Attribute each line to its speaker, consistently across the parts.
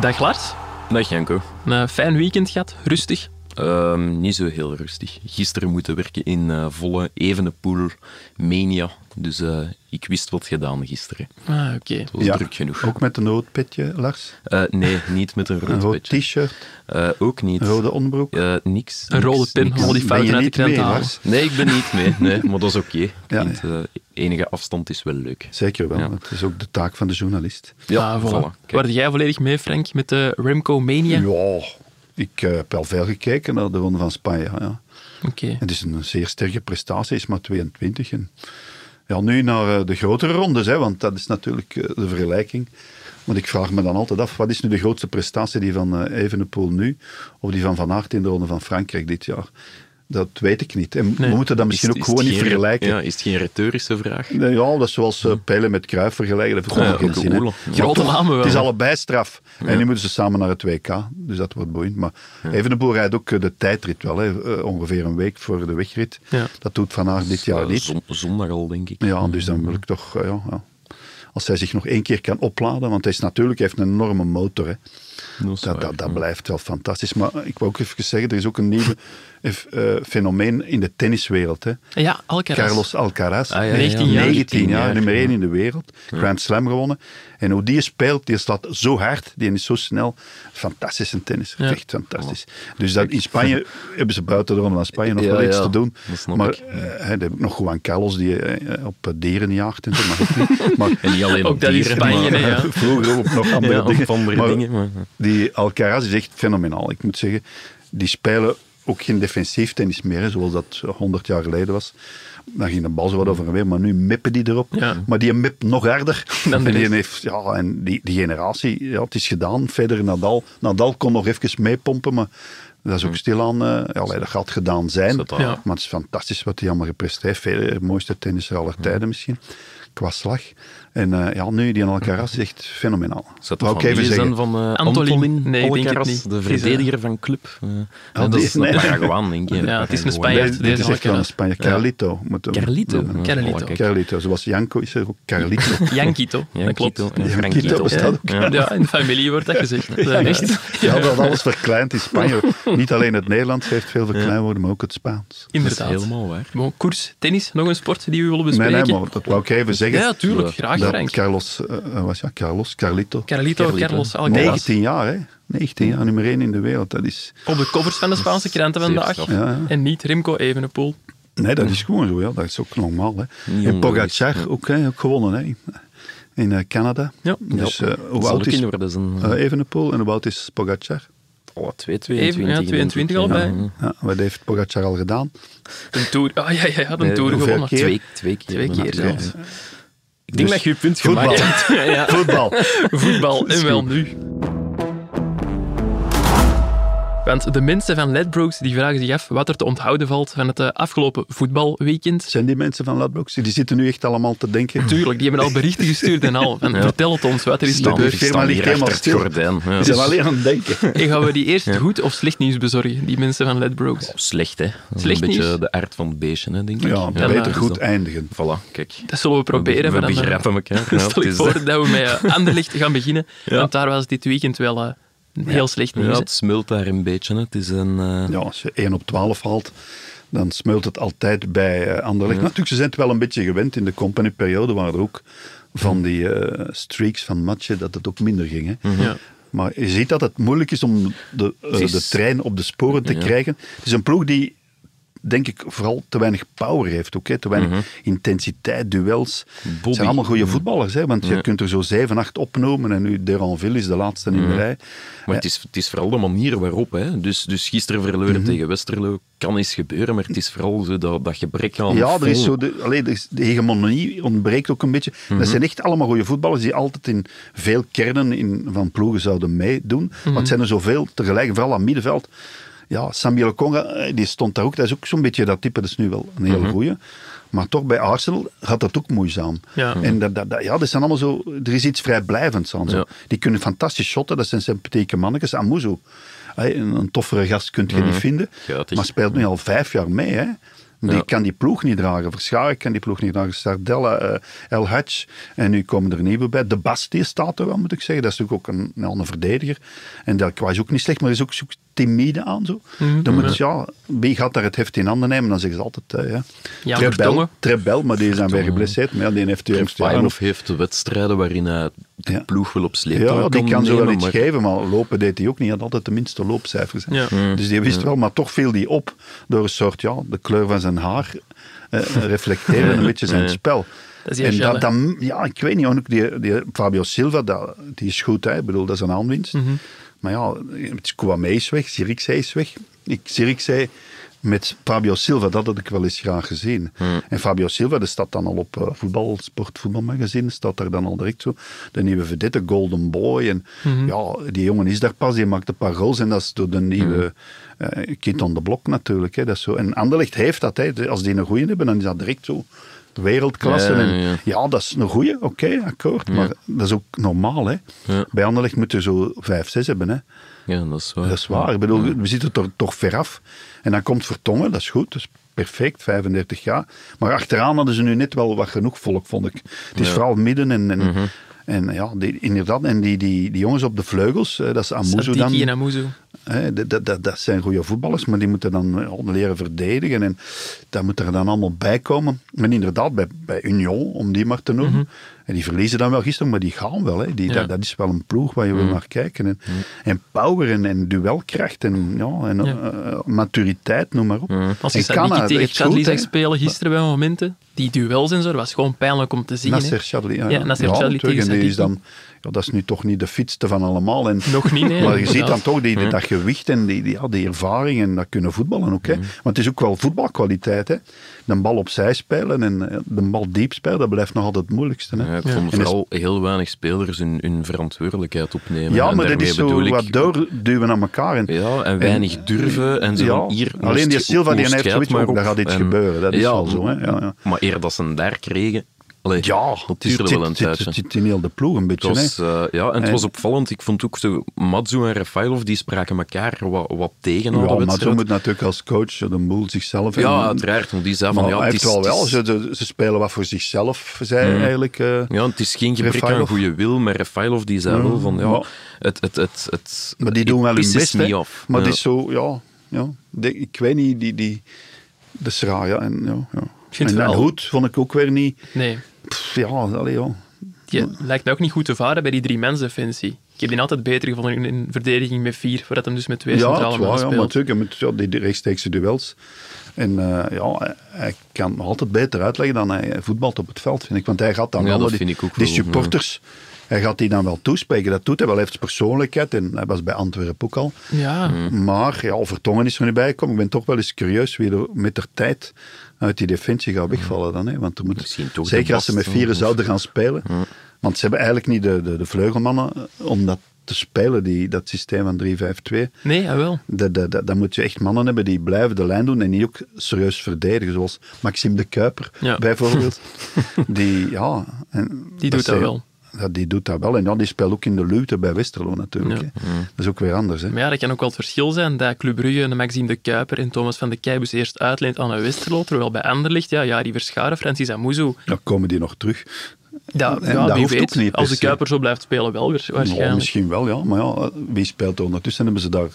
Speaker 1: Dag Lars.
Speaker 2: Dag Janko.
Speaker 1: Een fijn weekend gehad, rustig.
Speaker 2: Ehm, niet zo heel rustig. Gisteren moeten werken in eh, volle Evenepoel Mania. Dus eh, ik wist wat gedaan gisteren. Het
Speaker 1: Ah, oké.
Speaker 2: was druk genoeg.
Speaker 3: Ook met een rood petje, Lars.
Speaker 2: Eh, nee, niet met een
Speaker 3: Een
Speaker 2: rood
Speaker 3: rood
Speaker 2: petje.
Speaker 3: t-shirt,
Speaker 2: Eh, ook niet.
Speaker 3: een rode onderbroek.
Speaker 2: Eh, niks.
Speaker 1: Een rode
Speaker 2: niks,
Speaker 1: pin
Speaker 2: niks.
Speaker 1: om al die
Speaker 3: Ben
Speaker 1: fouten
Speaker 3: je
Speaker 1: uit de
Speaker 3: niet
Speaker 1: krant
Speaker 3: mee,
Speaker 1: te halen.
Speaker 3: Lars?
Speaker 2: Nee, ik ben niet mee. Nee, maar dat is oké. Ik
Speaker 3: Ja,
Speaker 2: vind, eh, enige afstand is wel leuk.
Speaker 3: Zeker wel,
Speaker 2: Ja.
Speaker 3: het is ook de taak van de journalist.
Speaker 2: Ja,
Speaker 1: Ah,
Speaker 2: voilà. Kijk.
Speaker 1: Waarde jij volledig mee, Frank, met de Remco Mania?
Speaker 3: Ja, ik eh, heb al veel gekeken naar de Ronde van Spanje. Ja.
Speaker 1: Oké.
Speaker 3: Het is een zeer sterke prestatie, is maar 22. En ja, nu naar eh, de grotere rondes, hè, want dat is natuurlijk eh, de vergelijking. Want ik vraag me dan altijd af, wat is nu de grootste prestatie die van eh, Evenepoel nu, of die van Van Aert in de Ronde van Frankrijk dit jaar? Dat weet ik niet. En
Speaker 1: Nee.
Speaker 3: we moeten dat misschien
Speaker 2: Is-
Speaker 3: ook
Speaker 2: is
Speaker 3: gewoon
Speaker 2: het
Speaker 3: niet
Speaker 2: geen-
Speaker 3: vergelijken.
Speaker 2: Ja, is het geen retorische vraag?
Speaker 3: Nee, ja, dat is zoals eh, pijlen met kruif vergelijken. Dat
Speaker 2: Ja,
Speaker 3: verkoop ik
Speaker 2: ook
Speaker 3: geen zin. hè.
Speaker 2: oorlog.
Speaker 3: Maar
Speaker 1: Grote
Speaker 3: toch,
Speaker 1: namen wel,
Speaker 3: Het is
Speaker 1: hè.
Speaker 3: allebei straf. En nu moeten ze samen naar het WK. Dus dat wordt boeiend. Maar Evenepoel rijdt ook eh, de tijdrit wel. Hè. Eh, Ongeveer een week voor de wegrit.
Speaker 1: Ja.
Speaker 3: Dat doet Van Aert dit jaar
Speaker 2: Eh,
Speaker 3: niet.
Speaker 2: zon- zondag al, denk ik.
Speaker 3: Ja, dus dan wil ik toch... eh, ja, ja. Als hij zich nog één keer kan opladen. Want hij is natuurlijk hij heeft een enorme motor. Hè.
Speaker 2: Dat is
Speaker 3: Dat,
Speaker 2: waar.
Speaker 3: dat, dat blijft wel fantastisch. Maar eh, ik wou ook even zeggen, er is ook een nieuw fenomeen in de tenniswereld. Hè.
Speaker 1: Ja, Alcaraz.
Speaker 3: Carlos Alcaraz.
Speaker 2: Ah, ja, ja,
Speaker 1: ja.
Speaker 3: 19 jaar.
Speaker 2: 19 jaar.
Speaker 3: nummer 1 in de wereld. Grand Slam gewonnen. En hoe die speelt, die slaat zo hard, die is zo snel. Fantastisch een tennis.
Speaker 1: Ja.
Speaker 3: Echt fantastisch. Dus dat, in Spanje hebben ze buiten de ronde van Spanje nog
Speaker 2: Oh. Ja,
Speaker 3: wel iets
Speaker 2: ja.
Speaker 3: te doen.
Speaker 2: Dat snap
Speaker 3: Maar
Speaker 2: ik.
Speaker 3: eh, hè, dan heb ik nog Juan Carlos die eh, op eh, dieren jaagt en zo. Maar, maar
Speaker 2: En niet alleen
Speaker 1: Ook
Speaker 2: op
Speaker 1: dat in
Speaker 2: dieren,
Speaker 1: Spanje,
Speaker 2: maar-
Speaker 1: nee, ja.
Speaker 3: vroeger ook nog andere
Speaker 2: Ja, op
Speaker 3: dingen.
Speaker 2: andere
Speaker 3: Maar
Speaker 2: dingen, maar-
Speaker 3: Die Alcaraz is echt fenomenaal. Ik moet zeggen, die spelen ook geen defensief tennis meer, hè, zoals dat 100 jaar geleden was. Dan ging de bal zo wat over en weer, maar nu mippen die erop.
Speaker 1: Ja.
Speaker 3: Maar die mip nog harder.
Speaker 1: Dan de
Speaker 3: en die,
Speaker 1: rest.
Speaker 3: heeft, ja, en die, die generatie, ja, het is gedaan. Verder Nadal. Nadal kon nog even meepompen, maar dat is ook stilaan. eh ja, allee, dat gaat gedaan zijn.
Speaker 2: Zit daar.
Speaker 1: Ja.
Speaker 3: Maar het is fantastisch wat hij allemaal gepresteerd heeft. Veel eh, mooiste tennisser aller tijden misschien. Qua slag. En eh, ja, nu die Alcaraz is echt fenomenaal.
Speaker 2: Zou dat
Speaker 3: Wou ik even
Speaker 2: familie
Speaker 3: zeggen.
Speaker 2: zijn van eh
Speaker 1: Antolin?
Speaker 2: Antolin,
Speaker 1: Nee, ik denk het
Speaker 2: Alcaraz,
Speaker 1: niet.
Speaker 2: de verdediger van club? Eh, nee, dat
Speaker 3: die-
Speaker 2: is een
Speaker 3: nee.
Speaker 2: Paraguaan, denk je.
Speaker 1: Ja, het is een
Speaker 2: Paraguaan.
Speaker 1: Spanjaard.
Speaker 3: Nee,
Speaker 1: deze
Speaker 3: dit is echt wel
Speaker 1: Alcaraz.
Speaker 3: een Spanjaard. Carlito. moet hem
Speaker 2: Carlito.
Speaker 3: noemen.
Speaker 2: Ja,
Speaker 1: Carlito.
Speaker 2: voilà, kijk.
Speaker 3: Carlito. Zoals Janko is er ook Carlito.
Speaker 1: Jankito,
Speaker 2: Ja,
Speaker 1: dat klopt.
Speaker 2: Quito. Ja,
Speaker 3: Ja,
Speaker 2: Frank
Speaker 3: Quito
Speaker 2: Quito.
Speaker 3: bestaat ook.
Speaker 1: Ja. in de familie wordt dat gezegd. Ja, echt.
Speaker 3: Ja, dat alles verkleind in Spanje. Niet alleen het Nederlands heeft veel verkleinwoorden, maar ook het Spaans.
Speaker 2: Dat is
Speaker 1: Inderdaad.
Speaker 2: helemaal waar.
Speaker 1: Bon, koers, tennis, nog een sport die we willen
Speaker 3: Nee,
Speaker 1: bespreken?
Speaker 3: nee, maar dat wou ik even zeggen.
Speaker 1: ja, tuurlijk.
Speaker 2: Ja.
Speaker 1: Graag,
Speaker 3: dat
Speaker 1: Frank.
Speaker 3: Carlos, eh, was ja, Carlos, Carlito.
Speaker 1: Carlito,
Speaker 2: Carlito.
Speaker 1: Carlos Alcaraz.
Speaker 3: 19 jaar, hè? 19 jaar, nummer 1 in de wereld. Dat is,
Speaker 1: Op de covers van de Spaanse kranten
Speaker 2: Zeer
Speaker 1: vandaag.
Speaker 2: straf.
Speaker 3: Ja, ja.
Speaker 1: En niet Remco Evenepoel.
Speaker 3: nee, dat is gewoon zo, ja. dat is ook normaal. Hè. En Pogacar ook, hè, ook gewonnen hè. in eh, Canada.
Speaker 1: Ja.
Speaker 3: Dus eh, hoe
Speaker 2: zal
Speaker 3: oud
Speaker 2: ook
Speaker 3: is
Speaker 2: in worden, dat is een-
Speaker 3: eh, Evenepoel en hoe oud is Pogacar?
Speaker 2: Oh, 2,
Speaker 1: Even, ja, 22 al bij.
Speaker 2: Mm.
Speaker 3: Ja, wat heeft Pogacar al gedaan?
Speaker 1: Een tour. Ah ja, ja, ja, een
Speaker 2: Nee,
Speaker 1: tour
Speaker 3: hoeveel
Speaker 1: gewonnen.
Speaker 3: keer?
Speaker 2: Twee, twee keer.
Speaker 1: Twee keer
Speaker 2: Ja.
Speaker 1: zelfs.
Speaker 2: Ik denk
Speaker 3: Dus
Speaker 2: dat je je punt
Speaker 3: voetbal.
Speaker 2: gemaakt hebt. ja.
Speaker 3: Voetbal.
Speaker 1: Voetbal, en wel nu. Want de mensen van Ledbrokes die vragen zich af wat er te onthouden valt van het eh, afgelopen voetbalweekend.
Speaker 3: Zijn die mensen van Ladbrokes? Die zitten nu echt allemaal te denken.
Speaker 1: Tuurlijk, die hebben al berichten gestuurd en al. En Vertel het ons, wat er is
Speaker 3: Staan.
Speaker 1: gebeurd.
Speaker 3: De firma ligt helemaal stil. Die zijn alleen aan het denken.
Speaker 1: En gaan we die eerst goed of slecht nieuws bezorgen, die mensen van Ledbrokes?
Speaker 2: Oh, Slecht, hè? Dat is
Speaker 1: Slecht
Speaker 2: een beetje
Speaker 1: nieuws.
Speaker 2: de aard van het beestje, hè, denk ik.
Speaker 3: Ja,
Speaker 2: dat
Speaker 3: beter
Speaker 2: is
Speaker 3: goed
Speaker 2: dat.
Speaker 3: eindigen.
Speaker 2: Voilà, kijk.
Speaker 1: Dat zullen we proberen.
Speaker 2: We
Speaker 1: maar dan, eh,
Speaker 2: begrijpen elkaar. Ja,
Speaker 1: Stel
Speaker 2: het
Speaker 1: ik
Speaker 2: is
Speaker 1: voor
Speaker 2: dat.
Speaker 1: dat we met eh, Anderlecht gaan beginnen, want daar was dit weekend wel eh, heel slecht
Speaker 2: Ja,
Speaker 1: nieuws. hè.
Speaker 2: het smult daar een beetje. hè. Het is een... eh,
Speaker 3: Ja, als je 1 op 12 haalt, dan smult het altijd bij eh, Anderlecht. Natuurlijk, ze zijn het wel een beetje gewend. In de company-periode waren er ook van die eh, streaks van matchen dat het ook minder ging. Hè.
Speaker 1: Ja.
Speaker 3: Maar je ziet dat het moeilijk is om de, eh,
Speaker 2: Mhm. is-
Speaker 3: de trein op de sporen te krijgen. Het is een ploeg die, denk ik, vooral te weinig power heeft. Ook, hè. Te weinig intensiteit, duels. Het
Speaker 2: Mhm. Bobby. Mhm.
Speaker 3: zijn allemaal goede voetballers, hè, want je kunt er zo 7, 8 opnomen. En nu Deranville is de laatste in
Speaker 2: Mhm.
Speaker 3: de rij.
Speaker 2: Maar het is, het is vooral de manier waarop. Hè. Dus, dus gisteren verloren
Speaker 3: Mhm.
Speaker 2: tegen Westerlo kan eens gebeuren, maar het is vooral zo dat, dat gebrek aan
Speaker 3: Ja, er is
Speaker 2: vol.
Speaker 3: zo de, allee, er is- de hegemonie ontbreekt ook een beetje. Dat zijn echt allemaal goede voetballers die altijd in veel kernen in, van ploegen zouden meedoen. Maar het zijn er zoveel tegelijk, vooral aan het middenveld. Ja, Samuel Conga, eh, die stond daar ook. Dat is ook zo'n beetje dat type, dat is nu wel een hele goeie. Maar toch, bij Arsenal gaat dat ook moeizaam.
Speaker 1: Ja.
Speaker 3: En dat, dat, dat- ja, dat zijn allemaal zo, er is iets vrijblijvends aan. Zo.
Speaker 2: Ja.
Speaker 3: Die kunnen fantastisch shotten, dat zijn sympathieke mannetjes. Amuzo, Hey, een, een toffere gast kun je niet vinden.
Speaker 2: Guitig.
Speaker 3: Maar speelt nu al vijf jaar mee. Hè? Die kan die ploeg niet dragen. Verscharen kan die ploeg niet dragen. Sardella, eh, El Hatch. En nu komen er nieuwe bij. De Bastia staat er wel, moet ik zeggen. Dat is natuurlijk ook een, een, een verdediger. En Delcroix is ook niet slecht, maar is ook zo timide aan. Zo. Dan moet je, ja, wie gaat daar het heft in handen nemen? Dan zeggen ze altijd, eh, ja.
Speaker 1: Ja,
Speaker 3: Trebel,
Speaker 1: Vertongen.
Speaker 3: Trebel, maar die zijn weer geblesseerd. Maar ja, die heeft
Speaker 2: Tim
Speaker 3: twee
Speaker 2: Steinhoff heeft de wedstrijden waarin hij de
Speaker 3: Ja.
Speaker 2: ploeg wil op sleeptouw
Speaker 3: Ja, die kan
Speaker 2: nemen,
Speaker 3: zo wel iets
Speaker 2: maar-
Speaker 3: geven, maar lopen deed hij ook niet. Hij had altijd de minste loopcijfers. hè.
Speaker 1: Ja. Mm.
Speaker 3: Dus die wist wel, maar toch viel die op door een soort, ja, de kleur van zijn haar eh, reflecteren een beetje zijn spel.
Speaker 1: Dat is heel
Speaker 3: en
Speaker 1: fel,
Speaker 3: dat, dan, ja, ik weet niet, ook die, die Fabio Silva, dat, die is goed, hè. ik bedoel, dat is een aanwinst.
Speaker 1: Mhm.
Speaker 3: Maar ja, het is Kouame is weg, Zirikzee is weg. Ik, Zirikzee met Fabio Silva, dat had ik wel eens graag gezien. En Fabio Silva, dat staat dan al op eh, voetbal, sport, voetbalmagazine, staat daar dan al direct zo. De nieuwe vedette, Golden Boy. En
Speaker 1: Mhm.
Speaker 3: ja, die jongen is daar pas, die maakt een paar goals. En dat is door de nieuwe eh kid on the block natuurlijk. Hè, dat is zo. En Anderlecht heeft dat. Hè. Als die een goeie hebben, dan is dat direct zo wereldklasse.
Speaker 2: Ja, ja,
Speaker 3: En
Speaker 2: ja.
Speaker 3: ja, dat is een goeie, oké, akkoord. Maar dat is ook normaal, hè.
Speaker 2: Ja.
Speaker 3: Bij Anderlecht moet je zo vijf, zes hebben, hè.
Speaker 2: Ja, dat is waar.
Speaker 3: Dat is waar. Ik bedoel, we zitten er toch veraf. En dan komt Vertongen, dat is goed, dat is perfect, 35 jaar. Maar achteraan hadden ze nu net wel wat genoeg volk, vond ik. Het is vooral midden en... en
Speaker 2: Mhm.
Speaker 3: En ja, die, inderdaad, en die, die, die jongens op de vleugels, eh, dat is Amuzu dan.
Speaker 1: Sadiki en Amuzu.
Speaker 3: Hè, dat, dat, dat, dat zijn goede voetballers, maar die moeten dan eh, leren verdedigen. En dat moet er dan allemaal bij komen. Maar inderdaad, bij, bij Union, om die maar te noemen. En die verliezen dan wel gisteren, maar die gaan wel. Hè. Die,
Speaker 1: Mhm. Ja. Mhm.
Speaker 3: dat, dat is wel een ploeg waar je wil naar kijken. En, en power en, en duelkracht en, ja, en
Speaker 1: Ja. Mhm.
Speaker 3: eh, maturiteit, noem maar op.
Speaker 1: Als je
Speaker 3: En
Speaker 1: Sadiki
Speaker 3: Canada,
Speaker 1: tegen
Speaker 3: echt goed,
Speaker 1: Chadli zag
Speaker 3: hè.
Speaker 1: spelen gisteren bij momenten, die duels en zo, dat was gewoon pijnlijk om te zien. hè.
Speaker 3: Nasser Chadli. ah, Ja,
Speaker 1: Ja, Nasser Chadli
Speaker 3: natuurlijk,
Speaker 1: tegen
Speaker 3: En die is
Speaker 1: Sadiki.
Speaker 3: dan, ja, dat is nu toch niet de fietste van allemaal. En,
Speaker 1: Nog niet, hè.
Speaker 3: Maar je ziet dan
Speaker 1: Inderdaad.
Speaker 3: toch die, dat gewicht en die, die, ja, die ervaring en dat kunnen voetballen ook. Hè. Want het is ook wel voetbalkwaliteit. Hè. De bal opzij spelen en eh, de bal diep spelen, dat blijft nog altijd het moeilijkste. Hè.
Speaker 2: Ja, ik vond vooral heel weinig spelers hun, hun verantwoordelijkheid opnemen.
Speaker 3: Ja,
Speaker 2: En
Speaker 3: maar dat
Speaker 2: daarmee
Speaker 3: is zo
Speaker 2: bedoel ik-
Speaker 3: wat doorduwen aan elkaar. En,
Speaker 2: Ja, en weinig durven en zo
Speaker 3: Ja,
Speaker 2: van hier...
Speaker 3: alleen
Speaker 2: moest
Speaker 3: die
Speaker 2: je-
Speaker 3: Silva, die
Speaker 2: moest
Speaker 3: heeft
Speaker 2: jij
Speaker 3: zoiets
Speaker 2: het maar
Speaker 3: ook, daar
Speaker 2: op.
Speaker 3: gaat iets
Speaker 2: En-
Speaker 3: gebeuren, dat is wel zo, hè. Ja, ja.
Speaker 2: Maar eer dat ze hem daar kregen... Allee,
Speaker 3: ja,
Speaker 2: dat
Speaker 3: het
Speaker 2: duurde
Speaker 3: zit-
Speaker 2: wel een
Speaker 3: het zit-
Speaker 2: tijdje.
Speaker 3: Het zit in heel de ploeg een beetje.
Speaker 2: Het
Speaker 3: hè.
Speaker 2: was, eh, ja, en het
Speaker 3: En-
Speaker 2: was opvallend. Ik vond ook zo, Matsu en Rafailov die spraken elkaar wat, wat tegen aan de
Speaker 3: Ja, maar zo
Speaker 2: wedstrijd.
Speaker 3: moet natuurlijk als coach de boel zichzelf... en-
Speaker 2: Ja, uiteraard. Want die zei van,
Speaker 3: Maar
Speaker 2: ja,
Speaker 3: hij
Speaker 2: het
Speaker 3: heeft
Speaker 2: is,
Speaker 3: wel wel.
Speaker 2: het is-
Speaker 3: Ze, ze- ze spelen wat voor zichzelf, zij eigenlijk. eh.
Speaker 2: Mhm. ja, het is geen gebrek aan
Speaker 3: Rafailov.
Speaker 2: goede wil, maar Rafailov die zei wel van, ja,
Speaker 3: Ja.
Speaker 2: het, het, het, het...
Speaker 3: Mm, maar die
Speaker 2: it
Speaker 3: doen wel hun
Speaker 2: pisses
Speaker 3: best. hè.
Speaker 2: me off.
Speaker 3: Maar
Speaker 2: Ja.
Speaker 3: het is zo, ja. ja Die- ik weet niet, die, die, dat is raar. Ja. En, ja, ja.
Speaker 1: vind
Speaker 3: en
Speaker 1: het
Speaker 3: dan
Speaker 1: wel-
Speaker 3: goed vond ik ook weer niet.
Speaker 1: Nee,
Speaker 3: Pff, ja, allee, ja.
Speaker 1: die lijkt mij ook niet goed te varen bij die drie mensen defensie. Ik heb die altijd beter gevonden in, in verdediging met vier, voordat hem dus met twee
Speaker 3: Ja,
Speaker 1: centrale
Speaker 3: het waar,
Speaker 1: mannen
Speaker 3: ja, maar
Speaker 1: speelt.
Speaker 3: natuurlijk, hij moet, ja, die rechtstreekse duels. En eh, ja, hij- hij kan het me altijd beter uitleggen dan hij voetbalt op het veld, vind ik. Want hij gaat dan
Speaker 2: Ja,
Speaker 3: wel
Speaker 2: dat
Speaker 3: die,
Speaker 2: vind ik ook
Speaker 3: die
Speaker 2: wel,
Speaker 3: supporters, hij gaat die dan wel toespreken. Dat doet hij wel, hij heeft persoonlijkheid en hij was bij Antwerpen ook al.
Speaker 1: Ja,
Speaker 3: Hmm. Maar ja, Vertongen is er nu bij gekomen. Ik ben toch wel eens curieus wie er met de tijd uit die defensie gaat wegvallen dan. Hè? Want er moet,
Speaker 2: Misschien toch de
Speaker 3: zeker als ze met
Speaker 2: Bast,
Speaker 3: vieren
Speaker 2: of-
Speaker 3: zouden gaan spelen. Want ze hebben eigenlijk niet de, de, de vleugelmannen eh, om dat te spelen, die, dat systeem van 3-5-2.
Speaker 1: nee, ah, jawel.
Speaker 3: Dat- dat- dat- Dan moet je echt mannen hebben die blijven de lijn doen en die ook serieus verdedigen. Zoals Maxime de Kuiper
Speaker 1: Ja.
Speaker 3: bijvoorbeeld. die, ja, en
Speaker 1: Die doet dat
Speaker 3: ze-
Speaker 1: wel.
Speaker 3: ja, die doet dat wel. En ja, die speelt ook in de luwte bij Westerlo natuurlijk.
Speaker 1: Ja.
Speaker 3: hè. Dat is ook weer anders. Hè.
Speaker 1: Maar ja, dat kan ook wel het verschil zijn dat Club Brugge en Maxime de Kuiper en Thomas van de Keibus eerst uitleent aan een Westerlo, terwijl bij Anderlicht, ja, ja die Verscharen, Francis Amuzu,
Speaker 3: Dan komen die nog terug.
Speaker 1: ja,
Speaker 3: En
Speaker 1: ja,
Speaker 3: dat
Speaker 1: wie
Speaker 3: hoeft ook
Speaker 1: weet,
Speaker 3: niet per
Speaker 1: als de
Speaker 3: se.
Speaker 1: Kuiper zo blijft spelen wel weer, waarschijnlijk.
Speaker 3: Nou, misschien wel, ja. Maar ja, wie speelt er ondertussen? Hebben ze daar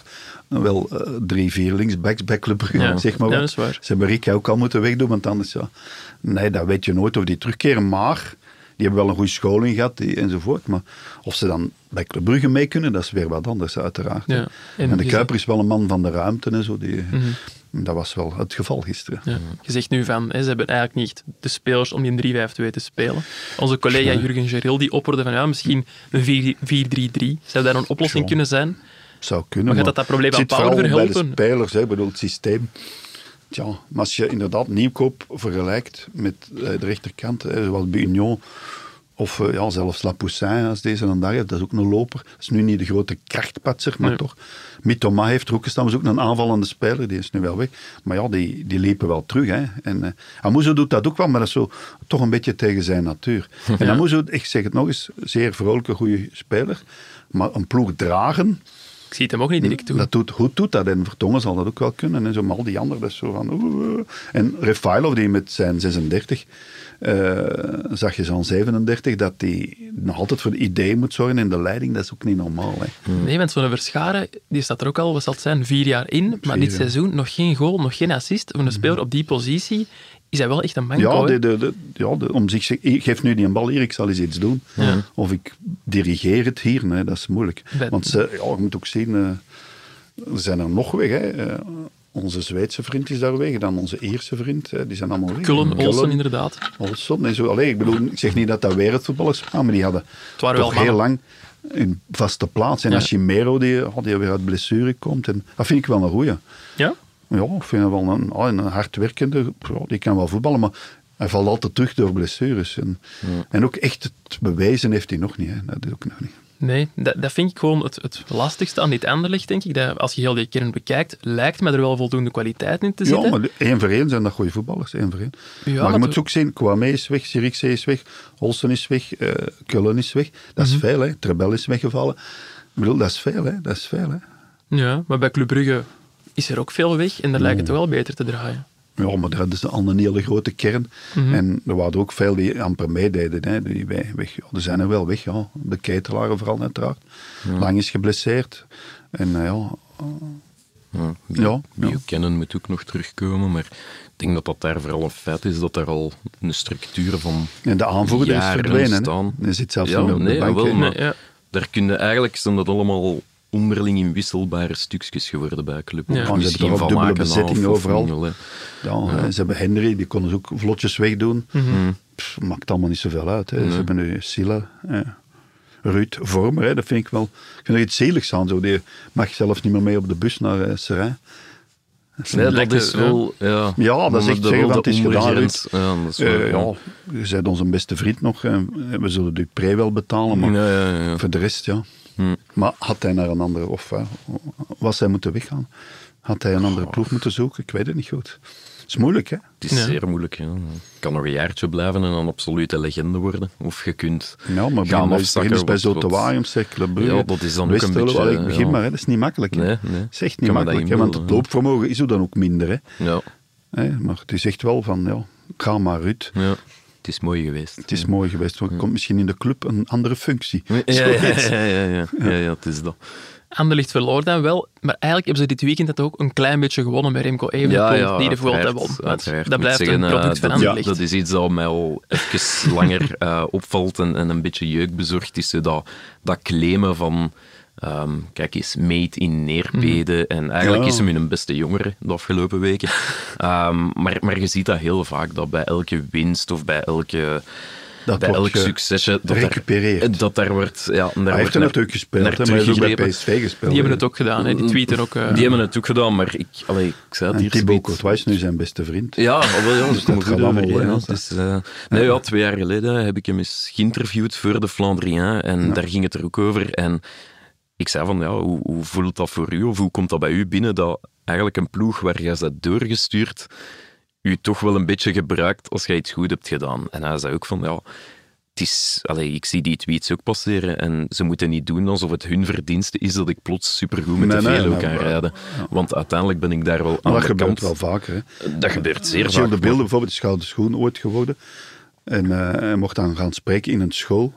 Speaker 3: wel eh, drie, vier linksbacks bij Club Brugge,
Speaker 1: Ja,
Speaker 3: zeg maar
Speaker 1: dat
Speaker 3: wat.
Speaker 1: is waar.
Speaker 3: Ze hebben Rika ook al moeten wegdoen, want anders, ja... Nee, dat weet je nooit of die terugkeren, maar... Die hebben wel een goede scholing gehad die, enzovoort. Maar of ze dan bij Club Brugge mee kunnen, dat is weer wat anders, uiteraard. hè.
Speaker 1: Ja, en
Speaker 3: En, de
Speaker 1: je
Speaker 3: Kuiper is wel een man van de ruimte en zo. Die, Dat was wel het geval gisteren.
Speaker 1: Mhm. Ja. Mm. Je zegt nu van, hè, ze hebben eigenlijk niet de spelers om die in 3-5-2 te spelen. Onze collega Jurgen Geril die opperde van, ja, misschien een 4-3-3. Zou daar een oplossing
Speaker 3: Tjoh.
Speaker 1: kunnen zijn?
Speaker 3: zou kunnen.
Speaker 1: Maar gaat dat dat probleem
Speaker 3: het
Speaker 1: aan
Speaker 3: zit
Speaker 1: Power
Speaker 3: vooral Bij
Speaker 1: verhelpen?
Speaker 3: de spelers, hè, Ik bedoel, het systeem. Tja, maar als je inderdaad nieuwkoop vergelijkt met eh, de rechterkant, hè, zoals bij Union of eh, ja, zelfs La Poussin, als deze een dag heeft, dat is ook een loper. Dat is nu niet de grote krachtpatser, maar toch. Mitoma heeft er ook gestaan, was ook een aanvallende speler, die is nu wel weg. Maar ja, die, die liepen wel terug. Hè. En eh Amuzo doet dat ook wel, maar dat is zo, toch een beetje tegen zijn natuur. En Amuzo, ik zeg het nog eens, zeer vrolijke, goede speler. Maar een ploeg dragen,
Speaker 1: Ik zie het hem ook niet direct doen.
Speaker 3: Dat doet, hoe doet dat? En Vertongen zal dat ook wel kunnen. En zo, maar al die anderen, dat is zo van... oeh, oeh. En Refailov, die met zijn 36, eh, zag je zo'n 37, dat die nog altijd voor idee moet zorgen in de leiding. Dat is ook niet normaal. Hè.
Speaker 1: Nee, want zo'n Verscharen, die staat er ook al, wat zal het zijn, vier jaar in. Maar
Speaker 3: Vier
Speaker 1: dit
Speaker 3: jaar. Mm.
Speaker 1: seizoen nog geen goal, nog geen assist. Voor een speler op die positie is hij wel echt een manco.
Speaker 3: Ja, de,
Speaker 1: hè.
Speaker 3: de, de- ja de- om zich, zeg- ik geef nu die een bal hier, ik zal eens iets doen. Of ik dirigeer het hier, nee, dat is moeilijk.
Speaker 1: Ben-
Speaker 3: Want ze, ja, je moet ook zien, eh, er zijn er nog weg. Hè. Eh, onze Zweedse vriend is daar weg, dan onze Ierse vriend, hè, die zijn allemaal weg.
Speaker 1: Kullen, Olsen
Speaker 3: Kullen,
Speaker 1: inderdaad.
Speaker 3: Olsen en zo. Allee, ik bedoel, ik zeg niet dat dat wereldvoetballers waren, maar die hadden
Speaker 1: Het waren
Speaker 3: toch
Speaker 1: wel
Speaker 3: heel
Speaker 1: mannen.
Speaker 3: lang een vaste plaats. En
Speaker 1: Ja.
Speaker 3: als Chimero, die, oh, die weer uit blessure komt, en, dat vind ik wel een goeie.
Speaker 1: Ja?
Speaker 3: Ja, ik vind hem wel een, ah, een hardwerkende. ja, Die kan wel voetballen, maar hij valt altijd terug door blessures. En, en ook echt het bewijzen heeft hij nog niet. Hè. Dat is ook nog niet.
Speaker 1: Nee, dat, dat vind ik gewoon het, het lastigste aan dit Anderlecht, denk ik. Dat als je heel die kern bekijkt, lijkt me er wel voldoende kwaliteit in te
Speaker 3: Ja,
Speaker 1: zitten.
Speaker 3: maar de- één voor één zijn dat goede voetballers. Één voor één.
Speaker 1: Ja,
Speaker 3: maar je
Speaker 1: maar
Speaker 3: moet
Speaker 1: de-
Speaker 3: ze ook zien, Kwame is weg, Sirikse is weg, Olsen is weg, eh Kullen is weg. Dat
Speaker 1: Mhm.
Speaker 3: is veel, hè. Trebel is weggevallen. Ik bedoel, dat is veel, hè. Dat is veel, hè.
Speaker 1: Ja, maar bij Club Brugge is er ook veel weg en daar lijkt
Speaker 2: Mm.
Speaker 1: het wel beter te draaien.
Speaker 3: Ja, maar dat is al een hele grote kern.
Speaker 1: Mhm.
Speaker 3: En er waren er ook veel die amper meededen. Hè, die wij weg, ja, er zijn er wel weg, ja. De ketelaren vooral, uiteraard. Lang is geblesseerd. En eh, ja,
Speaker 2: Ja, wie,
Speaker 3: Ja,
Speaker 2: wie
Speaker 3: ja.
Speaker 2: we kennen moet ook nog terugkomen, maar ik denk dat dat daar vooral een feit is, dat daar al een structuur van
Speaker 3: en de aanvoerder is
Speaker 2: jaren
Speaker 3: verdwenen.
Speaker 2: staan.
Speaker 3: Hè. Hij zit zelfs
Speaker 2: ja,
Speaker 3: niet meer op
Speaker 2: nee,
Speaker 3: de bank.
Speaker 2: jawel,
Speaker 3: hè.
Speaker 2: maar
Speaker 1: Nee, ja.
Speaker 2: daar kunnen eigenlijk, zijn dat allemaal onderling in wisselbare stukjes geworden bij Club.
Speaker 1: Ja.
Speaker 2: Of
Speaker 1: Ja, ze
Speaker 3: hebben
Speaker 2: misschien
Speaker 3: toch ook
Speaker 2: Van
Speaker 3: dubbele
Speaker 2: Aken af
Speaker 3: bezetting
Speaker 2: of
Speaker 3: overal.
Speaker 2: Mingel, hè.
Speaker 3: Ja, hè, Ze hebben Henry, die konden ze ook vlotjes wegdoen.
Speaker 2: Mhm.
Speaker 3: Pff, maakt allemaal niet zoveel uit. Hè. Ze hebben nu Silla, eh, Ruud Vormer. Hè. Dat vind ik wel... Ik vind er iets zeligs aan. Zo. Die mag zelf niet meer mee op de bus naar eh, Seraing.
Speaker 2: Nee, dat
Speaker 1: Lijkt
Speaker 2: is
Speaker 1: het,
Speaker 2: wel... Ja,
Speaker 3: Ja, dat is
Speaker 2: Maar
Speaker 3: echt
Speaker 2: de
Speaker 3: zeggen,
Speaker 2: rode
Speaker 3: want het is gedaan,
Speaker 2: ondergrens, Ja, dat is wel-
Speaker 3: Eh, ja, je bent onze beste vriend nog. en we zullen Dupré wel betalen, maar
Speaker 2: Ja, ja, ja, Hm. ja.
Speaker 3: voor de rest, ja. Maar had hij naar een andere... Of eh, was hij moeten weggaan? Had hij een andere ploeg moeten zoeken? Ik weet het niet goed. Het is moeilijk, hè?
Speaker 2: Het is
Speaker 1: Ja.
Speaker 2: zeer moeilijk. Ja. Je kan nog een jaartje blijven en een absolute legende worden. Of je kunt
Speaker 3: Ja, maar
Speaker 2: gaan
Speaker 3: begin, bij-
Speaker 2: afzakken.
Speaker 3: begin eens bij
Speaker 2: wat-
Speaker 3: Zotte
Speaker 2: wat-
Speaker 3: Waaiums, hè, Club Brugge,
Speaker 2: Ja, dat is dan ook een
Speaker 3: Westerlo.
Speaker 2: beetje,
Speaker 3: Allee, ik begin
Speaker 2: ja.
Speaker 3: maar, hè, dat is niet makkelijk. Hè.
Speaker 2: Nee, nee.
Speaker 3: Dat is echt niet
Speaker 2: Kan me dat
Speaker 3: makkelijk, hè, want het
Speaker 2: inbeelden, ja.
Speaker 3: loopvermogen is ook dan ook minder. Hè.
Speaker 2: Ja,
Speaker 3: Hè, maar het is echt wel van, ja, ga maar, Ruud.
Speaker 2: ja, het is mooi geweest.
Speaker 3: Het is mooi geweest, want er komt misschien in de club een andere functie.
Speaker 2: Ja, ja, ja,
Speaker 3: Zoiets.
Speaker 2: ja, ja, ja, ja, ja, het is dat.
Speaker 1: Anderlecht verloor dan wel, maar eigenlijk hebben ze dit weekend dat ook een klein beetje gewonnen met Remco
Speaker 2: Ja,
Speaker 1: Evenepoel,
Speaker 2: ja,
Speaker 1: die de Vuelta won.
Speaker 2: uiteraard,
Speaker 1: Want Dat
Speaker 2: uiteraard. Ik moet
Speaker 1: blijft
Speaker 2: zeggen,
Speaker 1: een
Speaker 2: eh,
Speaker 1: product van
Speaker 2: dat,
Speaker 1: Anderlecht.
Speaker 2: Dat is iets dat mij al even langer eh, opvalt en, en een beetje jeuk bezorgd is. zo Dat, dat claimen van, ehm, kijk eens, made in Neerpede.
Speaker 1: Mhm.
Speaker 2: En eigenlijk
Speaker 3: Ja.
Speaker 2: is hem in een beste jongere de afgelopen weken. Ehm, maar, maar je ziet dat heel vaak, dat bij elke winst of bij elke...
Speaker 3: Dat
Speaker 2: bij
Speaker 3: wordt
Speaker 2: elk
Speaker 3: ge-
Speaker 2: succesje dat
Speaker 3: recupereerd.
Speaker 2: daar, dat daar wordt, ja, daar
Speaker 3: Hij heeft er
Speaker 2: wordt
Speaker 3: natuurlijk gespeeld, hè, maar hij
Speaker 2: maar
Speaker 3: heeft ook bij PSV gespeeld.
Speaker 1: Die hebben
Speaker 3: hè.
Speaker 1: het ook gedaan, hè. die tweeten ook. eh,
Speaker 2: Die hebben het ook gedaan, maar ik, allee, ik zei het
Speaker 3: En
Speaker 2: hier.
Speaker 3: Thibaut
Speaker 2: zoiets.
Speaker 3: Courtois is nu zijn beste vriend.
Speaker 2: Ja, maar wel, ja, dus dat
Speaker 3: dat
Speaker 2: komt
Speaker 3: gaat
Speaker 2: goed
Speaker 3: allemaal
Speaker 2: overeen,
Speaker 3: wel,
Speaker 2: hè.
Speaker 3: hè.
Speaker 2: Het is, eh, nee, ja, twee jaar geleden heb ik hem eens geïnterviewd voor de Flandrien en daar ging het er ook over. En ik zei van, ja, hoe, hoe voelt dat voor u of hoe komt dat bij u binnen dat eigenlijk een ploeg waar jij bent doorgestuurd, u toch wel een beetje gebruikt als jij iets goed hebt gedaan. En hij zei ook van, ja, het is, allee, ik zie die tweets ook passeren en ze moeten niet doen alsof het hun verdienste is dat ik plots supergoed met
Speaker 3: Nee,
Speaker 2: de
Speaker 3: nee,
Speaker 2: Velo
Speaker 3: nee,
Speaker 2: kan
Speaker 3: maar-
Speaker 2: rijden. Want uiteindelijk ben ik daar wel
Speaker 3: Maar
Speaker 2: aan
Speaker 3: dat
Speaker 2: de
Speaker 3: gebeurt
Speaker 2: kant.
Speaker 3: wel vaker. Hè.
Speaker 2: Dat gebeurt zeer
Speaker 3: Gilles
Speaker 2: vaak.
Speaker 3: de Beelden bijvoorbeeld is gouden schoen ooit geworden. En eh, hij mocht dan gaan spreken in een school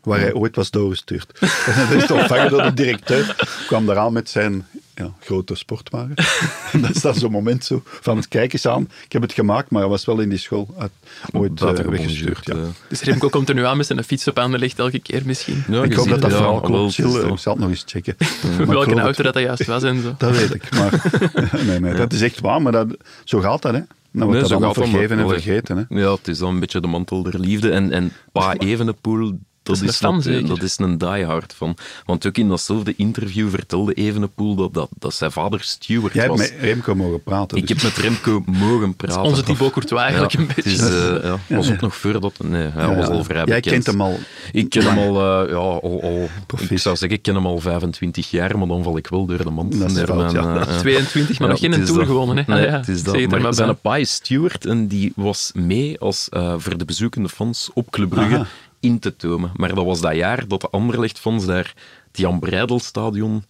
Speaker 3: waar hij ooit was doorgestuurd. En hij is ontvangen door de directeur. Kwam eraan met zijn ja, grote sportwagen. En dat is dan zo'n moment zo van, kijk eens aan, ik heb het gemaakt, maar hij was wel in die school uit- ooit eh,
Speaker 2: Buitengewoon
Speaker 3: weggestuurd.
Speaker 2: zuur,
Speaker 3: Ja.
Speaker 2: eh.
Speaker 1: Dus Remco komt er nu aan met zijn fiets op Anderlecht elke keer misschien.
Speaker 2: Ja,
Speaker 3: Ik
Speaker 2: je
Speaker 3: hoop
Speaker 2: ziet
Speaker 3: dat dat
Speaker 2: het, ja,
Speaker 3: verhaal
Speaker 2: wel,
Speaker 3: klopt. Eh,
Speaker 2: het is
Speaker 3: Gilles,
Speaker 2: wel-
Speaker 3: ik zal het nog eens checken. Maar ik geloof
Speaker 1: Welke
Speaker 3: het
Speaker 1: auto dat hij juist was en zo.
Speaker 3: Dat weet ik, maar nee, nee, dat is echt waar, maar dat, zo gaat dat, hè. Dan wordt
Speaker 2: Nee,
Speaker 3: dat
Speaker 2: zo
Speaker 3: allemaal
Speaker 2: gaat dat, maar-
Speaker 3: vergeven en
Speaker 2: allee.
Speaker 3: vergeten, hè.
Speaker 2: Ja, het is dan een beetje de mantel der liefde. En, en Pa Evenepoel, dat
Speaker 1: is een
Speaker 2: is,
Speaker 1: fan,
Speaker 2: dat,
Speaker 1: zeker?
Speaker 2: dat is een diehard van. Want ook in datzelfde interview vertelde Evenepoel dat, dat, dat zijn vader steward
Speaker 3: Jij hebt
Speaker 2: was.
Speaker 3: met Remco mogen praten.
Speaker 2: Ik
Speaker 3: dus-
Speaker 2: heb met Remco mogen praten.
Speaker 1: onze Thibaut Courtois eigenlijk een
Speaker 2: Het is,
Speaker 1: beetje.
Speaker 2: eh, ja, was ook nog voordat... Nee, hij
Speaker 3: Ja,
Speaker 2: was
Speaker 3: ja.
Speaker 2: al vrij
Speaker 3: Jij
Speaker 2: bekend.
Speaker 3: kent hem al
Speaker 2: Ik ken hem al... eh, ja, al, al ik
Speaker 3: Proficiat.
Speaker 2: zou zeggen, ik ken hem al 25 jaar, maar dan val ik wel door de mand.
Speaker 3: Dat is
Speaker 2: Door
Speaker 3: fout,
Speaker 2: mijn,
Speaker 3: ja.
Speaker 2: eh, eh,
Speaker 1: 22, maar
Speaker 2: ja,
Speaker 1: nog geen
Speaker 2: het is
Speaker 1: Tour
Speaker 2: dat.
Speaker 1: gewonnen. Hè.
Speaker 2: Nee,
Speaker 1: Ah, ja.
Speaker 2: het is
Speaker 1: Zeg je
Speaker 2: dat.
Speaker 1: er
Speaker 2: Maar,
Speaker 1: maar bij.
Speaker 2: zijn pa is steward en die was mee als, eh, voor de bezoekende fans op Club Brugge
Speaker 3: Aha.
Speaker 2: in te tomen. Maar dat was dat jaar dat de Anderlecht-fans daar het Jan Breidelstadion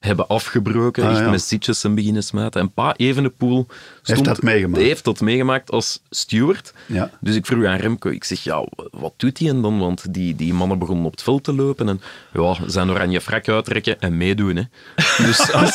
Speaker 2: hebben afgebroken.
Speaker 3: Ah,
Speaker 2: echt
Speaker 3: ja.
Speaker 2: met sitjes zijn beginnen smijten. En pa Evenepoel stond,
Speaker 3: dat meegemaakt.
Speaker 2: heeft dat meegemaakt als steward.
Speaker 3: Ja.
Speaker 2: Dus ik vroeg aan Remco, ik zeg, ja, wat doet hij en dan? Want die, die mannen begonnen op het veld te lopen en ja, zijn oranje frak uittrekken en meedoen. Hè. Dus als...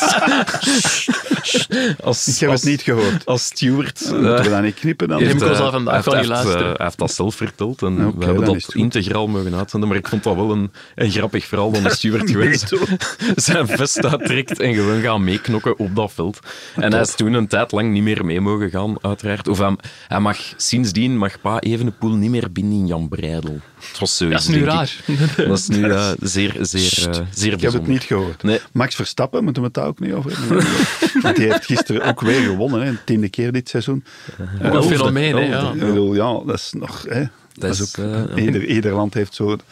Speaker 2: als
Speaker 3: Ik heb
Speaker 2: als-
Speaker 3: het niet gehoord.
Speaker 2: Als steward... eh,
Speaker 3: Moeten we dat niet knippen dan?
Speaker 1: Remco
Speaker 2: heeft, eh,
Speaker 1: zal vandaag
Speaker 2: heeft-
Speaker 1: wel niet
Speaker 2: heeft, eh,
Speaker 1: luisteren.
Speaker 2: hij heeft dat zelf verteld en
Speaker 3: Oké,
Speaker 2: we hebben
Speaker 3: dan is
Speaker 2: dat
Speaker 3: het goed.
Speaker 2: integraal mogen uitzenden. Maar ik vond dat wel een, een grappig verhaal van de steward geweest. Zijn vest uittrekt en gewoon gaan meeknokken op dat veld. En hij is toen een tijd lang niet meer mee mogen gaan, uiteraard. Of hij, hij mag, sindsdien mag pa Evenepoel niet meer binnen in Jan Breidel. Het was zoiets,
Speaker 1: Dat is nu
Speaker 2: denk ik.
Speaker 1: raar.
Speaker 2: Dat is nu eh, zeer, zeer, eh, zeer
Speaker 3: Ik heb het
Speaker 2: bijzonder.
Speaker 3: niet gehoord.
Speaker 2: Nee.
Speaker 3: Max Verstappen, moeten we het daar ook niet over hebben? Want die heeft gisteren ook weer gewonnen, hè, de tiende keer dit seizoen.
Speaker 2: Uh-huh.
Speaker 1: Ook een fenomeen, hè, ja.
Speaker 3: Ik bedoel, ja, dat is nog... Hè, dat is
Speaker 2: Oh, is,
Speaker 3: ook,
Speaker 2: eh, ja.
Speaker 3: ieder, ieder land heeft zo... Ik,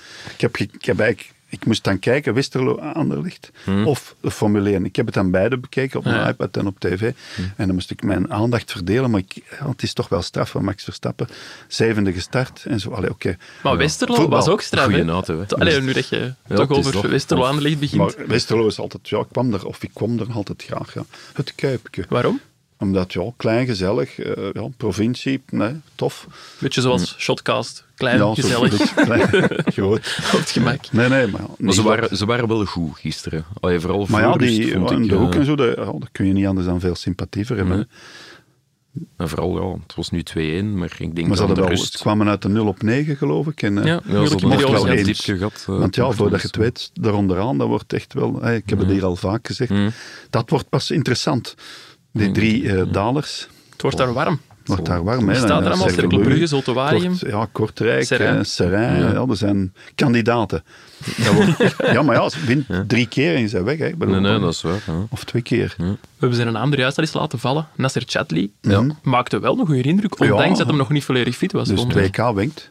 Speaker 3: heb, ge- ik, heb eigenlijk, ik moest dan kijken, Westerlo, Anderlicht,
Speaker 2: Hmm.
Speaker 3: of de Formule 1. Ik heb het aan beide bekeken, op mijn
Speaker 1: Ja.
Speaker 3: iPad en op tv.
Speaker 2: Hmm.
Speaker 3: En dan moest ik mijn aandacht verdelen, maar ik, ja, het is toch wel straf van Max Verstappen. Zevende gestart en zo. Allee, oké.
Speaker 1: Maar Westerlo
Speaker 3: Voetbal.
Speaker 1: was ook straf.
Speaker 2: Goeie
Speaker 1: hè.
Speaker 2: auto, hè.
Speaker 1: Allee, nu dat je
Speaker 2: Ja,
Speaker 1: toch
Speaker 2: het is
Speaker 1: over
Speaker 2: toch-
Speaker 1: Westerlo aan de licht begint.
Speaker 3: Maar Westerlo is altijd... Ja, ik kwam er, of ik kwam er altijd graag, ja. Het Kuipje.
Speaker 1: Waarom?
Speaker 3: Omdat, ja, klein, gezellig, eh, ja, provincie, nee, tof.
Speaker 1: Beetje zoals Shotcast. Klein,
Speaker 3: ja, zo
Speaker 1: gezellig,
Speaker 3: goed, klein, groot.
Speaker 1: op het gemak.
Speaker 3: Nee, nee, maar...
Speaker 2: Maar ze
Speaker 3: nee,
Speaker 2: waren, ze waren wel goed gisteren. Allee, vooral
Speaker 3: Maar ja,
Speaker 2: voor rust,
Speaker 3: die
Speaker 2: vond
Speaker 3: in
Speaker 2: ik,
Speaker 3: de
Speaker 2: eh,
Speaker 3: hoek en zo, dat- ja, daar kun je niet anders dan veel sympathie voor hebben.
Speaker 2: Nee. En vooral, ja, het was nu 2-1, maar ik denk
Speaker 3: Maar ze
Speaker 2: dat de
Speaker 3: hadden wel,
Speaker 2: rust...
Speaker 3: het kwamen uit de 0 op 9, geloof ik. En, eh,
Speaker 1: Ja,
Speaker 2: Ja, ze
Speaker 1: moeilijke
Speaker 2: hadden
Speaker 3: mocht
Speaker 2: echt
Speaker 1: periodes.
Speaker 2: wel
Speaker 1: ja.
Speaker 2: een
Speaker 3: eens.
Speaker 2: diepje gehad.
Speaker 3: Want
Speaker 2: eh,
Speaker 3: ja,
Speaker 2: performance.
Speaker 3: voordat je het weet, daaronderaan, dat wordt echt wel... hè, ik heb
Speaker 2: Mm.
Speaker 3: het hier al vaak gezegd. Dat wordt pas interessant.
Speaker 2: Mm.
Speaker 3: Die drie eh, dalers,
Speaker 1: Het wordt
Speaker 3: Oh.
Speaker 1: daar warm.
Speaker 3: wordt daar warm. hè,
Speaker 1: staat
Speaker 3: dan-
Speaker 1: er
Speaker 3: ja,
Speaker 1: allemaal?
Speaker 3: Cercle
Speaker 1: Cercle Brugge,
Speaker 3: Brugge,
Speaker 1: Zoltuarium.
Speaker 3: Kort- Ja, Kortrijk,
Speaker 1: Serrain.
Speaker 3: Serrain. Serrain ja. dat zijn kandidaten. Dat wordt- ja, maar ja, ze wint drie keer en je bent weg. Hè. Ik bedoel,
Speaker 2: Nee, nee, dat is waar. ja.
Speaker 3: Of twee keer.
Speaker 1: We hebben zijn naam er juist al eens laten vallen. Nasser Chadli
Speaker 3: Ja.
Speaker 1: maakte wel een goede indruk, ondanks
Speaker 3: Ja.
Speaker 1: dat hem nog niet volledig fit was.
Speaker 3: Dus
Speaker 1: vond ik.
Speaker 3: 2K wenkt.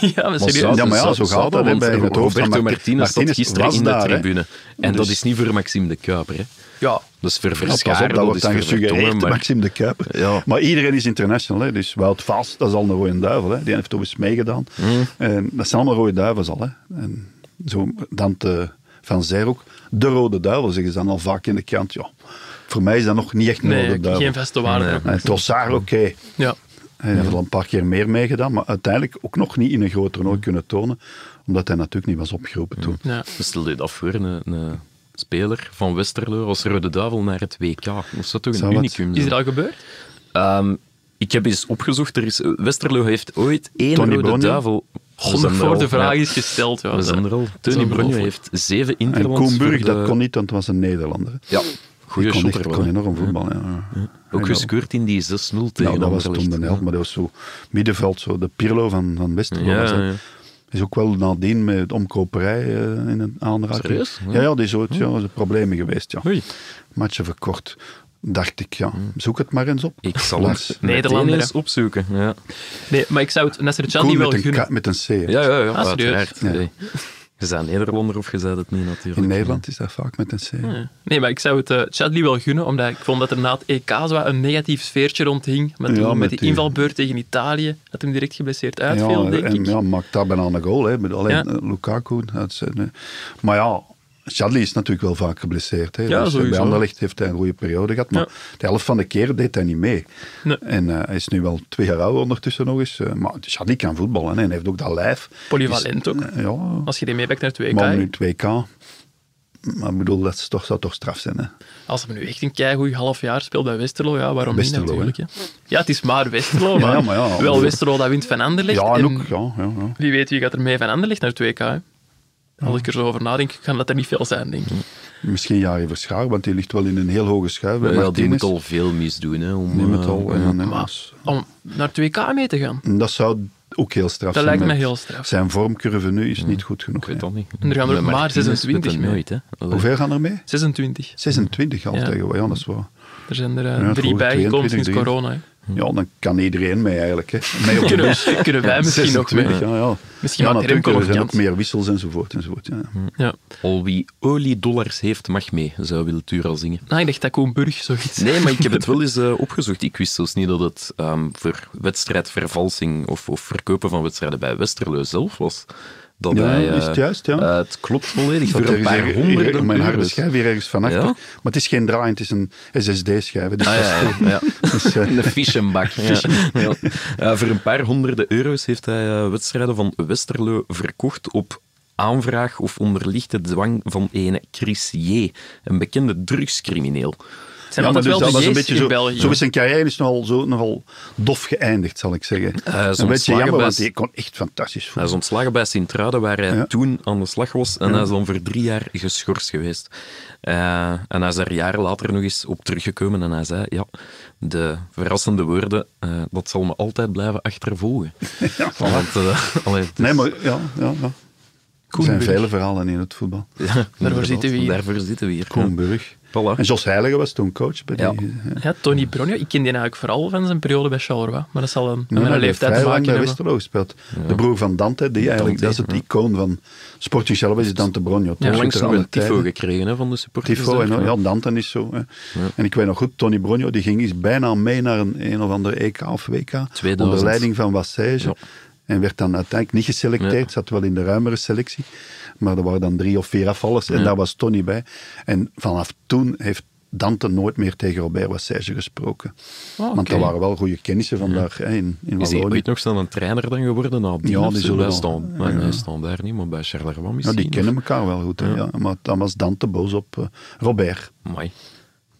Speaker 1: ja, maar
Speaker 2: Maar
Speaker 1: serieus.
Speaker 2: zouden-
Speaker 3: Ja, maar ja, zo
Speaker 2: zouden-
Speaker 3: gaat dat, hè,
Speaker 2: want
Speaker 3: bij het hoofd van
Speaker 2: Roberto
Speaker 3: Marti-
Speaker 2: Martinez staat
Speaker 3: Martinez
Speaker 2: gisteren
Speaker 3: was
Speaker 2: in de
Speaker 3: daar, hè.
Speaker 2: tribune. En dat
Speaker 3: Dus-
Speaker 2: is niet voor Maxime de Kuiper. Hè.
Speaker 1: Ja,
Speaker 2: Dat is voor
Speaker 3: Ja, pas
Speaker 2: Verscharen,
Speaker 3: op, dat wordt
Speaker 2: is
Speaker 3: dan
Speaker 2: voor
Speaker 3: gesuggereerd,
Speaker 2: Vertongen, maar...
Speaker 3: Maxime de Kuiper.
Speaker 2: Ja.
Speaker 3: Maar iedereen is international, hè, dus Wout Vast, dat is al een rode duivel. Hè. Die heeft toch eens meegedaan.
Speaker 2: Hmm.
Speaker 3: En dat zijn allemaal rode duivels al. Hè. En zo, Dante van Zijroek, de rode duivel, zeggen ze dan al vaak in de krant. Ja. Voor mij is dat nog niet echt een
Speaker 1: nee,
Speaker 3: rode duivel.
Speaker 1: geen vaste waarde.
Speaker 3: En Trossard, oké.
Speaker 1: Ja.
Speaker 3: Hij heeft al een paar keer meer meegedaan, maar uiteindelijk ook nog niet in een groot
Speaker 2: Hmm.
Speaker 3: toernooi kunnen tonen, omdat hij natuurlijk niet was opgeroepen toen.
Speaker 1: Hmm. Ja.
Speaker 2: Dus Stel je dat voor, een, een speler van Westerlo als Rode Duivel naar het WK. Dat zou toch een
Speaker 3: Zou wat-
Speaker 2: unicum
Speaker 1: Is
Speaker 2: zijn?
Speaker 1: het al gebeurd?
Speaker 2: Ehm, ik heb eens opgezocht, er is, Westerlo heeft ooit één
Speaker 3: Tony
Speaker 2: Rode
Speaker 3: Bonio?
Speaker 2: Duivel... We zijn
Speaker 1: Honderd
Speaker 2: er
Speaker 1: voor
Speaker 2: al,
Speaker 1: de vraag
Speaker 2: ja.
Speaker 1: is gesteld. Ja.
Speaker 2: We zijn er al.
Speaker 1: Dat is
Speaker 2: Tony Bronjo
Speaker 1: ongelooflijk.
Speaker 2: heeft zeven
Speaker 3: En
Speaker 2: interlands
Speaker 3: Koenburg,
Speaker 2: voor de-
Speaker 3: dat kon niet, want het was een Nederlander. hè.
Speaker 2: Ja,
Speaker 3: Die
Speaker 2: goede
Speaker 3: kon, echt-
Speaker 2: shotter. wel,
Speaker 3: kon
Speaker 2: hè.
Speaker 3: enorm voetbal. Ja.
Speaker 2: Ook
Speaker 3: Ja.
Speaker 2: gescoord in die 6-0 tegen
Speaker 3: Nou, dat was
Speaker 2: Anderlecht.
Speaker 3: toen de held, maar dat was zo middenveld, zo de Pirlo van, van Westerlo.
Speaker 2: Ja,
Speaker 3: was dat.
Speaker 2: ja.
Speaker 3: Is ook wel nadien met omkoperij eh, in een aanraking.
Speaker 2: Serieus? Hm.
Speaker 3: Ja, ja, die is ooit ja, zijn problemen geweest. Ja.
Speaker 2: Oei. Hm.
Speaker 3: Matchen verkort, dacht ik. Ja. Zoek het maar eens op.
Speaker 2: Ik zal
Speaker 3: Lars.
Speaker 2: het
Speaker 1: Nederlander,
Speaker 2: Nederlander Ah, eens opzoeken. Ja,
Speaker 1: Nee, maar ik zou het Nasser Chadli
Speaker 3: Koen
Speaker 1: wel
Speaker 3: met, een
Speaker 1: gunnen.
Speaker 3: K- met een C. hè.
Speaker 2: ja, ja, ja
Speaker 1: Ah, serieus?
Speaker 2: uiteraard.
Speaker 3: Ja.
Speaker 2: Nee. Je bent Nederlander of je bent het niet, natuurlijk.
Speaker 3: In Nederland is dat vaak met een C.
Speaker 2: Ah,
Speaker 3: hè.
Speaker 1: Nee, maar ik zou het eh, Chadli wel gunnen, omdat ik vond dat er na het EK zo wat een negatief sfeertje rondhing. Met,
Speaker 3: Ja,
Speaker 1: die- met,
Speaker 3: met
Speaker 1: die,
Speaker 3: die-
Speaker 1: invalbeurt tegen Italië, dat hem direct geblesseerd uitviel,
Speaker 3: ja,
Speaker 1: denk
Speaker 3: en,
Speaker 1: ik.
Speaker 3: ja, maakt daar bijna een goal. Hè. Ik bedoel, Alleen
Speaker 1: Ja.
Speaker 3: eh, Lukaku. Dat is, eh, nee. maar ja, Chadli is natuurlijk wel vaak geblesseerd. Hè.
Speaker 1: Ja,
Speaker 3: Dus, eh, bij
Speaker 1: sowieso.
Speaker 3: Anderlecht heeft hij een goede periode gehad. Maar
Speaker 1: Ja.
Speaker 3: de helft van de keer deed hij niet mee.
Speaker 1: Nee.
Speaker 3: En eh, hij is nu wel twee jaar ouder ondertussen nog eens. eh, maar Chadli kan voetballen hè. en hij heeft ook dat lijf.
Speaker 1: Polyvalent
Speaker 3: Dus,
Speaker 1: ook.
Speaker 3: eh, ja,
Speaker 1: Als je die meepakt naar het WK,
Speaker 3: maar
Speaker 1: hè.
Speaker 3: nu 2K. Maar ik bedoel, dat is toch, zou toch straf zijn. Hè.
Speaker 1: Als hij nu echt een keigoed half jaar speelt bij Westerlo, ja, waarom
Speaker 3: Westerlo,
Speaker 1: niet natuurlijk. Hè? Ja, het is maar Westerlo, maar,
Speaker 3: ja, maar ja.
Speaker 1: wel Westerlo dat wint van Anderlecht.
Speaker 3: Ja, en
Speaker 1: en
Speaker 3: ook. Ja, ja, ja.
Speaker 1: Wie weet wie gaat er mee van Anderlecht naar het WK. Hè? Als ik er zo over nadenk, kan dat er niet veel zijn, denk ik.
Speaker 3: Misschien Jari Verschaar, want die ligt wel in een heel hoge schuif. bij
Speaker 2: Ja, ja, die
Speaker 3: Martinez.
Speaker 2: moet al veel misdoen. Hè, om,
Speaker 3: Die moet
Speaker 2: eh,
Speaker 3: al, en dan, eh,
Speaker 1: Maar om naar het WK mee te gaan.
Speaker 3: En Dat zou ook heel straf zijn.
Speaker 1: Dat lijkt me
Speaker 3: met-
Speaker 1: heel straf.
Speaker 3: Zijn vormcurve nu is niet goed genoeg.
Speaker 2: Ik weet eh,
Speaker 3: hè.
Speaker 2: dat niet.
Speaker 1: En er gaan er
Speaker 2: Met
Speaker 1: maar
Speaker 2: Martinez
Speaker 1: 26
Speaker 2: weet dat
Speaker 1: mee.
Speaker 2: nooit, hè. Allee.
Speaker 3: Hoeveel gaan er mee?
Speaker 1: 26.
Speaker 3: 26 al
Speaker 1: Ja.
Speaker 3: tegenwoordig, ja, dat is waar.
Speaker 1: Er zijn er eh,
Speaker 3: Ja,
Speaker 1: drie
Speaker 3: vroeger
Speaker 1: bijgekomen sinds
Speaker 3: 22,
Speaker 1: corona. hè.
Speaker 2: Hm.
Speaker 3: Ja, dan kan iedereen mee eigenlijk. Hè. Mee op de
Speaker 1: Kunnen,
Speaker 3: bus.
Speaker 1: we- kunnen wij misschien nog mee.
Speaker 3: 26, Ja, ja.
Speaker 1: Misschien
Speaker 3: ja,
Speaker 1: maakt
Speaker 3: natuurlijk,
Speaker 1: Remco nog
Speaker 3: er zijn ook
Speaker 1: kans.
Speaker 3: meer wissels enzovoort. enzovoort ja.
Speaker 2: Hm.
Speaker 1: Ja.
Speaker 2: Al wie oliedollars heeft, mag mee, zou Wiltura zingen.
Speaker 1: Ah, ik dacht dat Koen Burg zoiets.
Speaker 2: Nee, maar ik heb het wel eens eh, opgezocht. Ik wist zelfs niet dat het ehm, voor wedstrijdvervalsing of, of verkopen van wedstrijden bij Westerlo zelf was. dat
Speaker 3: Ja,
Speaker 2: hij... eh,
Speaker 3: is het juist, ja.
Speaker 2: eh, het klopt volledig. Voor
Speaker 3: Er
Speaker 2: een
Speaker 3: is
Speaker 2: paar
Speaker 3: hier-
Speaker 2: honderden
Speaker 3: Mijn harde
Speaker 2: euro's.
Speaker 3: schijf hier ergens van achter.
Speaker 2: Ja?
Speaker 3: Maar het is geen draai, het is een SSD-schijf. Dus
Speaker 2: Ah,
Speaker 3: dat is
Speaker 2: ja, ja, ja.
Speaker 3: dus, eh,
Speaker 2: De fischenbak. Ja. Ja. Eh, voor een paar honderden euro's heeft hij eh, wedstrijden van Westerlo verkocht op aanvraag of onder lichte dwang van een Chris J., een bekende drugscrimineel.
Speaker 1: Het zijn
Speaker 3: ja, maar dus
Speaker 1: altijd wel
Speaker 3: dat
Speaker 1: de
Speaker 3: was een
Speaker 1: J's
Speaker 3: beetje
Speaker 1: in
Speaker 3: zo,
Speaker 1: België.
Speaker 3: zo is zijn carrière is nogal, zo, nogal dof geëindigd, zal ik zeggen.
Speaker 2: is
Speaker 3: een beetje
Speaker 2: ontslagen
Speaker 3: jammer,
Speaker 2: bij-
Speaker 3: want hij kon echt fantastisch
Speaker 2: Hij is
Speaker 3: voetballen.
Speaker 2: ontslagen bij Sint-Truiden, waar hij
Speaker 3: Ja.
Speaker 2: toen aan de slag was. En hij is dan voor drie jaar geschorst geweest. Eh, en hij is daar jaren later nog eens op teruggekomen. En hij zei, ja, de verrassende woorden, eh, dat zal me altijd blijven achtervolgen.
Speaker 3: Ja, voilà.
Speaker 2: Want, eh, allee, het is-
Speaker 3: Nee, maar ja, ja, ja. Er zijn
Speaker 1: Koenburg.
Speaker 3: vele verhalen in het voetbal.
Speaker 2: Ja,
Speaker 1: Daarvoor zitten we hier.
Speaker 2: Daarvoor zitten we hier.
Speaker 3: Koenburg.
Speaker 2: Voilà.
Speaker 3: En Jos Heiligen was toen coach bij
Speaker 2: Ja.
Speaker 3: die... ja.
Speaker 1: Ja, Tony Bronja, ik ken die eigenlijk vooral van zijn periode bij Charleroi, maar dat zal een, met
Speaker 3: Ja,
Speaker 1: mijn
Speaker 3: die heeft
Speaker 1: leeftijd te
Speaker 3: vrij lang bij
Speaker 1: maken hebben.
Speaker 3: Westerlo gespeeld. De broer van Dante, die eigenlijk, dat is het icoon van Sporting Charleroi, is Dante Bronjo.
Speaker 2: Ja,
Speaker 1: Ja,
Speaker 2: langs nog een tifo
Speaker 3: gekregen.
Speaker 2: gekregen hè, van de supporters.
Speaker 3: Tifo,
Speaker 2: daar.
Speaker 3: en, ja, Dante is zo. Hè. En ik weet nog goed, Tony Bronjo, die ging eens bijna mee naar een een of ander EK of WK,
Speaker 2: 2000.
Speaker 3: onder leiding van Wassage.
Speaker 2: Ja.
Speaker 3: En werd dan uiteindelijk niet geselecteerd, zat wel in de ruimere selectie. Maar er waren dan drie of vier afvallers en daar was Tony bij. En vanaf toen heeft Dante nooit meer tegen Robert Wassage gesproken.
Speaker 1: Oh,
Speaker 3: Want dat
Speaker 1: oké.
Speaker 3: waren wel goede kennissen vandaag hè, in, in
Speaker 2: Ah, Is hij
Speaker 3: Wallonië.
Speaker 2: ooit nog snel een trainer dan geworden? Nou,
Speaker 3: Ja, die zullen
Speaker 2: bij
Speaker 3: wel.
Speaker 2: staan. Maar nee, staan daar niet, maar bij Charleroi
Speaker 3: Ja,
Speaker 2: misschien.
Speaker 3: Nou, die
Speaker 2: of-
Speaker 3: kennen elkaar wel goed. hè, Ja. Maar dan was Dante boos op eh, Robert.
Speaker 2: Amai.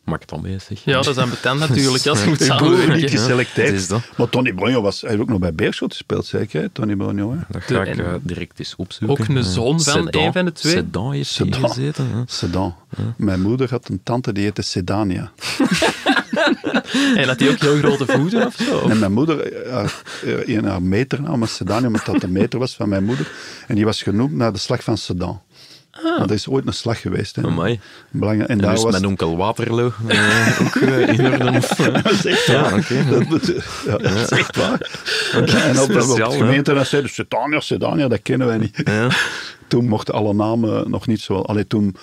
Speaker 2: Maak het dan mee, zeg.
Speaker 1: Ja, dat is aan betent natuurlijk, ja, als je moet
Speaker 3: Ik bedoel, niet
Speaker 1: samenwerken.
Speaker 3: geselecteerd.
Speaker 2: Het is dat.
Speaker 3: Maar Tony Bronjo was, hij heeft ook nog bij Beerschot gespeeld, zeker? Hè? Tony Bronjo, hè?
Speaker 2: Dat ga
Speaker 1: De-
Speaker 2: ik
Speaker 1: en-
Speaker 2: eh, direct eens opzoeken.
Speaker 1: Ook een
Speaker 2: Eh,
Speaker 1: zoon van
Speaker 2: Sedan.
Speaker 1: een van de twee?
Speaker 2: Sedan heeft hij
Speaker 3: Sedan.
Speaker 2: gezeten. hè.
Speaker 3: Sedan. Mijn moeder had een tante die heette Sedania.
Speaker 1: En had hij ook heel grote voeten of zo?
Speaker 3: En mijn moeder, eh, haar, eh, in haar meternaam was Sedania, omdat dat de meter was van mijn moeder. En die was genoemd naar de slag van Sedan. Want er is ooit een slag geweest. Hè?
Speaker 2: Ah. Amai.
Speaker 3: Belangrijk. En,
Speaker 2: En
Speaker 3: daar
Speaker 2: dus
Speaker 3: was...
Speaker 2: mijn onkel Waterloo. eh, ook eh, in orde. of, eh,
Speaker 3: Dat is echt
Speaker 2: Ja,
Speaker 3: waar.
Speaker 2: oké.
Speaker 3: Dat, moet- ja, dat is echt waar. En op, op
Speaker 2: Speciaal,
Speaker 3: het
Speaker 2: hè?
Speaker 3: gemeentehuis zeiden ze, Sedania, Sedania, dat kennen wij niet.
Speaker 2: ja.
Speaker 3: Toen mochten alle namen nog niet zo... Allee, toen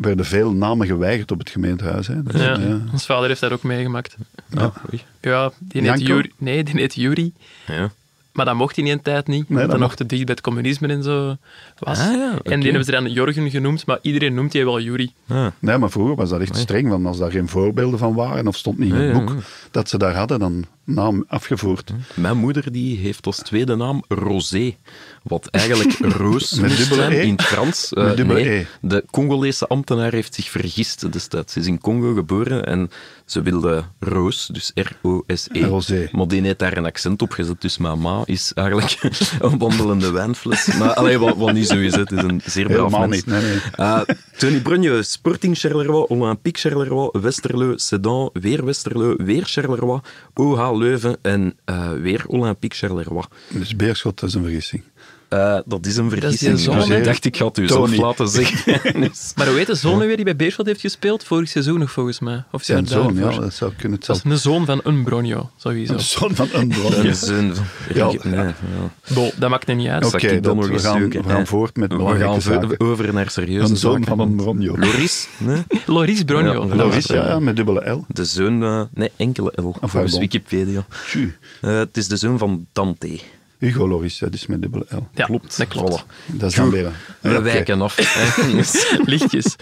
Speaker 3: werden veel namen geweigerd op het gemeentehuis. Hè. Dus,
Speaker 1: Ja,
Speaker 3: ja.
Speaker 1: ons vader heeft dat ook meegemaakt.
Speaker 2: Ja, oei.
Speaker 1: Ja, die heet
Speaker 3: Janko?
Speaker 1: Juri. Nee, die heet Juri.
Speaker 2: Ja.
Speaker 1: Maar dat mocht in die tijd niet, omdat
Speaker 3: dat
Speaker 1: dat nog
Speaker 3: mocht-
Speaker 1: te dicht bij het communisme en zo was.
Speaker 2: Ah, ja,
Speaker 1: En
Speaker 2: oké.
Speaker 1: die hebben ze dan Jorgen genoemd, maar iedereen noemt hij wel Juri.
Speaker 2: Ah.
Speaker 3: Nee, maar vroeger was dat echt streng, want als daar geen voorbeelden van waren of stond niet in
Speaker 2: Nee,
Speaker 3: het
Speaker 2: ja,
Speaker 3: boek dat ze daar hadden, dan naam afgevoerd.
Speaker 2: Mijn moeder die heeft als tweede naam Rosé, wat eigenlijk roos
Speaker 3: Met
Speaker 2: moest
Speaker 3: dubbele
Speaker 2: zijn
Speaker 3: E?
Speaker 2: in het Frans. Eh,
Speaker 3: Met dubbele
Speaker 2: nee,
Speaker 3: E.
Speaker 2: de Congolese ambtenaar heeft zich vergist destijds. Ze is in Congo geboren en ze wilde roos, dus R-O-S-E.
Speaker 3: Rosé.
Speaker 2: Maar die heeft daar een accent op gezet, dus mijn ma is eigenlijk een wandelende wijnfles. Maar allee, wat, wat niet zo is, hè. het is een zeer braaf
Speaker 3: Helemaal
Speaker 2: mens.
Speaker 3: niet, nee, nee.
Speaker 2: Eh, Tony Brunje, Sporting Charleroi, Olympique Charleroi, Westerlo, Sedan, weer Westerlo, weer Charleroi, OH Leuven en eh, weer Olympique Charleroi.
Speaker 3: Dus Beerschot, dat is een vergissing.
Speaker 2: Eh, dat is een vergissing.
Speaker 1: zoon,
Speaker 2: Dus
Speaker 1: hè?
Speaker 2: ik dacht, ik ga het u
Speaker 3: Tony.
Speaker 2: zelf laten zeggen. Dus-
Speaker 1: Maar hoe heet de zoon nu weer die bij Beerschot heeft gespeeld? Vorig seizoen nog volgens mij. Of
Speaker 3: Zijn
Speaker 1: jaar
Speaker 3: zoon, ja,
Speaker 1: daarvoor.
Speaker 3: dat zou kunnen. Het
Speaker 1: Dat is een zoon van een Bronjo, sowieso.
Speaker 3: De zoon van een
Speaker 2: dat
Speaker 3: broer.
Speaker 2: is een...
Speaker 3: Ja.
Speaker 2: Nee, ja.
Speaker 1: Bo, dat maakt niet uit.
Speaker 3: Oké,
Speaker 2: Zal ik
Speaker 3: dat-
Speaker 2: nog
Speaker 3: we
Speaker 2: eens
Speaker 3: gaan-
Speaker 2: zoeken,
Speaker 3: we gaan
Speaker 2: hè.
Speaker 3: voort met
Speaker 2: We
Speaker 3: belangrijke
Speaker 2: gaan ver-
Speaker 3: zaken.
Speaker 2: over naar serieuze
Speaker 3: Een zoon
Speaker 2: zaken.
Speaker 3: van een bronjo.
Speaker 2: Loris, nee?
Speaker 1: Loris Bronjo.
Speaker 2: Ja,
Speaker 3: Loris, ja, ja, met dubbele L.
Speaker 2: de zoon... eh, nee, enkele L, volgens
Speaker 3: pardon.
Speaker 2: Wikipedia.
Speaker 3: Tju.
Speaker 2: Eh, het is de zoon van Dante.
Speaker 3: Hugo Loris, dat is met dubbele L.
Speaker 1: Ja, dat klopt.
Speaker 2: Voilà.
Speaker 3: Dat is dan weer een-
Speaker 2: We
Speaker 3: Oké.
Speaker 2: wijken af. hè. Dus-
Speaker 1: Lichtjes.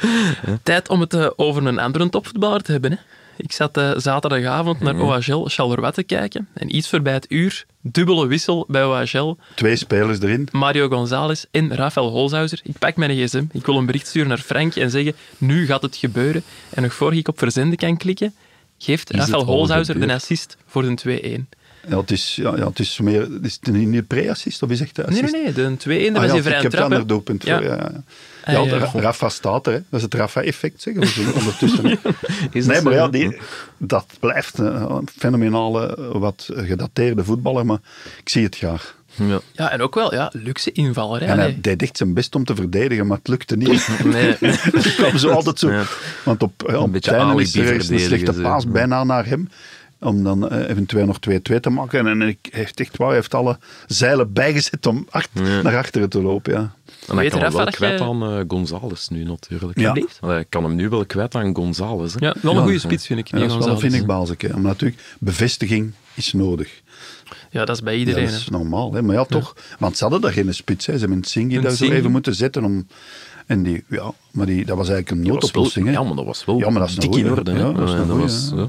Speaker 1: Tijd om het eh, over een andere topvoetballer te hebben. Hè. Ik zat eh, zaterdagavond naar OHL Charleroi te kijken. En iets voorbij het uur, dubbele wissel bij OHL.
Speaker 3: Twee spelers erin.
Speaker 1: Mario González en Rafael Holzhauser. Ik pak mijn gsm, ik wil een bericht sturen naar Frank en zeggen, nu gaat het gebeuren. En nog voor ik op verzenden kan klikken, geeft
Speaker 2: het
Speaker 1: Rafael
Speaker 2: al
Speaker 1: Holzhauser de
Speaker 2: gebeurd?
Speaker 1: assist voor de 2-1.
Speaker 3: Ja, het is, ja, ja, het is meer... Is het niet een pre-assist of is het echt de assist?
Speaker 1: Nee, nee, nee, de 2-1,
Speaker 3: Ah
Speaker 1: dat was
Speaker 3: ja,
Speaker 1: die vrije
Speaker 3: ik heb het
Speaker 1: trap.
Speaker 3: ander
Speaker 1: hè.
Speaker 3: doelpunt
Speaker 1: Ja.
Speaker 3: voor. Ja, ja.
Speaker 1: Ah,
Speaker 3: Ja,
Speaker 1: ja,
Speaker 3: Ra-
Speaker 1: goh.
Speaker 3: Rafa staat er. Hè. Dat is het Rafa-effect, zeggen ze ondertussen.
Speaker 2: Is
Speaker 3: nee,
Speaker 2: dat
Speaker 3: maar
Speaker 2: zo?
Speaker 3: ja, die, dat blijft een een fenomenale, eh, wat gedateerde voetballer, maar ik zie het graag.
Speaker 2: Ja.
Speaker 1: Ja, en ook wel, ja, luxe invaller. Hè.
Speaker 3: En
Speaker 1: Allee.
Speaker 3: hij deed echt zijn best om te verdedigen, maar het lukte niet.
Speaker 2: Nee,
Speaker 3: Het kwam zo altijd zo.
Speaker 2: Ja.
Speaker 3: Want op, eh, op
Speaker 2: beetje
Speaker 3: Tijnen is er
Speaker 2: alibi
Speaker 3: ergens een slechte
Speaker 2: verdedigen, dus, eh, zo.
Speaker 3: paas bijna naar hem. Om dan eh, eventueel nog 2-2 te maken. En, en ik, hij heeft echt waar, hij heeft alle zeilen bijgezet om acht- naar achteren te lopen. Ja.
Speaker 2: En hij
Speaker 1: Weet
Speaker 2: kan
Speaker 1: er
Speaker 2: hem
Speaker 1: af
Speaker 2: wel
Speaker 1: dat
Speaker 2: kwijt
Speaker 1: je-
Speaker 2: aan eh, Gonzales nu natuurlijk.
Speaker 3: Ja.
Speaker 2: Allee, Hij kan hem nu wel kwijt aan Gonzales. Hè.
Speaker 1: Ja, wel een
Speaker 3: Ja.
Speaker 1: goede spits, vind ik.
Speaker 3: Ja,
Speaker 1: die
Speaker 3: dat is wel een
Speaker 1: González.
Speaker 3: vinnig bazeke. Maar natuurlijk, bevestiging is nodig.
Speaker 1: Ja, dat is bij
Speaker 3: Ja,
Speaker 1: iedereen.
Speaker 3: dat is
Speaker 1: hè.
Speaker 3: normaal. Hè? Maar ja, toch. Want ze hadden daar geen spits. Hè? Ze hebben Singi
Speaker 1: Een
Speaker 3: daar zo
Speaker 1: Tsingy.
Speaker 3: even moeten zetten. Om, en die, ja, maar die, dat was eigenlijk een
Speaker 2: Dat was wel-
Speaker 3: noodoplossing. hè.
Speaker 2: ja, maar dat was wel
Speaker 3: Ja, maar dat is een
Speaker 2: dik in
Speaker 3: goeie,
Speaker 2: orde.
Speaker 3: hè.
Speaker 2: hè.
Speaker 3: Ja, dat is een
Speaker 2: Eh, dat
Speaker 3: goeie,
Speaker 2: was
Speaker 3: hè.
Speaker 2: ja.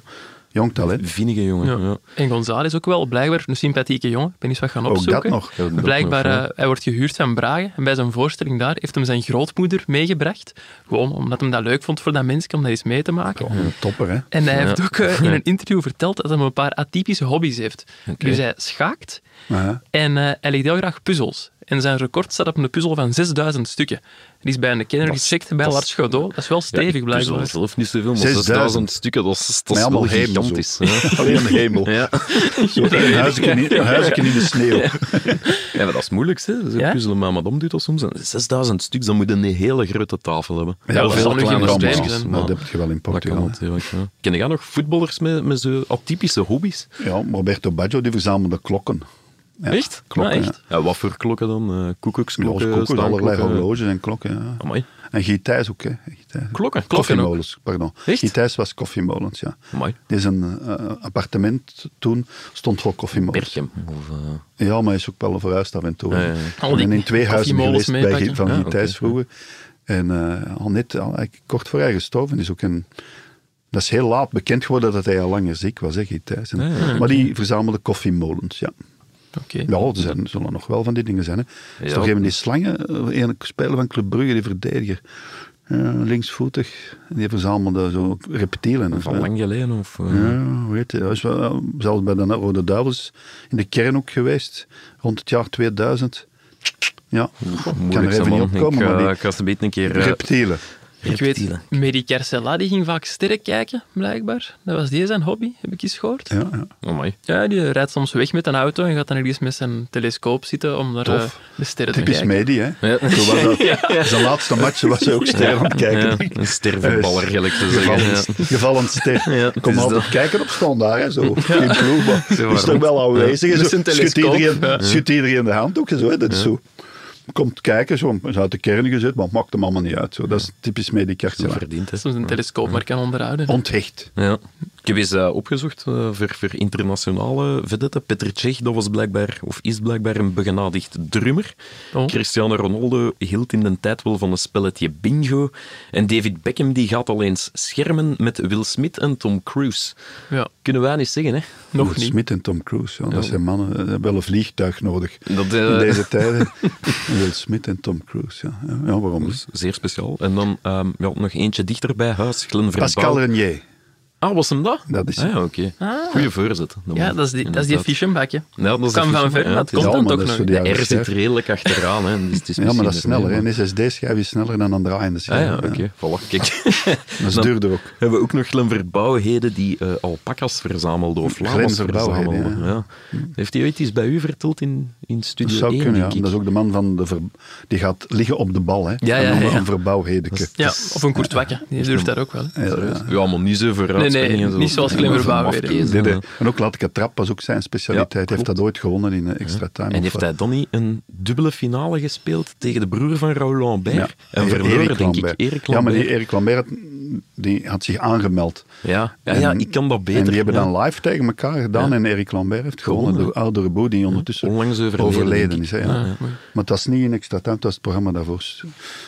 Speaker 3: Jong talent.
Speaker 2: vinnige jongen.
Speaker 1: Ja.
Speaker 2: Ja.
Speaker 1: En González ook wel, blijkbaar een sympathieke jongen. Ik ben eens wat gaan
Speaker 3: Ook
Speaker 1: opzoeken.
Speaker 3: dat nog.
Speaker 2: Ja, dat nog,
Speaker 1: Blijkbaar,
Speaker 2: ja.
Speaker 1: eh, hij wordt gehuurd van Brage. En bij zijn voorstelling daar heeft hem zijn grootmoeder meegebracht. Gewoon omdat hem dat leuk vond voor dat mensje om dat eens mee te maken.
Speaker 3: Gewoon een topper, hè.
Speaker 1: En hij heeft ook eh, in een interview verteld dat hij een paar atypische hobby's heeft. Dus hij schaakt
Speaker 3: Ja.
Speaker 1: en eh, hij legt heel graag puzzels. En zijn record staat op een puzzel van 6000 stukken. Die is bij een kenner gecheckt bij
Speaker 2: dat is-
Speaker 1: Lars Godot. Dat is wel
Speaker 2: Ja,
Speaker 1: stevig,
Speaker 2: ik puzzel
Speaker 1: blijkbaar.
Speaker 2: zelf niet zoveel, maar
Speaker 3: 6000
Speaker 2: 6000 stukken, dat is, dat
Speaker 3: Met
Speaker 2: is
Speaker 3: allemaal
Speaker 2: wel
Speaker 3: hemels
Speaker 2: gigantisch.
Speaker 3: ook.
Speaker 2: hè.
Speaker 3: Alleen een hemel.
Speaker 2: Ja.
Speaker 3: Zo, een, huisje in, een huisje in de sneeuw.
Speaker 2: ja, maar dat is moeilijk. Hè. Zo
Speaker 1: Ja?
Speaker 2: puzzelen met madame doet dat soms. En 6000 stuks, dan moet je een hele grote tafel hebben.
Speaker 1: Ja,
Speaker 2: Of
Speaker 1: dat zal
Speaker 2: heel
Speaker 1: nu geen
Speaker 2: kleine
Speaker 1: probleem
Speaker 2: tafels,
Speaker 1: zijn,
Speaker 2: maar
Speaker 3: Dat heb je wel in
Speaker 2: Dat kan
Speaker 3: Portugal. hè.
Speaker 2: natuurlijk, ja. Ken jij nog voetballers met, met zo'n atypische hobby's?
Speaker 3: Ja, Roberto Baggio die verzamelde klokken. Ja,
Speaker 2: Echt?
Speaker 3: Klokken,
Speaker 1: Ja,
Speaker 3: ja,
Speaker 1: echt?
Speaker 2: Ja, wat voor klokken dan? Eh koekoeksklokken,
Speaker 3: Klokken, koekers, allerlei
Speaker 2: staanklokken?
Speaker 3: horloges en klokken. ja.
Speaker 2: Amai.
Speaker 3: En Gitijs ook, hè. Gitijs.
Speaker 2: Klokken? Klokken ook?
Speaker 3: Koffiemolens, pardon.
Speaker 2: Echt?
Speaker 3: Gitijs was koffiemolens, ja.
Speaker 2: Amai.
Speaker 3: Dit is een eh, appartement toen, stond vol koffiemolens.
Speaker 2: Berchem. Of, eh,
Speaker 3: Ja, maar hij is ook wel verhuisd af en toe. hè.
Speaker 2: Ja, ja, ja.
Speaker 1: Al
Speaker 3: Ik
Speaker 1: die
Speaker 3: ben in twee huizen
Speaker 1: koffiemolens
Speaker 3: geweest bij, Gi-
Speaker 1: meepakken.
Speaker 3: van
Speaker 2: Ja,
Speaker 3: Guy
Speaker 2: oké,
Speaker 3: Thijs
Speaker 2: ja.
Speaker 3: vroeger. En eh, al net, al, eigenlijk kort voor hij gestorven is ook een... Dat is heel laat bekend geworden dat hij al langer ziek was, hè, Guy Thijs. En-
Speaker 2: Ja, ja,
Speaker 3: Maar die verzamelde koffiemolens, ja.
Speaker 1: Oké.
Speaker 3: Ja, er zijn, zullen nog wel van die dingen zijn. Hè. is toch even die slangen, eh, een speler van Club Brugge, die verdediger. Eh, linksvoetig. En die verzamelde zo reptielen. of,
Speaker 2: Van
Speaker 3: eh,
Speaker 2: lang geleden? Of, eh,
Speaker 3: ja, hoe heet het? Hij is wel, eh, zelfs bij de Rode Duivels in de kern ook geweest, rond het jaar 2000. Ja, ik kan er
Speaker 2: moeilijk,
Speaker 3: even
Speaker 2: man.
Speaker 3: niet op komen,
Speaker 2: Ik,
Speaker 3: maar
Speaker 2: eh,
Speaker 3: die
Speaker 2: ik was een beetje een keer... eh,
Speaker 3: reptielen.
Speaker 1: Ik weet,
Speaker 2: reptielen.
Speaker 1: Medi Carcella die ging vaak sterren kijken, blijkbaar. Dat was die zijn hobby, heb ik eens gehoord.
Speaker 3: Ja, ja.
Speaker 2: eh, Amai.
Speaker 1: Ja, die rijdt soms weg met een auto en gaat dan ergens met zijn telescoop zitten om naar
Speaker 3: Tof.
Speaker 1: eh, de sterren te
Speaker 3: Typisch
Speaker 1: kijken.
Speaker 3: Medi, hè.
Speaker 2: Ja.
Speaker 3: Zo was dat. Zijn laatste match was hij ook ster aan het kijken.
Speaker 2: Ja,
Speaker 3: denk ik.
Speaker 2: eh, een stervenballer, gelijk te
Speaker 3: Gevallen,
Speaker 2: zeggen. Ja.
Speaker 3: gevallen ster.
Speaker 2: Ja, het
Speaker 3: Kom
Speaker 2: is
Speaker 3: altijd kijken op standaard, hè, zo. In ploeg, maar
Speaker 2: Zo
Speaker 3: is
Speaker 2: warm.
Speaker 3: toch wel aanwezig.
Speaker 1: Ja.
Speaker 3: hè, zo.
Speaker 1: Met zijn
Speaker 3: Schudt
Speaker 1: telescoop,
Speaker 3: iedereen,
Speaker 1: ja.
Speaker 3: schudt iedereen de hand ook, hè, zo, hè, dat is zo. Komt kijken, zo, is uit de kern gezet, maar het maakt hem allemaal niet uit. Zo. Dat is typisch Medi
Speaker 2: Zo
Speaker 3: Kartselaar.
Speaker 2: verdiend, hè.
Speaker 1: Soms een telescoop maar kan onderhouden.
Speaker 3: Onthecht.
Speaker 2: Ja. Ik heb eens eh, opgezocht eh, voor, voor internationale vedetten. Petr Cech, dat was blijkbaar, of is blijkbaar een begenadigd drummer.
Speaker 1: Oh.
Speaker 2: Cristiano Ronaldo hield in de tijd wel van een spelletje bingo. En David Beckham die gaat al eens schermen met Will Smith en Tom Cruise.
Speaker 1: Ja,
Speaker 2: Kunnen wij niet zeggen, hè?
Speaker 1: nog
Speaker 3: Will
Speaker 1: niet.
Speaker 3: Smith en Tom Cruise, ja, dat zijn mannen, eh, die hebben wel een vliegtuig nodig
Speaker 2: Dat, eh,
Speaker 3: in deze tijden. Will Smith en Tom Cruise, ja. Ja, ja, waarom niet?
Speaker 2: Zeer speciaal. En dan ehm, ja, nog eentje dichter bij huis, Glenn Verbouw.
Speaker 3: Pascal Renier.
Speaker 2: Ah, was hem dat?
Speaker 3: Dat is
Speaker 2: ah,
Speaker 3: hem.
Speaker 2: ja, oké. Goeie voorzet.
Speaker 1: Ja, dat is die, dat is die
Speaker 2: Inderdaad.
Speaker 1: Fischenbakje.
Speaker 2: Ja, dat is de
Speaker 1: kan van
Speaker 2: Fischenbak,
Speaker 1: ver,
Speaker 2: ja,
Speaker 1: maar het
Speaker 2: het is
Speaker 1: komt
Speaker 3: allemaal
Speaker 1: dan
Speaker 3: dat
Speaker 1: toch nog.
Speaker 3: soort
Speaker 1: niet.
Speaker 3: jaren.
Speaker 2: De R zit
Speaker 3: Ja.
Speaker 2: redelijk achteraan. Hè. Dus het is
Speaker 3: Ja, maar dat is
Speaker 2: misschien
Speaker 3: sneller.
Speaker 2: ermee,
Speaker 3: hè. Een SSD-schijf is sneller dan een draaiende
Speaker 2: Ah
Speaker 3: schijf.
Speaker 2: ja,
Speaker 3: ja.
Speaker 2: oké. Voilà, kijk.
Speaker 3: Dat is
Speaker 2: Dan
Speaker 3: duurder ook.
Speaker 2: hebben we ook nog Glen Verbouwheden die eh alpakas verzamelden of
Speaker 3: Glen
Speaker 2: lama's
Speaker 3: Verbouwheden,
Speaker 2: verzamelden. Ja. Heeft hij ooit iets bij u verteld in, in
Speaker 3: Hm. Dat
Speaker 2: Studio
Speaker 3: zou
Speaker 2: 1,
Speaker 3: kunnen, ja.
Speaker 2: denk ik?
Speaker 3: Dat is ook de man van de ver... die gaat liggen op de bal. Hè.
Speaker 2: Ja, ja,
Speaker 3: En dan
Speaker 2: ja, ja.
Speaker 3: Een verbouwhedeke.
Speaker 1: Ja, of een Courtoisje. Die durft daar ook wel. hè.
Speaker 3: Ja, ja.
Speaker 2: Ja, maar niet zo vooruit
Speaker 1: Nee, nee,
Speaker 2: springen,
Speaker 1: niet zoals Glen
Speaker 2: Ja,
Speaker 1: Verbouwheden.
Speaker 2: afkezen,
Speaker 3: Dit, hè.
Speaker 2: ja.
Speaker 3: En ook laat ik het trap was ook zijn specialiteit.
Speaker 2: Ja,
Speaker 3: Hij heeft
Speaker 2: klopt.
Speaker 3: dat ooit gewonnen in eh, extra time.
Speaker 2: En
Speaker 3: of
Speaker 2: heeft
Speaker 3: wat.
Speaker 2: hij dan niet een dubbele finale gespeeld tegen de broer van Raoul Lambert?
Speaker 3: Ja.
Speaker 2: En verloren,
Speaker 3: Erik
Speaker 2: denk
Speaker 3: Lambert.
Speaker 2: ik. Erik
Speaker 3: Ja, maar
Speaker 2: Lambert.
Speaker 3: die Erik Lambert had- die had zich aangemeld.
Speaker 2: ja. Ja, ja,
Speaker 3: En-
Speaker 2: ik kan dat beter.
Speaker 3: En die hebben
Speaker 2: ja.
Speaker 3: dan live tegen elkaar gedaan. En Erik Lambert heeft gewonnen.
Speaker 2: Gewonnen,
Speaker 3: De oudere boer die ondertussen
Speaker 2: Onlangs overleden, denk
Speaker 3: is. Hè, ja. Maar het was niet in extra time, het was het programma daarvoor.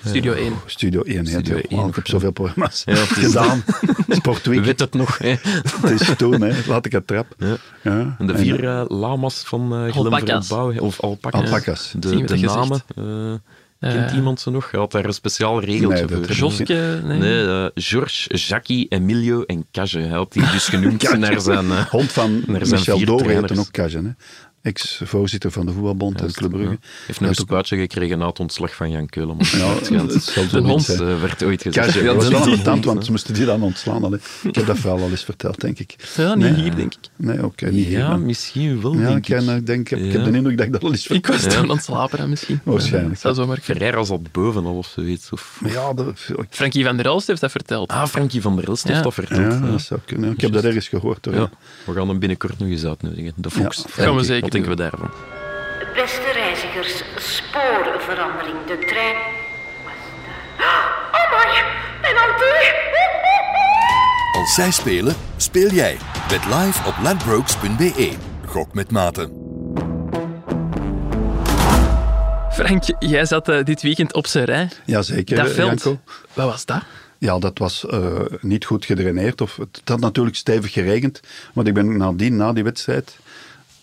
Speaker 1: Studio 1.
Speaker 3: Studio 1. hè.
Speaker 2: Studio
Speaker 3: Ja,
Speaker 2: 1,
Speaker 3: ik heb zoveel programma's
Speaker 2: Ja, het is-
Speaker 3: gedaan.
Speaker 2: U
Speaker 3: Sportweek.
Speaker 2: weet het nog, hè?
Speaker 3: Het is toen, hè. laat ik het trap. Ja.
Speaker 2: En de
Speaker 3: En-
Speaker 2: vier eh, lama's van eh
Speaker 1: Alpakas.
Speaker 2: Glimverbouw, of alpakas.
Speaker 3: Alpakas.
Speaker 1: Zien we
Speaker 2: De, de
Speaker 1: dat
Speaker 2: namen.
Speaker 1: gezicht?
Speaker 2: eh, kent
Speaker 1: Eh.
Speaker 2: iemand ze nog? Hij had daar een speciaal regeltje
Speaker 3: Nee, dat-
Speaker 2: voor.
Speaker 1: Joske, nee.
Speaker 2: Nee, eh George, Jackie, Emilio en Kaje. Hij had die dus genoemd naar zijn... eh,
Speaker 3: Hond van
Speaker 2: er zijn
Speaker 3: Michel
Speaker 2: vier
Speaker 3: Doorn heette
Speaker 2: trainers.
Speaker 3: ook Kajan. hè. Ex-voorzitter van de voetbalbond en Club Brugge.
Speaker 2: ja. Heeft nog een spuitje gekregen na het ontslag van Jan Keuleman.
Speaker 3: Ja,
Speaker 2: Het schijnt.
Speaker 3: dat zal
Speaker 2: de
Speaker 3: zoiets
Speaker 2: hond
Speaker 3: zijn.
Speaker 2: eh, werd ooit gezegd.
Speaker 3: Kajan,
Speaker 2: Ja,
Speaker 3: dat was
Speaker 2: de
Speaker 3: wel
Speaker 2: hond,
Speaker 3: irritant, want
Speaker 2: hè.
Speaker 3: ze moesten die dan ontslaan. allee. Ik heb dat verhaal al eens verteld, denk ik.
Speaker 1: Ja, niet hier, denk ik.
Speaker 3: Nee, oké, niet hier.
Speaker 2: Ja,
Speaker 3: dan.
Speaker 2: misschien wel,
Speaker 3: Ja, ik,
Speaker 2: denk ik.
Speaker 3: ken, ik denk, ik, heb, ik heb
Speaker 2: Ja.
Speaker 3: de indruk dat ik dat al eens
Speaker 1: Ik
Speaker 3: verteld
Speaker 1: was toen aan het slapen, hè, misschien.
Speaker 3: Waarschijnlijk.
Speaker 1: Zou zomaar kunnen.
Speaker 2: Ferreira zat bovenal of zoiets. Of...
Speaker 3: Maar ja, dat, ik-
Speaker 1: Frankie van der Elst heeft dat verteld.
Speaker 2: Ah, Frankie van der Elst
Speaker 1: Ja.
Speaker 2: heeft dat verteld.
Speaker 3: ja,
Speaker 2: Ja.
Speaker 3: dat zou kunnen. Ik heb dat ergens gehoord. Hoor.
Speaker 2: Ja. We gaan hem binnenkort nog eens uitnodigen. De Fox.
Speaker 3: Ja,
Speaker 2: Frankie,
Speaker 1: zeker
Speaker 2: Wat denken we
Speaker 1: doen.
Speaker 2: daarvan?
Speaker 4: Beste reiziger, kilometers spoorverandering. De trein... Oh my, mijn Oh, antenne!
Speaker 5: Als zij spelen, speel jij. Bet live op ladbrokes.be. Gok met maten.
Speaker 1: Frank, jij zat eh, dit weekend op zijn rij.
Speaker 3: Jazeker,
Speaker 1: dat
Speaker 3: eh,
Speaker 1: veld,
Speaker 3: Janko.
Speaker 1: wat was dat?
Speaker 3: Ja, dat was eh, niet goed gedreineerd. Of, het, het had natuurlijk stevig geregend. Want ik ben nadien, na die wedstrijd,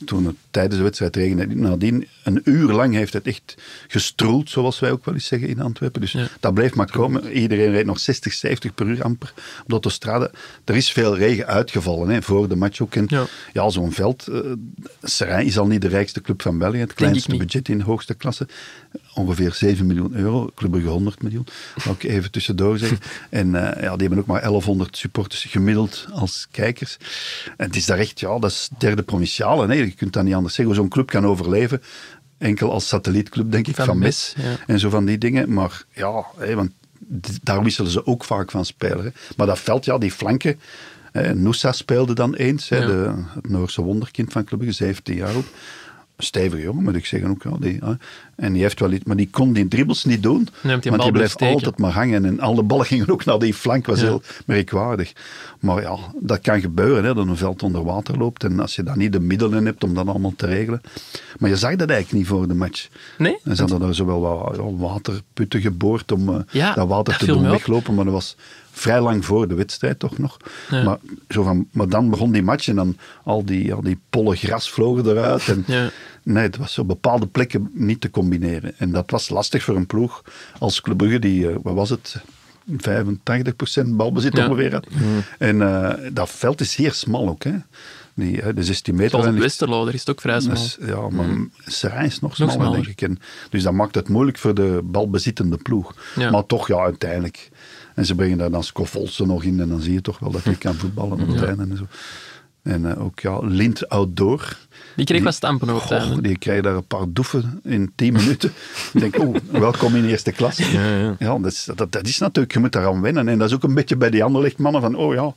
Speaker 3: toen het tijdens de wedstrijd regende, nadien een uur lang heeft het echt gestroeld, zoals wij ook wel eens zeggen in Antwerpen. Dus dat bleef maar komen. Iedereen reed nog 60, 70 per uur amper op de autostrade. Er is veel regen uitgevallen, hè, voor de match ook. En
Speaker 1: Ja.
Speaker 3: ja, zo'n veld. eh Seraing is al niet de rijkste club van België. Het kleinste
Speaker 1: niet.
Speaker 3: budget in de hoogste klasse. Ongeveer 7 miljoen euro. Club Brugge 100 miljoen. Wou ik even tussendoor zeggen. En eh, ja, die hebben ook maar 1100 supporters gemiddeld als kijkers. En het is daar echt, ja, dat is derde provinciale. Nee, je kunt dat niet anders zeggen. Zo'n club kan overleven. Enkel als satellietclub, denk ik,
Speaker 1: Van
Speaker 3: van,
Speaker 1: Mes,
Speaker 3: Mes.
Speaker 1: ja.
Speaker 3: En zo van die dingen. Maar ja, hè, want d- daar wisselen ze ook vaak van spelen. hè. Maar dat veld, ja, die flanken. Eh, Noosa speelde dan eens, hè,
Speaker 1: Ja.
Speaker 3: de, het Noorse wonderkind van Club Brugge, 17 jaar ook. Stevige jongen, moet ik zeggen ook wel. Die, hè. en die heeft wel iets, maar die kon die dribbles niet doen.
Speaker 1: bal
Speaker 3: want
Speaker 1: bleef
Speaker 3: die bleef
Speaker 1: steken.
Speaker 3: altijd maar hangen. En alle ballen gingen ook naar die flank, was
Speaker 1: Ja.
Speaker 3: heel merkwaardig. Maar ja, dat kan gebeuren, hè, dat een veld onder water loopt. En als je dan niet de middelen hebt om dat allemaal te regelen. Maar je zag dat eigenlijk niet voor de match.
Speaker 1: Nee?
Speaker 3: En ze hadden daar zowel wat ja, waterputten geboord om eh,
Speaker 1: Ja,
Speaker 3: dat water
Speaker 1: dat
Speaker 3: te
Speaker 1: viel
Speaker 3: doen
Speaker 1: mij op.
Speaker 3: weglopen. Maar dat was vrij lang voor de wedstrijd toch nog. Maar, zo van, maar dan begon die match en dan al die, al die pollen gras vlogen eruit. En,
Speaker 1: Ja.
Speaker 3: Nee, het was op bepaalde plekken niet te combineren. En dat was lastig voor een ploeg als Club Brugge die, eh, wat was het... 85% balbezit
Speaker 1: Ja.
Speaker 3: ongeveer. had. En eh, dat veld is zeer smal ook. Hè? Die, eh, de 16 meter.
Speaker 1: Zoals
Speaker 3: en
Speaker 1: op
Speaker 3: ligt-
Speaker 1: Westerlo, daar is het ook vrij smal. Mm.
Speaker 3: dus, ja, maar Serijn is nog smaller,
Speaker 1: smaller.
Speaker 3: denk ik. En, dus dat maakt het moeilijk voor de balbezittende ploeg.
Speaker 1: Ja.
Speaker 3: Maar toch, ja, uiteindelijk. En ze brengen daar dan Scofolsen nog in en dan zie je toch wel dat hij kan voetballen op het einde en zo. En eh, ook, ja, Lind Outdoor.
Speaker 1: Die kreeg wat stampen op het
Speaker 3: Goh,
Speaker 1: einde.
Speaker 3: Die kreeg daar een paar doeven in tien minuten. Ik denk, oh, welkom in eerste klas. Ja, dat, is, dat, dat is natuurlijk, je moet daaraan wennen. En dat is ook een beetje bij die andere mannen van, oh ja,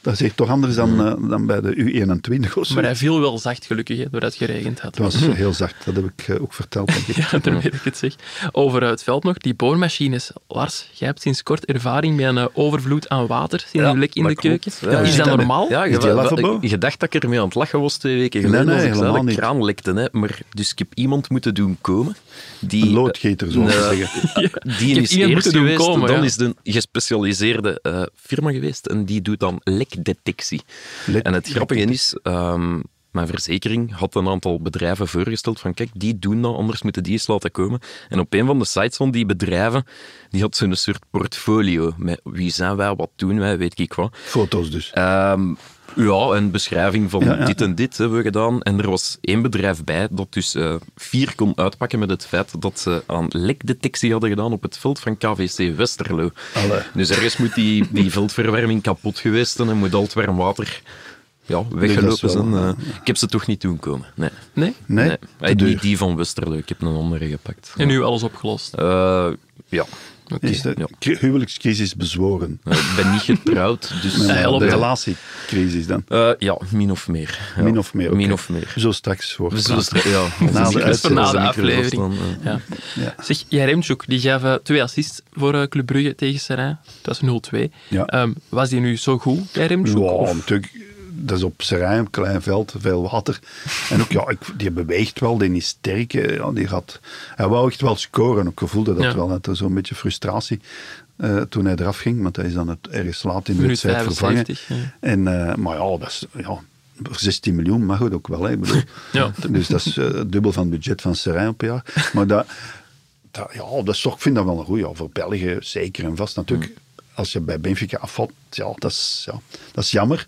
Speaker 3: dat is echt toch anders dan, eh, dan bij de U21 of zo.
Speaker 1: Maar hij viel wel zacht, gelukkig, hè, doordat het geregend had.
Speaker 3: Het was heel zacht, dat heb ik eh, ook verteld. denk ik.
Speaker 1: Ja, daar weet ik het zeg. Over eh, het veld nog, die boormachines. Lars, jij hebt sinds kort ervaring met een eh, overvloed aan water in uw lek in de
Speaker 2: dat klopt.
Speaker 1: keuken.
Speaker 2: Ja,
Speaker 1: is
Speaker 2: ja.
Speaker 1: dat normaal?
Speaker 2: Ja, je,
Speaker 3: Oh, Is die
Speaker 2: wa-
Speaker 3: laf op,
Speaker 2: wa-
Speaker 3: hoor?
Speaker 2: ik- je dacht dat ik ermee aan het lachen was twee weken geleden
Speaker 3: Nee, nee,
Speaker 2: als ik
Speaker 3: helemaal
Speaker 2: zelf
Speaker 3: niet.
Speaker 2: kraan lekte. Hè. Maar, dus ik heb iemand moeten doen komen. Die,
Speaker 3: Een loodgieter, zoals ze
Speaker 2: Nee,
Speaker 3: zeggen.
Speaker 1: Ik
Speaker 2: Die
Speaker 1: heb
Speaker 2: is
Speaker 1: iemand
Speaker 2: eerst
Speaker 1: moeten doen
Speaker 2: geweest,
Speaker 1: komen,
Speaker 2: dan
Speaker 1: ja.
Speaker 2: is het een gespecialiseerde eh, firma geweest en die doet dan lekdetectie.
Speaker 3: Lek-
Speaker 2: en het grappige is, ehm, mijn verzekering had een aantal bedrijven voorgesteld van kijk, die doen dat, anders moeten die eens laten komen. En op een van de sites van die bedrijven, die had zo'n soort portfolio met wie zijn wij, wat doen wij, weet ik wat.
Speaker 3: Foto's dus.
Speaker 2: Ehm, ja, een beschrijving van
Speaker 3: Ja, ja.
Speaker 2: dit en dit hebben we gedaan. En er was één bedrijf bij dat dus eh, vier kon uitpakken met het feit dat ze aan lekdetectie hadden gedaan op het veld van KVC Westerlo.
Speaker 3: Allee.
Speaker 2: Dus ergens moet die, die veldverwarming kapot geweest zijn en moet al het warm water ja,
Speaker 3: dat
Speaker 2: weggelopen
Speaker 3: is wel-
Speaker 2: zijn. Eh, ik heb ze toch niet doen komen. Nee.
Speaker 1: Nee?
Speaker 3: Nee,
Speaker 2: Nee.
Speaker 3: te
Speaker 2: Eh,
Speaker 3: duur.
Speaker 2: Niet die van Westerlo, ik heb een andere gepakt.
Speaker 1: En nu alles opgelost.
Speaker 2: Eh, ja,
Speaker 3: Is de
Speaker 2: ja.
Speaker 3: cri- huwelijkscrisis bezworen?
Speaker 2: Eh, ik ben niet getrouwd, dus...
Speaker 3: Nee, maar
Speaker 1: helpt
Speaker 3: de
Speaker 1: wel.
Speaker 3: relatiecrisis dan,
Speaker 2: Eh, ja, min of meer. Ja.
Speaker 3: min of meer. oké.
Speaker 2: Min of meer.
Speaker 3: Zo straks voor.
Speaker 2: We zullen
Speaker 3: praten.
Speaker 2: straks- ja, we zullen
Speaker 3: de
Speaker 2: straks
Speaker 3: uitzending.
Speaker 1: Na de
Speaker 2: wel eens een micro
Speaker 1: aflevering.
Speaker 2: afstaan, eh.
Speaker 1: Ja.
Speaker 3: Ja.
Speaker 1: Zeg, Jaremchuk, die gaf eh, twee assists voor eh, Club Brugge tegen Serrain. Dat is 0-2.
Speaker 3: Ja.
Speaker 1: Ehm, was die nu zo goed, Jaremchuk?
Speaker 3: Ja,
Speaker 1: Of-
Speaker 3: natuurlijk. Dat is op Serijn, een klein veld, veel water. En ook, ja, ik, die beweegt wel, die is sterk. hè. Ja, die gaat, hij wou echt wel scoren. Ik voelde dat
Speaker 1: Ja.
Speaker 3: wel, dat er zo'n beetje frustratie eh, toen hij eraf ging. Want hij is dan het ergens laat in de
Speaker 1: Minuut
Speaker 3: wedstrijd vervangen.
Speaker 1: 75,
Speaker 3: En, eh, maar ja, dat is, ja, voor 16 miljoen mag het ook wel. Hè, ik bedoel.
Speaker 1: Ja.
Speaker 3: Dus dat is eh, het dubbel van het budget van Serijn op jaar. Maar dat, dat, ja, dat is toch, ik vind dat wel een goeie. Ja, voor België zeker en vast natuurlijk.
Speaker 1: Mm.
Speaker 3: Als je bij Benfica afvalt, ja dat, is, ja, dat is jammer.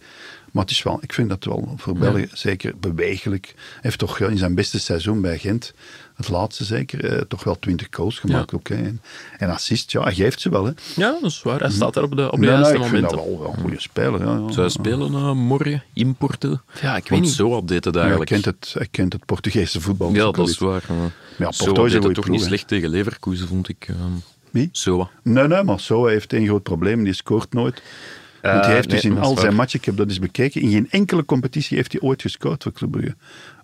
Speaker 3: Maar het is wel, ik vind dat wel voor België zeker bewegelijk. Hij heeft toch ja, in zijn beste seizoen bij Gent, het laatste zeker, eh, toch wel 20 goals gemaakt. ook, hè. En, en assist, ja, hij geeft ze wel. Hè.
Speaker 1: ja, dat is waar. Hij staat daar op de, op de
Speaker 3: Mhm. Nee, nee,
Speaker 1: juiste
Speaker 3: ik vind dat
Speaker 1: momenten.
Speaker 3: wel, wel een goede speler. Ja, ja.
Speaker 2: Zou je spelen eh, morgen, importen?
Speaker 1: Ja, ik weet
Speaker 2: Want
Speaker 1: niet.
Speaker 2: zo wat deed het
Speaker 3: Ja, hij,
Speaker 2: eigenlijk.
Speaker 3: kent het, hij kent het Portugese voetbal.
Speaker 2: Ja,
Speaker 3: ook
Speaker 2: dat
Speaker 3: wel
Speaker 2: is
Speaker 3: iets.
Speaker 2: waar.
Speaker 3: Ja,
Speaker 2: Zo
Speaker 3: Porto is een
Speaker 2: deed het
Speaker 3: goeie
Speaker 2: toch
Speaker 3: ploeg,
Speaker 2: niet
Speaker 3: hè.
Speaker 2: slecht tegen Leverkusen, vond ik. ehm
Speaker 3: Wie?
Speaker 2: Zo.
Speaker 3: Nee, nee, maar zo hij heeft één groot probleem. Die scoort nooit. Want hij heeft
Speaker 2: Eh, nee,
Speaker 3: dus in
Speaker 2: dat is
Speaker 3: al
Speaker 2: waar.
Speaker 3: zijn matchen, ik heb dat eens bekeken, in geen enkele competitie heeft hij ooit gescoord voor Club Brugge.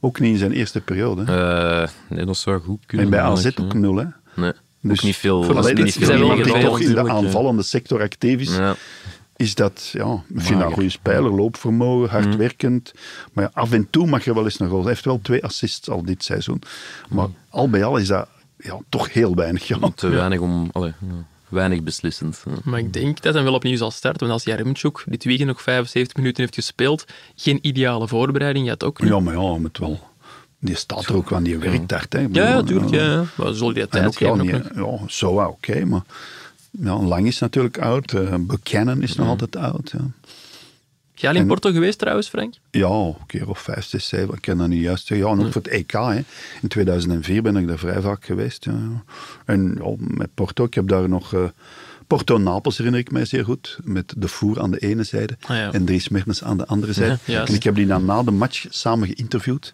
Speaker 3: Ook niet in zijn eerste periode. hè.
Speaker 2: Eh, nee, dat zou goed kunnen.
Speaker 3: en bij AZ
Speaker 2: eigenlijk,
Speaker 3: ook
Speaker 2: hè.
Speaker 3: nul, hè.
Speaker 2: Nee,
Speaker 3: Dus
Speaker 2: ook niet veel.
Speaker 3: voor
Speaker 2: dat is
Speaker 3: Allee,
Speaker 2: niet
Speaker 3: dat
Speaker 2: veel
Speaker 3: is iemand
Speaker 1: meer
Speaker 3: die
Speaker 1: dan
Speaker 3: toch in de
Speaker 2: natuurlijk, hè.
Speaker 3: aanvallende sector actief is,
Speaker 2: Ja.
Speaker 3: is dat, ja, ik vind dat
Speaker 2: Mager. Mm.
Speaker 3: een goede speler, loopvermogen, hardwerkend. Maar ja, af en toe mag je wel eens een rol. Hij heeft wel twee assists al dit seizoen. Maar al bij al is dat ja, toch heel weinig. Ja.
Speaker 2: Te weinig Mm. om... Allee, ja, weinig beslissend. ja.
Speaker 1: Maar ik denk dat hij wel opnieuw zal starten. Want als Jaremchuk dit weekend nog 75 minuten heeft gespeeld, geen ideale voorbereiding, ja, het ook niet.
Speaker 3: Ja, maar ja, hij moet wel. Die staat er ook, want die werkt
Speaker 2: Mm.
Speaker 3: hard. Hè. Ik
Speaker 1: Ja,
Speaker 3: bedoel,
Speaker 1: ja, tuurlijk. Ja, ja. Maar zullen die dat
Speaker 3: En
Speaker 1: tijd
Speaker 3: ook, ja,
Speaker 1: geven? ook
Speaker 3: niet,
Speaker 1: nog?
Speaker 3: ja, Soa, oké, maar ja, Lang is natuurlijk oud. eh, Buchanan is
Speaker 2: Mm.
Speaker 3: nog altijd oud. Ja,
Speaker 1: Jij al in Porto geweest trouwens, Frank?
Speaker 3: ja een keer of vijf, zes, zeven, ik ken dat niet juist. zeggen. Ja, en ook voor het EK. Hè. In 2004 ben ik daar vrij vaak geweest. Ja. En ja, met Porto, ik heb daar nog... eh, Porto-Napels herinner ik mij zeer goed, met de voer aan de ene zijde
Speaker 1: Ah, ja.
Speaker 3: en Dries Mertens aan de andere zijde.
Speaker 1: Ja, juist.
Speaker 3: en ik heb die dan na de match samen geïnterviewd.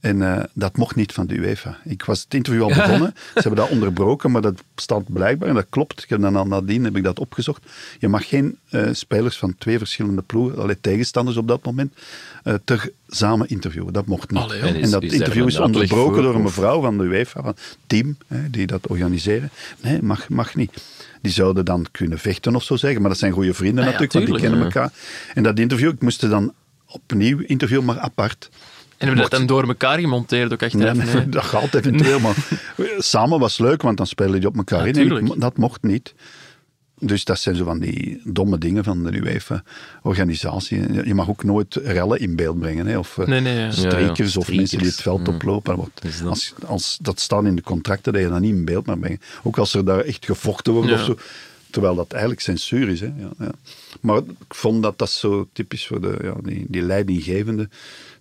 Speaker 3: En eh, dat mocht niet van de UEFA. Ik was het interview al begonnen. Ze hebben dat onderbroken, maar dat staat blijkbaar en dat klopt. Ik heb dan, nadien heb ik dat opgezocht. Je mag geen eh, spelers van twee verschillende ploegen, allee, tegenstanders op dat moment, eh tezamen interviewen. Dat mocht niet.
Speaker 1: Allee, joh.
Speaker 2: En is-
Speaker 3: en dat
Speaker 2: is daar
Speaker 3: interview
Speaker 2: een
Speaker 3: is
Speaker 2: uitleg
Speaker 3: onderbroken
Speaker 2: voor,
Speaker 3: door een
Speaker 2: of?
Speaker 3: mevrouw van de UEFA, van het team, hè, die dat organiseren. Nee, mag, mag niet. Die zouden dan kunnen vechten of zo zeggen, maar dat zijn goede vrienden
Speaker 1: Ah ja,
Speaker 3: natuurlijk, want die kennen
Speaker 1: tuurlijk,
Speaker 3: elkaar. En dat interview, ik moest er dan opnieuw interview, maar apart.
Speaker 1: En hebben we dat
Speaker 3: Mocht-
Speaker 1: dan door elkaar gemonteerd ook
Speaker 3: Nee,
Speaker 1: achteraf?
Speaker 3: nee,
Speaker 1: Nee.
Speaker 3: dat gaat eventueel, maar samen was leuk, want dan spelen die op elkaar
Speaker 1: Ja,
Speaker 3: in. En ik-
Speaker 1: tuurlijk.
Speaker 3: dat mocht niet. Dus dat zijn zo van die domme dingen van de UEFA-organisatie. Je- Je mag ook nooit rellen in beeld brengen. Hè? Of eh,
Speaker 1: Nee, nee, ja. Mm.
Speaker 3: strekers
Speaker 2: Ja, ja.
Speaker 3: of
Speaker 2: Strekers.
Speaker 3: mensen die het veld oplopen. Wat-
Speaker 2: Dus dat-
Speaker 3: Als, als, dat staat in de contracten, dat je dat niet in beeld mag brengen. Ook als er daar echt gevochten wordt
Speaker 1: Ja.
Speaker 3: of zo. Terwijl dat eigenlijk censuur is. Hè? Ja, ja. Maar ik vond dat dat zo typisch voor de, ja, die, die leidinggevende.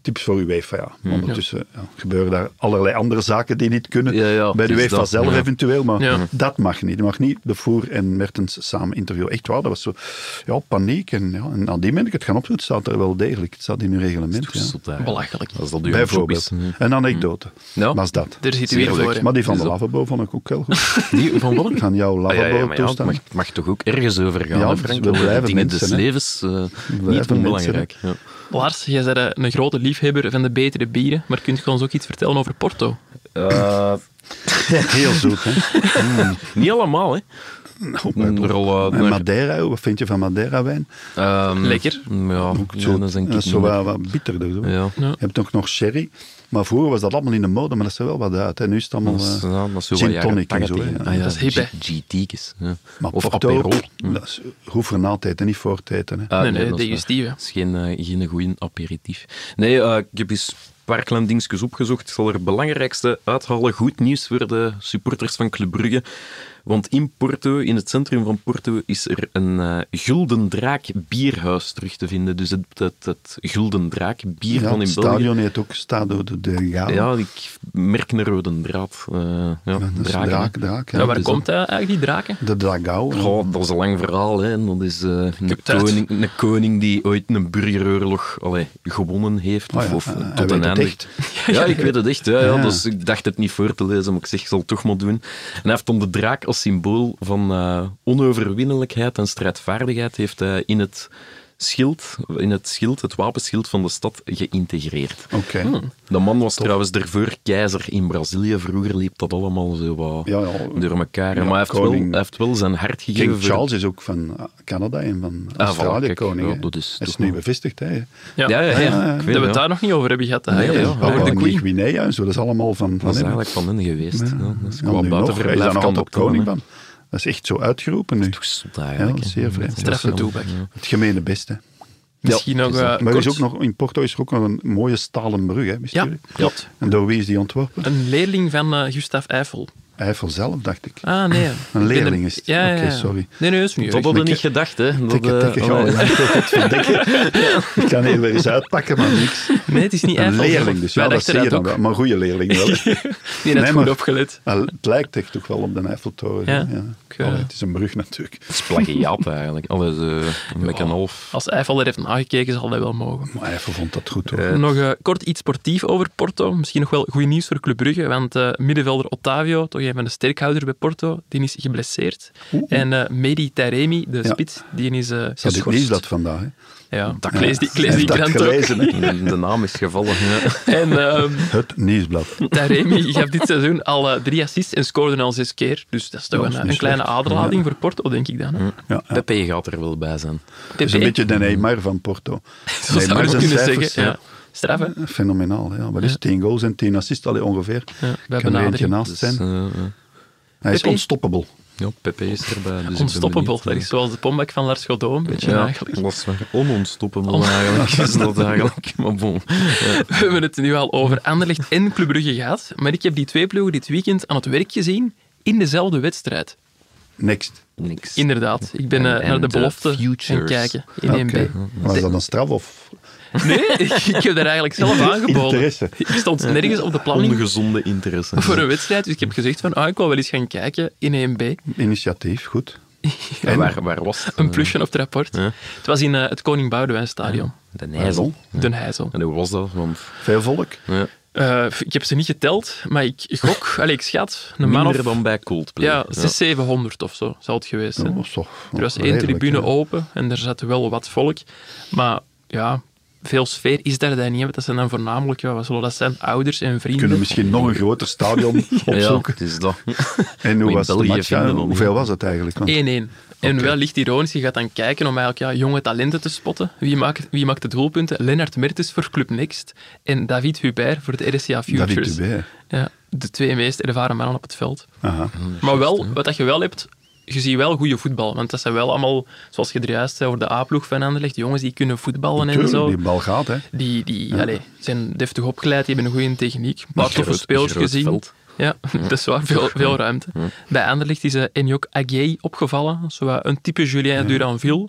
Speaker 3: Typisch voor UEFA,
Speaker 2: Hm,
Speaker 3: ja. Ondertussen ja, gebeuren daar allerlei andere zaken die niet kunnen.
Speaker 2: Ja, ja,
Speaker 3: bij de
Speaker 2: dus
Speaker 3: UEFA
Speaker 2: dat,
Speaker 3: zelf
Speaker 2: ja.
Speaker 3: eventueel, maar
Speaker 1: Ja.
Speaker 3: dat mag niet. Je mag niet de Voer en Mertens samen interviewen. Echt waar, dat was zo ja, paniek. En, ja, en aan die ben ik het gaan opzoeken. Het staat er wel degelijk. Het staat in uw reglement.
Speaker 2: Toch
Speaker 3: Ja.
Speaker 2: zot eigenlijk.
Speaker 1: Belachelijk.
Speaker 2: Dus Als dat uw job is.
Speaker 3: Bijvoorbeeld.
Speaker 2: Mm.
Speaker 3: Een anekdote.
Speaker 2: Ja.
Speaker 3: Was dat.
Speaker 1: Er zit weer
Speaker 2: Zeer
Speaker 1: voor.
Speaker 2: leuk.
Speaker 1: hè.
Speaker 3: Maar die van de
Speaker 2: Is dat-
Speaker 3: lavabo vond ik ook heel goed.
Speaker 2: Die van Wolk?
Speaker 3: Van jouw
Speaker 2: Ah, ja, ja, maar ja, het
Speaker 3: lavabo-toestand.
Speaker 2: mag, het mag toch ook ergens over gaan,
Speaker 3: Ja,
Speaker 2: hè,
Speaker 3: dus
Speaker 2: Frank?
Speaker 3: we
Speaker 2: De
Speaker 3: blijven
Speaker 2: dingen
Speaker 3: mensen,
Speaker 2: des
Speaker 3: hè.
Speaker 2: levens, eh, niet
Speaker 3: mensen,
Speaker 2: onbelangrijk. Ja.
Speaker 1: Lars, jij bent eh, een grote liefhebber van de betere bieren, maar kunt je ons ook iets vertellen over Porto?
Speaker 3: Heel zoet, hè? Nou,
Speaker 2: Niet allemaal, hè.
Speaker 3: En
Speaker 2: Er al, eh, naar-
Speaker 3: Madeira, wat vind je van Madeira-wijn?
Speaker 2: Ehm,
Speaker 1: Lekker.
Speaker 2: Ja,
Speaker 3: Zo-
Speaker 2: ja, dat is denk
Speaker 3: dat
Speaker 2: ik
Speaker 3: is zo
Speaker 2: niet.
Speaker 3: wat, wat bitterder. Zo.
Speaker 2: Ja.
Speaker 1: Ja.
Speaker 3: Je hebt ook nog sherry. Maar vroeger was dat allemaal in de mode, maar dat is er wel wat uit. En nu is het allemaal
Speaker 2: Dat is,
Speaker 3: eh,
Speaker 2: ja, dat is zo wat
Speaker 3: gin
Speaker 2: jaren
Speaker 3: tonic en zo.
Speaker 2: 80,
Speaker 3: hè.
Speaker 2: hè.
Speaker 3: Ja.
Speaker 2: Ah, ja,
Speaker 1: Dat is hip, hè.
Speaker 2: G- GT-kes. Ja.
Speaker 3: Maar
Speaker 2: Of
Speaker 3: Porto,
Speaker 2: Aperol. Mm.
Speaker 3: dat is- hoef er na te eten, niet voor te eten. Hè.
Speaker 2: Ah,
Speaker 1: Nee, nee,
Speaker 2: dat is
Speaker 1: digestief,
Speaker 2: waar.
Speaker 1: hè.
Speaker 2: Dat is geen, eh, geen goede aperitief. Nee, eh, ik heb eens een paar kleine dingetjes opgezocht. Ik zal er het belangrijkste uithalen. Goed nieuws voor de supporters van Club Brugge. Want in Porto, in het centrum van Porto, is er een eh, Gulden Draak bierhuis terug te vinden. Dus het, het, het Gulden Draak bier
Speaker 3: Ja,
Speaker 2: van
Speaker 3: het
Speaker 2: in België.
Speaker 3: stadion heet ook Stadio de Delgado.
Speaker 2: Ja, ik merk een rode draad. eh, ja,
Speaker 3: Ah, dat is
Speaker 2: draken, hè.
Speaker 3: draak, draak. ja.
Speaker 1: Ja, waar
Speaker 2: dus
Speaker 1: komt hij eigenlijk, die draken?
Speaker 3: De Dragao.
Speaker 2: Goh, dat is een lang verhaal. Hè. En Dat is eh, een,
Speaker 1: tijd.
Speaker 2: koning, een koning die ooit een burgeroorlog allee, gewonnen heeft.
Speaker 3: Ah
Speaker 2: Of,
Speaker 3: ja,
Speaker 2: of
Speaker 3: eh, hij
Speaker 2: tot
Speaker 3: weet
Speaker 2: een
Speaker 3: het
Speaker 2: einde.
Speaker 3: echt.
Speaker 2: Ja, ik weet het echt. Ja, ja,
Speaker 3: Ja.
Speaker 2: Dus ik dacht het niet voor te lezen, maar ik zeg, ik zal het toch maar doen. En hij heeft om de draak als symbool van eh, onoverwinnelijkheid en strijdvaardigheid heeft hij in het schild, in het schild, het wapenschild van de stad geïntegreerd.
Speaker 3: Oké.
Speaker 2: De man was trouwens daarvoor keizer in Brazilië. Vroeger liep dat allemaal zo wat
Speaker 3: Ja, ja.
Speaker 2: door elkaar.
Speaker 3: Ja,
Speaker 2: maar hij heeft, wel,
Speaker 3: koning.
Speaker 2: hij heeft wel zijn hart gegeven.
Speaker 3: King
Speaker 2: voor-
Speaker 3: Charles is ook van eh, Canada en van
Speaker 2: Ah, voilà,
Speaker 3: Australië
Speaker 2: kijk,
Speaker 3: koning.
Speaker 2: ja,
Speaker 3: hè.
Speaker 2: dat is
Speaker 3: Dat is
Speaker 2: toch
Speaker 3: nu
Speaker 2: nog-
Speaker 3: bevestigd. Hè. Ja,
Speaker 1: Ja,
Speaker 2: Ja, ja, ja.
Speaker 3: ja.
Speaker 2: Ik
Speaker 1: Dat
Speaker 2: weet
Speaker 1: we het daar
Speaker 2: het wel.
Speaker 1: nog niet over hebben gehad.
Speaker 2: ja,
Speaker 1: eigenlijk.
Speaker 2: ja.
Speaker 1: Over de
Speaker 3: en die
Speaker 1: Queen.
Speaker 3: Guinea en zo, dat is allemaal van... van
Speaker 2: Dat is
Speaker 3: hem.
Speaker 2: eigenlijk van hen geweest. Ja. Dat is
Speaker 3: Ja,
Speaker 2: qua
Speaker 3: nu nog, hij is daar
Speaker 2: buitenverblijf
Speaker 3: nog
Speaker 2: kan
Speaker 3: altijd
Speaker 2: dat kunnen,
Speaker 3: koning
Speaker 2: hè.
Speaker 3: van. Dat is echt zo uitgeroepen nu.
Speaker 2: Toch zot eigenlijk.
Speaker 3: Ja,
Speaker 2: hè.
Speaker 3: zeer vreemd.
Speaker 2: Dat is
Speaker 1: Straffe
Speaker 2: wel-
Speaker 1: toebak.
Speaker 2: ja.
Speaker 3: Het gemene beste.
Speaker 1: Misschien nog eh,
Speaker 3: Maar er is
Speaker 1: kort.
Speaker 3: ook nog, in Porto is er ook nog een mooie stalen brug, hè, wist
Speaker 1: Ja,
Speaker 3: jullie?
Speaker 1: klopt.
Speaker 3: En door wie is die ontworpen?
Speaker 1: Een leerling van eh, Gustav Eiffel.
Speaker 3: Eiffel zelf, dacht ik.
Speaker 1: Ah, nee. Ik ben er-
Speaker 3: leerling is het.
Speaker 1: Ja, ja,
Speaker 3: Oké,
Speaker 1: ja.
Speaker 3: sorry.
Speaker 1: Nee, nee, dat is niet
Speaker 2: Dat
Speaker 1: erg.
Speaker 2: hadden we niet gedacht, hè. Dat,
Speaker 3: Tikke,
Speaker 2: eh,
Speaker 3: tikke, ja,
Speaker 2: allee.
Speaker 3: ja, ik wil het verdenken. Ik kan hier weer eens uitpakken, maar niks.
Speaker 1: Nee, het is niet
Speaker 3: Een
Speaker 1: Eiffel.
Speaker 3: leerling dus, ja,
Speaker 1: Wij
Speaker 3: dat zie
Speaker 1: dachten
Speaker 3: je
Speaker 1: dat
Speaker 3: dan
Speaker 1: ook.
Speaker 3: wel. Maar een goede leerling wel.
Speaker 1: Die net
Speaker 3: Nee,
Speaker 1: goed
Speaker 3: maar-
Speaker 1: opgelet.
Speaker 3: Ah, Het lijkt echt toch wel op de Eiffeltoren. hè?
Speaker 1: Ja.
Speaker 3: Ja.
Speaker 1: Ik, eh,
Speaker 3: Allee, het is een brug natuurlijk.
Speaker 2: Dat is plagiaat eigenlijk. Alles eh, een beetje een half.
Speaker 1: Als Eiffel er heeft nagekeken, zal dat wel mogen.
Speaker 3: Maar Eiffel vond dat goed hoor.
Speaker 1: Nog eh, kort iets sportief over Porto. Misschien nog wel goed nieuws voor Club Brugge, want eh, middenvelder Ottavio, toch een een van de sterkhouder bij Porto, die is geblesseerd. En eh Medi Taremi, de
Speaker 3: Ja.
Speaker 1: spits, die is eh
Speaker 3: Dat is het nieuws
Speaker 1: geschorst.
Speaker 3: dat vandaag. hè.
Speaker 1: Ja, dat ik lees die, ik lees
Speaker 3: Hij
Speaker 1: die
Speaker 3: heeft dat
Speaker 1: krant ook.
Speaker 3: gelezen, hè.
Speaker 2: De naam is gevallen. Ja.
Speaker 1: En ehm
Speaker 3: Het nieuwsblad.
Speaker 1: Taremi gaf dit seizoen al eh, drie assists en scoorde al zes keer. Dus dat is toch
Speaker 3: Dat is
Speaker 1: een,
Speaker 3: niet
Speaker 1: een kleine
Speaker 3: slecht.
Speaker 1: aderlading voor Porto, denk ik dan. hè.
Speaker 3: Ja, ja.
Speaker 2: Pepe gaat er wel bij zijn.
Speaker 1: Pepe,
Speaker 3: Dat is een beetje de Neymar van Porto.
Speaker 1: zo zou je
Speaker 3: Neymar
Speaker 1: ook
Speaker 3: zijn
Speaker 1: kunnen
Speaker 3: cijfers,
Speaker 1: zeggen. Ja. Straf,
Speaker 2: Dus
Speaker 1: hè?
Speaker 3: Fenomenaal. Ja. Wat is het? 10 goals en 10 assists allee, ongeveer.
Speaker 1: Ja, bij
Speaker 3: kan er eentje
Speaker 1: benadering.
Speaker 3: naast zijn.
Speaker 2: Eh, eh,
Speaker 3: Hij is
Speaker 1: Pepe.
Speaker 3: onstoppable.
Speaker 2: ja, Pepe is erbij. Dus
Speaker 1: Onstoppable.
Speaker 2: Ik
Speaker 1: Dat
Speaker 2: ben
Speaker 1: is
Speaker 2: benieuwd.
Speaker 1: zoals de comeback van Lars Godot, een beetje
Speaker 2: ja,
Speaker 1: eigenlijk.
Speaker 2: dat is waar. Onontstoppable eigenlijk is dat eigenlijk. Maar bon.
Speaker 1: We hebben het nu al over Anderlecht en Club Brugge gehad, maar ik heb die twee ploegen dit weekend aan het werk gezien in dezelfde wedstrijd.
Speaker 3: Next.
Speaker 2: Niks.
Speaker 1: Inderdaad, ik ben
Speaker 2: En-
Speaker 1: eh, naar
Speaker 2: en
Speaker 1: de
Speaker 2: de
Speaker 1: belofte gaan
Speaker 2: futures. Hm.
Speaker 1: kijken in
Speaker 3: Oké.
Speaker 1: 1B.
Speaker 3: Was dat een straf of
Speaker 1: Nee, ik heb daar eigenlijk zelf aangeboden.
Speaker 3: Interesse.
Speaker 1: Ik stond nergens op de planning
Speaker 2: Ongezonde interesse.
Speaker 1: voor een wedstrijd, dus ik heb gezegd van ah, ik wil wel eens gaan kijken in 1B.
Speaker 3: initiatief? Goed.
Speaker 2: En waar, waar was het?
Speaker 1: Een plusje op het rapport.
Speaker 2: Ja.
Speaker 1: Het was in eh, het Koning Boudewijn Stadion,
Speaker 2: De Nijzel.
Speaker 1: Den Heijzel.
Speaker 2: En hoe was dat? Want
Speaker 3: Veel volk.
Speaker 2: ja,
Speaker 1: Eh, ik heb ze niet geteld, maar ik gok, allez, ik schat, een man
Speaker 2: minder
Speaker 1: of
Speaker 2: dan bij Coldplay.
Speaker 1: ja, 600, 700 of zo zou het geweest zijn.
Speaker 3: Dat was toch
Speaker 1: Er was één
Speaker 3: Oh, redelijk,
Speaker 1: tribune
Speaker 3: hè.
Speaker 1: open en er zat wel wat volk. Maar ja, veel sfeer is daar dan niet. want Dat zijn dan voornamelijk, ja, wat zullen dat zijn? Ouders en vrienden.
Speaker 3: Kunnen misschien nog een groter stadion
Speaker 2: Ja,
Speaker 3: opzoeken.
Speaker 2: het is dat.
Speaker 3: En hoe
Speaker 2: in
Speaker 3: was de
Speaker 2: België
Speaker 3: match?
Speaker 2: vinden we
Speaker 3: Ja,
Speaker 2: dat niet.
Speaker 3: Hoeveel was het eigenlijk? Want
Speaker 1: 1-1. En wel licht ironisch, je gaat dan kijken om eigenlijk ja, jonge talenten te spotten. Wie maakt, wie maakt de doelpunten? Lennart Mertens voor Club Next en David Hubert voor de RSCA Futures.
Speaker 3: David Hubert.
Speaker 1: Ja, de twee meest ervaren mannen op het veld.
Speaker 3: Aha.
Speaker 1: Maar wel, wat dat je wel hebt, je ziet wel goede voetbal. Want dat zijn wel allemaal, zoals je er juist zei, over de A-ploeg van Anderlecht, jongens die kunnen voetballen en
Speaker 3: Tuurlijk,
Speaker 1: zo.
Speaker 3: die bal gaat, hè.
Speaker 1: Die, die allee, zijn deftig opgeleid, die hebben een goede techniek. Een paar toffe
Speaker 2: groot-
Speaker 1: speels
Speaker 2: groot
Speaker 1: gezien.
Speaker 2: veld.
Speaker 1: Ja, dat is waar, veel, veel ruimte. Bij Anderlecht is eh, Enyok Aguay opgevallen, zowat een type Julien Duranville.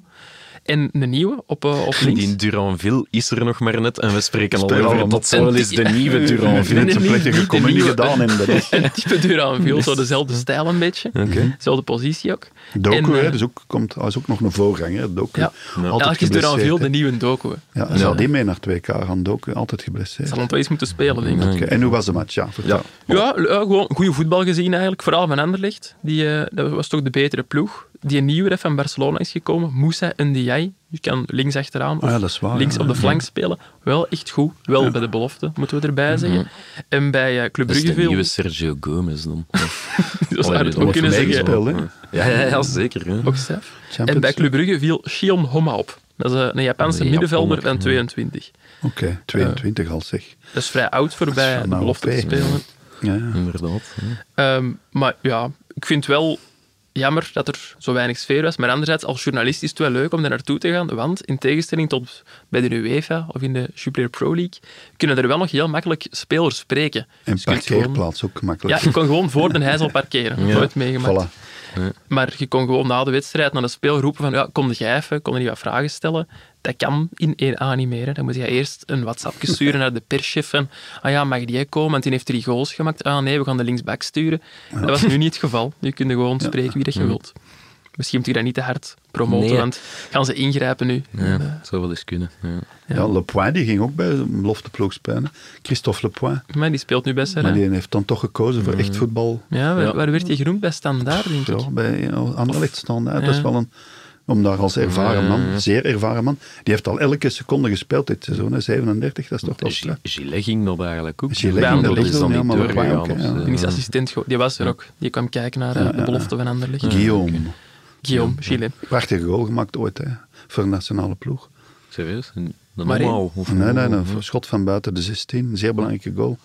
Speaker 1: En een nieuwe op, eh, op links.
Speaker 2: Die Duranville is er nog maar net en we spreken al
Speaker 3: Spelen
Speaker 2: over
Speaker 3: we
Speaker 2: dat wel eens de nieuwe
Speaker 3: Ik
Speaker 2: Duranville.
Speaker 3: vind het
Speaker 1: nee,
Speaker 3: een
Speaker 1: niet
Speaker 3: plechtige
Speaker 1: de
Speaker 3: communie
Speaker 1: nieuwe.
Speaker 3: gedaan. En dat is
Speaker 1: Een type Duranville, zo dezelfde stijl een beetje. Dezelfde positie ook. En,
Speaker 3: Doku,
Speaker 1: eh,
Speaker 3: hè, dus ook, komt, hij is ook nog een voorganger. Doku.
Speaker 1: ja,
Speaker 3: Altijd
Speaker 1: eigenlijk is Duranville
Speaker 3: geblesseerd,
Speaker 1: de
Speaker 3: hè.
Speaker 1: nieuwe Doku. hè.
Speaker 3: Ja, hij zou die mee naar 2K gaan, Doku. Altijd geblesseerd.
Speaker 1: Zal ons wel eens moeten spelen, denk ik.
Speaker 3: Oké, En hoe was de match? Ja, vertel.
Speaker 1: Ja, l- ja, gewoon goede voetbal gezien eigenlijk. Vooral van Anderlecht. Die, eh, dat was toch de betere ploeg. Die nieuwe dat van Barcelona is gekomen, Moussa Ndiaye. Je kan links achteraan of
Speaker 3: Ah ja, dat is waar,
Speaker 1: links
Speaker 3: ja. Mhm.
Speaker 1: op de flank spelen. Wel echt goed. Wel bij de belofte, moeten we erbij zeggen. En bij eh, Club
Speaker 2: Dat is
Speaker 1: Brugge
Speaker 2: de
Speaker 1: viel...
Speaker 2: nieuwe Sergio Gomez dan.
Speaker 1: dat zou
Speaker 2: Allee,
Speaker 1: het
Speaker 2: dat
Speaker 1: ook
Speaker 2: was
Speaker 1: kunnen
Speaker 2: mij
Speaker 1: zeggen.
Speaker 2: gespeeld.
Speaker 3: Meegespeeld, hè?
Speaker 2: Ja, ja, ja, zeker. hè.
Speaker 1: Ook straf.
Speaker 3: Champions
Speaker 1: En bij Club Brugge viel Shion Homa op. Dat is eh, een Japanse
Speaker 2: Een
Speaker 1: middenvelder van
Speaker 2: Japanner,
Speaker 1: 22.
Speaker 3: Oké, 22 al zeg.
Speaker 1: Dat is vrij oud voor bij de
Speaker 3: van
Speaker 1: belofte te
Speaker 3: AOP.
Speaker 1: spelen.
Speaker 3: Ja, ja.
Speaker 2: Hm. Inderdaad. hè.
Speaker 1: Ehm, maar ja, ik vind wel jammer dat er zo weinig sfeer was. Maar anderzijds, als journalist is het wel leuk om daar naartoe te gaan. Want in tegenstelling tot bij de UEFA of in de Jupiler Pro League, kunnen er wel nog heel makkelijk spelers spreken. Dus
Speaker 3: En
Speaker 1: je kunt gewoon-
Speaker 3: parkeerplaats ook
Speaker 1: Ja,
Speaker 3: makkelijk.
Speaker 1: je kon gewoon voor de hijzel parkeren. Nooit meegemaakt.
Speaker 3: Voilà.
Speaker 1: Maar je kon gewoon na de wedstrijd naar de speel roepen van ja, kom de gijven, kon er niet wat vragen stellen. Dat kan in 1A niet meer. hè. Dan moet je eerst een WhatsAppje sturen naar de perschef van ah ja, mag die komen? Want die heeft drie goals gemaakt. Ah nee, we gaan de linksback sturen. Dat was nu niet het geval. Nu kun je gewoon spreken wie dat je wilt. Misschien moet je dat niet te hard promoten,
Speaker 2: Nee.
Speaker 1: want gaan ze ingrijpen nu.
Speaker 2: Ja, het zou wel eens kunnen. Ja.
Speaker 3: Ja, Lepoint die ging ook bij de belofte ploeg spelen. Christophe Lepoint.
Speaker 1: Maar die speelt nu best
Speaker 3: Maar
Speaker 1: hè.
Speaker 3: die heeft dan toch gekozen voor echt voetbal.
Speaker 1: Ja, waar,
Speaker 2: Ja.
Speaker 1: waar werd hij genoemd? Bij Standaard, denk ik.
Speaker 3: Ja, bij eh, Anderlecht staan. hè. Dat is wel een... Om daar als ervaren man, zeer ervaren man, die heeft al elke seconde gespeeld dit seizoen, hè, 37, dat is toch wel straf.
Speaker 2: Gillet Gillet ging dat eigenlijk ook.
Speaker 3: Gillet
Speaker 2: Ja,
Speaker 1: ging
Speaker 2: dat
Speaker 1: dat
Speaker 2: is
Speaker 1: ook
Speaker 2: dan
Speaker 3: doen,
Speaker 2: niet dus,
Speaker 3: ja, maar dat
Speaker 2: doorgegaan.
Speaker 3: waren ook,
Speaker 2: of
Speaker 3: hè,
Speaker 2: zo.
Speaker 3: ja.
Speaker 1: Die is assistent. ge- Die was er ook. Die kwam kijken naar eh, de belofte van Anderlecht.
Speaker 3: Guillaume,
Speaker 1: Guillaume, Chile.
Speaker 3: prachtige goal gemaakt ooit hè, voor de nationale ploeg.
Speaker 2: eh, Serieus? Een
Speaker 1: Maar hij-
Speaker 2: normaal? of-
Speaker 3: Nee, nee, een schot van buiten de 16, een zeer belangrijke goal.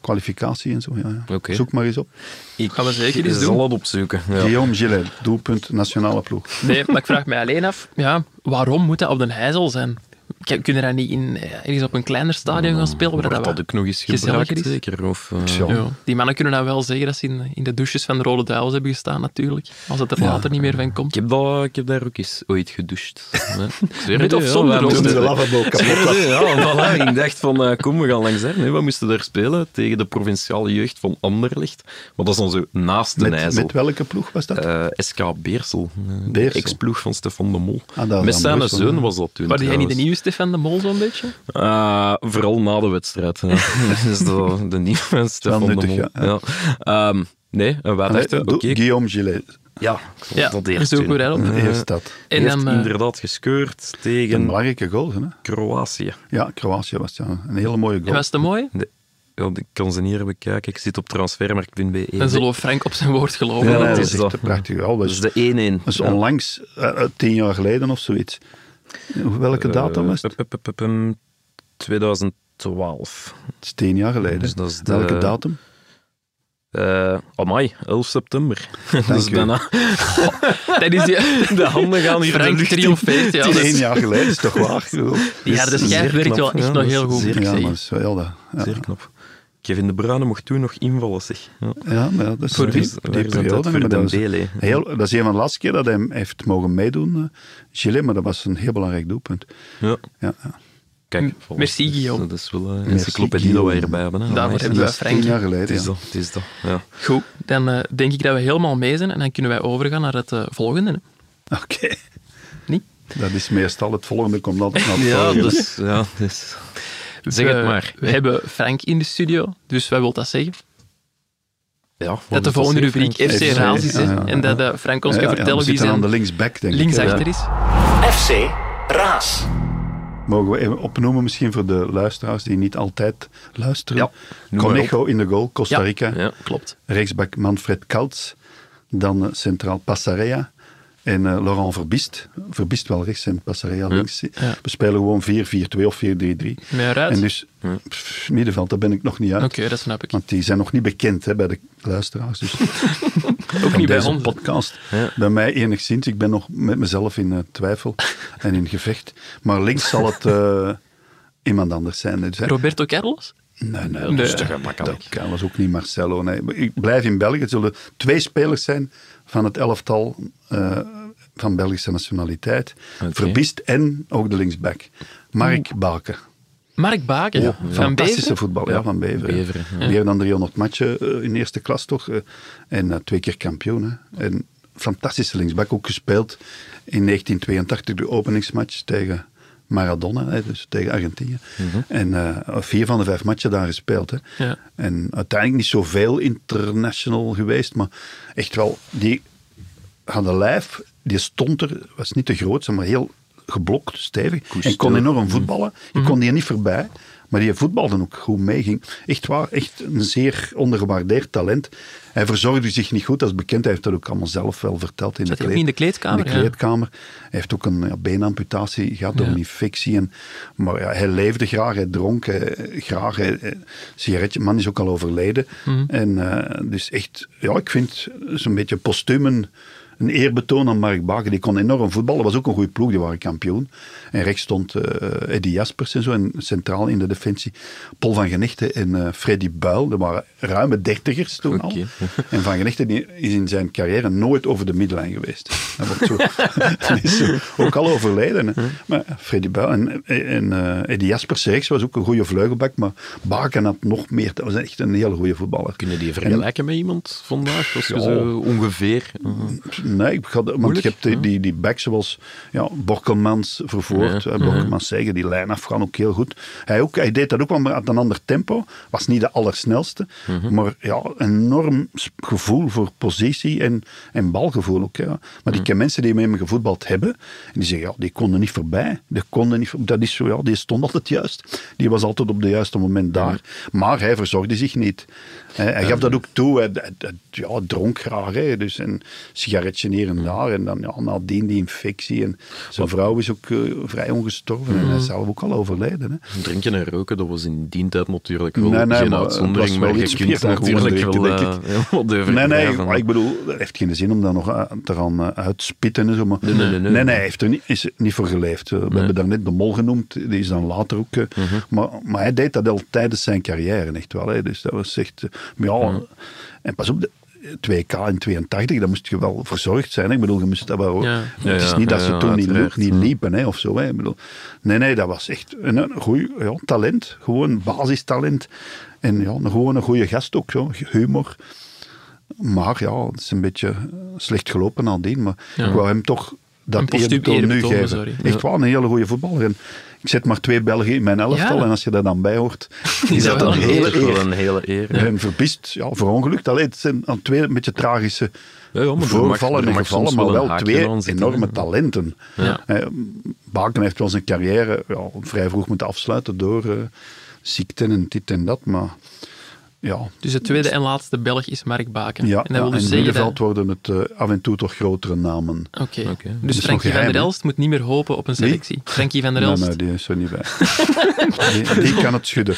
Speaker 3: Kwalificatie en zo, ja. ja.
Speaker 2: Oké.
Speaker 3: Zoek maar eens op.
Speaker 2: Ik
Speaker 1: Gaan we zeker eens
Speaker 2: zal
Speaker 1: doen.
Speaker 2: het opzoeken. Ja.
Speaker 3: Guillaume Gillet, doelpunt nationale ploeg.
Speaker 1: Nee, maar ik vraag mij alleen af, ja, waarom moet dat op den Heizel zijn? K- Kunnen we dat niet in, eh, ergens op een kleiner stadion gaan spelen? Waar
Speaker 2: Wordt
Speaker 1: dat
Speaker 2: dat
Speaker 1: wat
Speaker 2: ook nog eens
Speaker 1: gezelliger
Speaker 2: gebruikt,
Speaker 1: is?
Speaker 2: zeker? Of, eh,
Speaker 3: Tja.
Speaker 1: Ja. Die mannen kunnen dan wel zeggen dat ze in, in de douches van de Rode Duivels hebben gestaan, natuurlijk. Als het er later niet meer van
Speaker 2: Ik
Speaker 1: komt.
Speaker 2: heb, dat, ik heb daar ook eens ooit gedoucht. Hè. Ik zweer
Speaker 1: Met
Speaker 2: het
Speaker 1: of
Speaker 2: u,
Speaker 1: zonder
Speaker 2: wij
Speaker 1: rood?
Speaker 2: moesten-
Speaker 1: Toen de
Speaker 3: lavabo
Speaker 2: Ik zweer het u, ja, voilà. Ik dacht van, eh, kom, we gaan langs daar. Nee, we moesten daar spelen tegen de provinciale jeugd van Anderlecht. Maar dat is dan zo naast de
Speaker 3: Met,
Speaker 2: IJssel.
Speaker 3: met welke ploeg was dat?
Speaker 2: Eh, SK Beersel. Eh, de
Speaker 3: Beersel.
Speaker 2: Ex-ploeg van Stefan de Mol.
Speaker 3: Ah, dat is
Speaker 2: Met
Speaker 3: aan
Speaker 2: zijn
Speaker 3: Brussel,
Speaker 2: zoon
Speaker 3: hè.
Speaker 2: was dat toen.
Speaker 1: Maar jij niet de
Speaker 2: trouwens.
Speaker 1: nieuwe Stefan de Mol zo'n beetje?
Speaker 2: Eh, vooral na de wedstrijd. Ja. dus de, de nieuwe Stefan de
Speaker 3: nuttig,
Speaker 2: Mol.
Speaker 3: ja. Ah,
Speaker 2: Ja. Ehm, Nee, en wij
Speaker 3: Nee,
Speaker 2: dachten, oké,
Speaker 3: doe- Guillaume Gillet.
Speaker 2: ja,
Speaker 1: Ja,
Speaker 2: dat
Speaker 1: daar
Speaker 2: eerst
Speaker 1: zoeken we
Speaker 2: doen.
Speaker 1: dat op.
Speaker 2: Eh,
Speaker 1: En
Speaker 3: Eerst dat.
Speaker 2: Hij heeft
Speaker 1: dan, eh,
Speaker 2: inderdaad geskeurd
Speaker 3: Een
Speaker 2: tegen
Speaker 3: belangrijke goal, hè?
Speaker 2: Kroatië.
Speaker 3: Ja, Kroatië was het, ja. Een hele mooie
Speaker 1: en
Speaker 3: goal.
Speaker 1: was het mooi?
Speaker 2: De- ja, ik kan ze niet hier bekijken. Ik zit op transfermarkt.be.
Speaker 1: En ze loopt Frank op zijn woord geloven.
Speaker 2: Ja,
Speaker 3: Nee, nee,
Speaker 2: dat
Speaker 3: dat
Speaker 2: is
Speaker 3: is echt
Speaker 2: dat.
Speaker 3: een prachtige goal.
Speaker 2: Dat
Speaker 3: Dat
Speaker 2: is
Speaker 3: is-
Speaker 2: de 1-1.
Speaker 3: dat is
Speaker 2: Ja.
Speaker 3: onlangs, eh, eh, tien jaar geleden of zoiets. Welke datum was
Speaker 2: Eh,
Speaker 3: het?
Speaker 2: pup, pup, pup, pup, 2012.
Speaker 3: Het is tien jaar geleden.
Speaker 2: Dus dat is de-
Speaker 3: Welke datum?
Speaker 2: Eh amai, 11 september. dat is
Speaker 3: u.
Speaker 2: bijna.
Speaker 1: Dat is die...
Speaker 2: De handen gaan hier de
Speaker 1: Frank
Speaker 2: lucht in.
Speaker 1: triomfeert. Ja, Dus
Speaker 3: Het
Speaker 1: dat
Speaker 3: is één
Speaker 1: is-
Speaker 3: jaar geleden, is toch waar? Ik bedoel,
Speaker 1: ja, de
Speaker 2: Zeer
Speaker 1: schijf werkt
Speaker 2: knap.
Speaker 1: wel echt
Speaker 2: Ja,
Speaker 1: nog
Speaker 2: dat is
Speaker 1: heel goed, moet
Speaker 2: zeer
Speaker 1: ik
Speaker 3: Ja, maar
Speaker 1: zeggen.
Speaker 3: dat is wel dat. Ja,
Speaker 2: Zeer knap. Kevin De Bruyne mocht toen nog invallen, zeg. Ja. dus
Speaker 3: ja maar ja, dat is
Speaker 2: Voor
Speaker 3: die,
Speaker 2: wie?
Speaker 3: die
Speaker 2: Waar is dat uit?
Speaker 3: periode.
Speaker 2: Voor
Speaker 3: maar dat, was
Speaker 2: Dembele.
Speaker 3: heel, dat is een van de laatste keer dat hij hem heeft mogen meedoen, eh, Gillet, maar dat was een heel belangrijk doelpunt.
Speaker 2: Ja.
Speaker 3: Ja, ja.
Speaker 2: Kijk,
Speaker 1: M-
Speaker 2: voilà.
Speaker 1: merci,
Speaker 2: Dat is-
Speaker 1: Guillaume.
Speaker 2: Dat is wel eh, een encyclopedie dat we
Speaker 3: Guillaume.
Speaker 2: hierbij hebben. hè.
Speaker 1: Daarvoor
Speaker 2: Amai,
Speaker 1: hebben
Speaker 2: zeg.
Speaker 1: we
Speaker 3: Dat is tien
Speaker 1: Frank.
Speaker 3: jaar
Speaker 2: Het
Speaker 3: geleden,
Speaker 2: is
Speaker 3: ja.
Speaker 2: dat, het is dat. Ja.
Speaker 1: Goed, dan eh, denk ik dat we helemaal mee zijn. En dan kunnen wij overgaan naar het eh, volgende. hè.
Speaker 3: Oké.
Speaker 1: Niet?
Speaker 3: Dat is meestal het volgende, komt altijd naar het
Speaker 2: Ja,
Speaker 3: volgende.
Speaker 2: dus, ja, dus. Zeg het
Speaker 1: We-
Speaker 2: maar.
Speaker 1: We hebben Frank in de studio, dus wat wil dat zeggen?
Speaker 2: Ja, wat
Speaker 1: Dat de
Speaker 2: moet
Speaker 1: volgende
Speaker 2: zeggen,
Speaker 1: rubriek
Speaker 2: Frank?
Speaker 1: FC
Speaker 3: FC
Speaker 1: Raals is. hè.
Speaker 3: ja, ja,
Speaker 1: En dat eh, Frank ons
Speaker 3: Ja, ja,
Speaker 1: kan
Speaker 3: we
Speaker 1: vertellen wie
Speaker 3: zitten aan de
Speaker 1: zijn
Speaker 3: linksback, denk ik. hè.
Speaker 1: linksachter is.
Speaker 6: FC Raas.
Speaker 3: Mogen we even opnoemen misschien voor de luisteraars die niet altijd luisteren.
Speaker 2: Ja,
Speaker 3: Ja,
Speaker 2: noem maar
Speaker 3: Conejo in de goal, Costa
Speaker 1: Ja,
Speaker 3: Rica.
Speaker 2: Ja.
Speaker 1: Klopt.
Speaker 3: Rechtsback Manfred Kouts. Dan eh, centraal Passarea. En eh, Laurent Verbist. Verbist wel rechts en Passarea links. We spelen gewoon 4-4-2 of 4-3-3.
Speaker 1: Meer uit.
Speaker 3: En dus, pff, middenveld, daar ben ik nog niet uit.
Speaker 1: Oké, dat snap ik.
Speaker 3: Want die zijn nog niet bekend hè, bij de luisteraars. Dus
Speaker 1: Ook
Speaker 3: van
Speaker 1: niet bij
Speaker 3: deze
Speaker 1: ons.
Speaker 3: podcast. Bij mij enigszins. Ik ben nog met mezelf in eh, twijfel en in gevecht. Maar links zal het eh, iemand anders zijn. Dus, hè.
Speaker 1: Roberto Carlos?
Speaker 3: Nee, nee,
Speaker 1: Nee.
Speaker 3: dat is toch Dat kan was ook niet Marcelo. Nee. Ik blijf in België. Het zullen twee spelers zijn van het elftal eh, van Belgische nationaliteit. Verbist en ook de linksback. Mark Baken.
Speaker 1: Mark Baken van
Speaker 3: Fantastische
Speaker 1: Bezen?
Speaker 3: voetbal, ja, van Beveren.
Speaker 2: Beveren,
Speaker 3: Meer dan 300 matchen eh, in eerste klas toch. eh, en eh, twee keer kampioen. hè. En fantastische linksback, ook gespeeld in 1982 de openingsmatch tegen Maradona, hè, dus tegen Argentinië. En eh, vier van de vijf matchen daar gespeeld. Hè.
Speaker 1: Ja.
Speaker 3: En uiteindelijk niet zoveel international geweest, maar echt wel, die had een lijf, die stond er, was niet te groot, maar heel geblokt, stevig. en kon enorm voetballen.
Speaker 1: Mhm.
Speaker 3: Je kon die niet voorbij, maar die voetbalde ook goed mee. Ging. Echt waar, echt een zeer ondergewaardeerd talent. Hij verzorgde zich niet goed, dat is bekend. Hij heeft dat ook allemaal zelf wel verteld in, de,
Speaker 1: Zat hij ook niet in de kleedkamer,
Speaker 3: in de
Speaker 1: ja.
Speaker 3: kleedkamer. Hij heeft ook een ja, beenamputatie gehad door
Speaker 1: Ja.
Speaker 3: een infectie. En, maar ja, hij leefde graag, hij dronk eh, graag. Hij, eh, sigaretje, man is ook al overleden. En eh, dus echt, ja, ik vind zo'n beetje postuum een, een eerbetoon aan Mark Baken. Die kon enorm voetballen, was ook een goede ploeg, die waren kampioen. En rechts stond eh Eddie Jaspers en zo, en centraal in de defensie Paul van Genichten en eh, Freddy Buil. Dat waren ruime dertigers toen al. En Van Genichten die is in zijn carrière nooit over de middenlijn geweest. Dat wordt zo. Die is zo ook al overleden. hè. Maar Freddy Buil en, en eh Eddie Jaspers rechts was ook een goede vleugelbak, maar Baken had nog meer. Dat was echt een hele goede voetballer.
Speaker 2: Kunnen die vergelijken met iemand vandaag? Als je zo ongeveer...
Speaker 3: Nee, ik ga, want
Speaker 2: Moeilijk,
Speaker 3: ik heb die, die, die backs zoals ja, Borkelmans vervoerd.
Speaker 2: Ja.
Speaker 3: eh, Borkelmans zeggen, die lijn afgaan ook heel goed. Hij, ook, hij deed dat ook wel, maar had een ander tempo. Was niet de allersnelste.
Speaker 2: Mhm.
Speaker 3: Maar ja, enorm sp- gevoel voor positie en, en balgevoel ook. Ja. Maar
Speaker 2: Mhm.
Speaker 3: die ken mensen die met hem gevoetbald hebben. En die zeggen, ja, die konden niet voorbij. Die konden niet, voor- dat is zo, ja, die stond altijd juist. Die was altijd op het juiste moment daar. Maar hij verzorgde zich niet. Eh, hij gaf dat ook toe. Hij, hij- hij- ja, dronk graag. Hè. Dus een sigaretje hier en daar. En dan ja, nadien die infectie. En zijn vrouw is ook eh, vrij ongestorven. En hij is zelf ook al overleden. Hè.
Speaker 2: Drinken en roken, dat was in die tijd natuurlijk wel
Speaker 3: Nee, nee,
Speaker 2: geen
Speaker 3: maar eh,
Speaker 2: uitzondering,
Speaker 3: het was wel
Speaker 2: maar je
Speaker 3: iets
Speaker 2: kunt
Speaker 3: meer dan gewoon
Speaker 2: natuurlijk
Speaker 3: drinken,
Speaker 2: wel
Speaker 3: denk ik.
Speaker 2: eh, heel wat durven
Speaker 3: Nee, nee,
Speaker 2: blijven.
Speaker 3: maar ik bedoel, het heeft geen zin om daar nog aan- te gaan eh, uitspitten en zo. Maar,
Speaker 2: Nee, nee, nee, nee.
Speaker 3: hij heeft er niet, is er niet voor geleefd. Eh, We hebben daar net de mol genoemd, die is dan later ook. eh, maar, maar hij deed dat al tijdens zijn carrière, echt wel. Hè, dus dat was echt. eh, maar ja, en pas op. De, eh, 2K in 82, daar moest je wel verzorgd zijn. hè. Ik bedoel, je moest dat wel...
Speaker 1: Ja.
Speaker 2: Ja,
Speaker 3: het is
Speaker 2: ja,
Speaker 3: niet dat
Speaker 2: ja,
Speaker 3: ze
Speaker 2: ja,
Speaker 3: toen niet,
Speaker 2: uiteraard. Hm.
Speaker 3: niet liepen hè, of zo. Hè. Ik bedoel, nee, nee, dat was echt een, een goed ja, talent. Gewoon basistalent. En ja, een- gewoon een goede gast ook. Zo. Humor. Maar ja, het is een beetje eh, slecht gelopen nadien. Maar ik wou hem toch
Speaker 1: Een
Speaker 3: dat
Speaker 1: postuum
Speaker 3: eerbetoon nu
Speaker 1: eerbetoon,
Speaker 3: geven.
Speaker 1: sorry.
Speaker 3: Echt wel een hele goede voetballer. En ik zet maar twee Belgen in mijn elftal.
Speaker 1: Ja.
Speaker 3: En als je daar dan bij hoort,
Speaker 1: dat
Speaker 3: is dat
Speaker 1: wel
Speaker 3: een
Speaker 1: een
Speaker 2: Dat
Speaker 3: hele
Speaker 2: is wel
Speaker 3: eer.
Speaker 2: een hele eer. ja.
Speaker 3: En verpist, ja, verongelukt. Alleen het zijn aan twee een beetje tragische
Speaker 2: Ja, ja, maar er mag-
Speaker 3: voorvallen
Speaker 2: er
Speaker 3: en
Speaker 2: mag soms
Speaker 3: gevallen, maar
Speaker 2: wel een
Speaker 3: wel
Speaker 2: haakje
Speaker 3: twee
Speaker 2: aan zitten,
Speaker 3: enorme
Speaker 2: hè.
Speaker 3: talenten.
Speaker 1: Ja.
Speaker 3: Eh, Baken heeft wel zijn carrière ja, vrij vroeg moeten afsluiten door eh, ziekten en dit en dat, maar ja.
Speaker 1: Dus de tweede en laatste Belg is Mark Baken.
Speaker 3: Ja,
Speaker 1: en dat
Speaker 3: ja,
Speaker 1: wil
Speaker 3: in
Speaker 1: dus
Speaker 3: het
Speaker 1: zeggen dat...
Speaker 3: middenveld worden het eh, af en toe toch grotere namen.
Speaker 1: Oké.
Speaker 2: Oké. Dat is
Speaker 1: Dus
Speaker 3: nog
Speaker 1: Frankie van
Speaker 3: geheim,
Speaker 1: der
Speaker 3: hè?
Speaker 1: Elst moet niet meer hopen op een selectie. Frankie van der
Speaker 3: Nee,
Speaker 1: Elst.
Speaker 3: nee, die is er niet bij. die, die kan het schudden.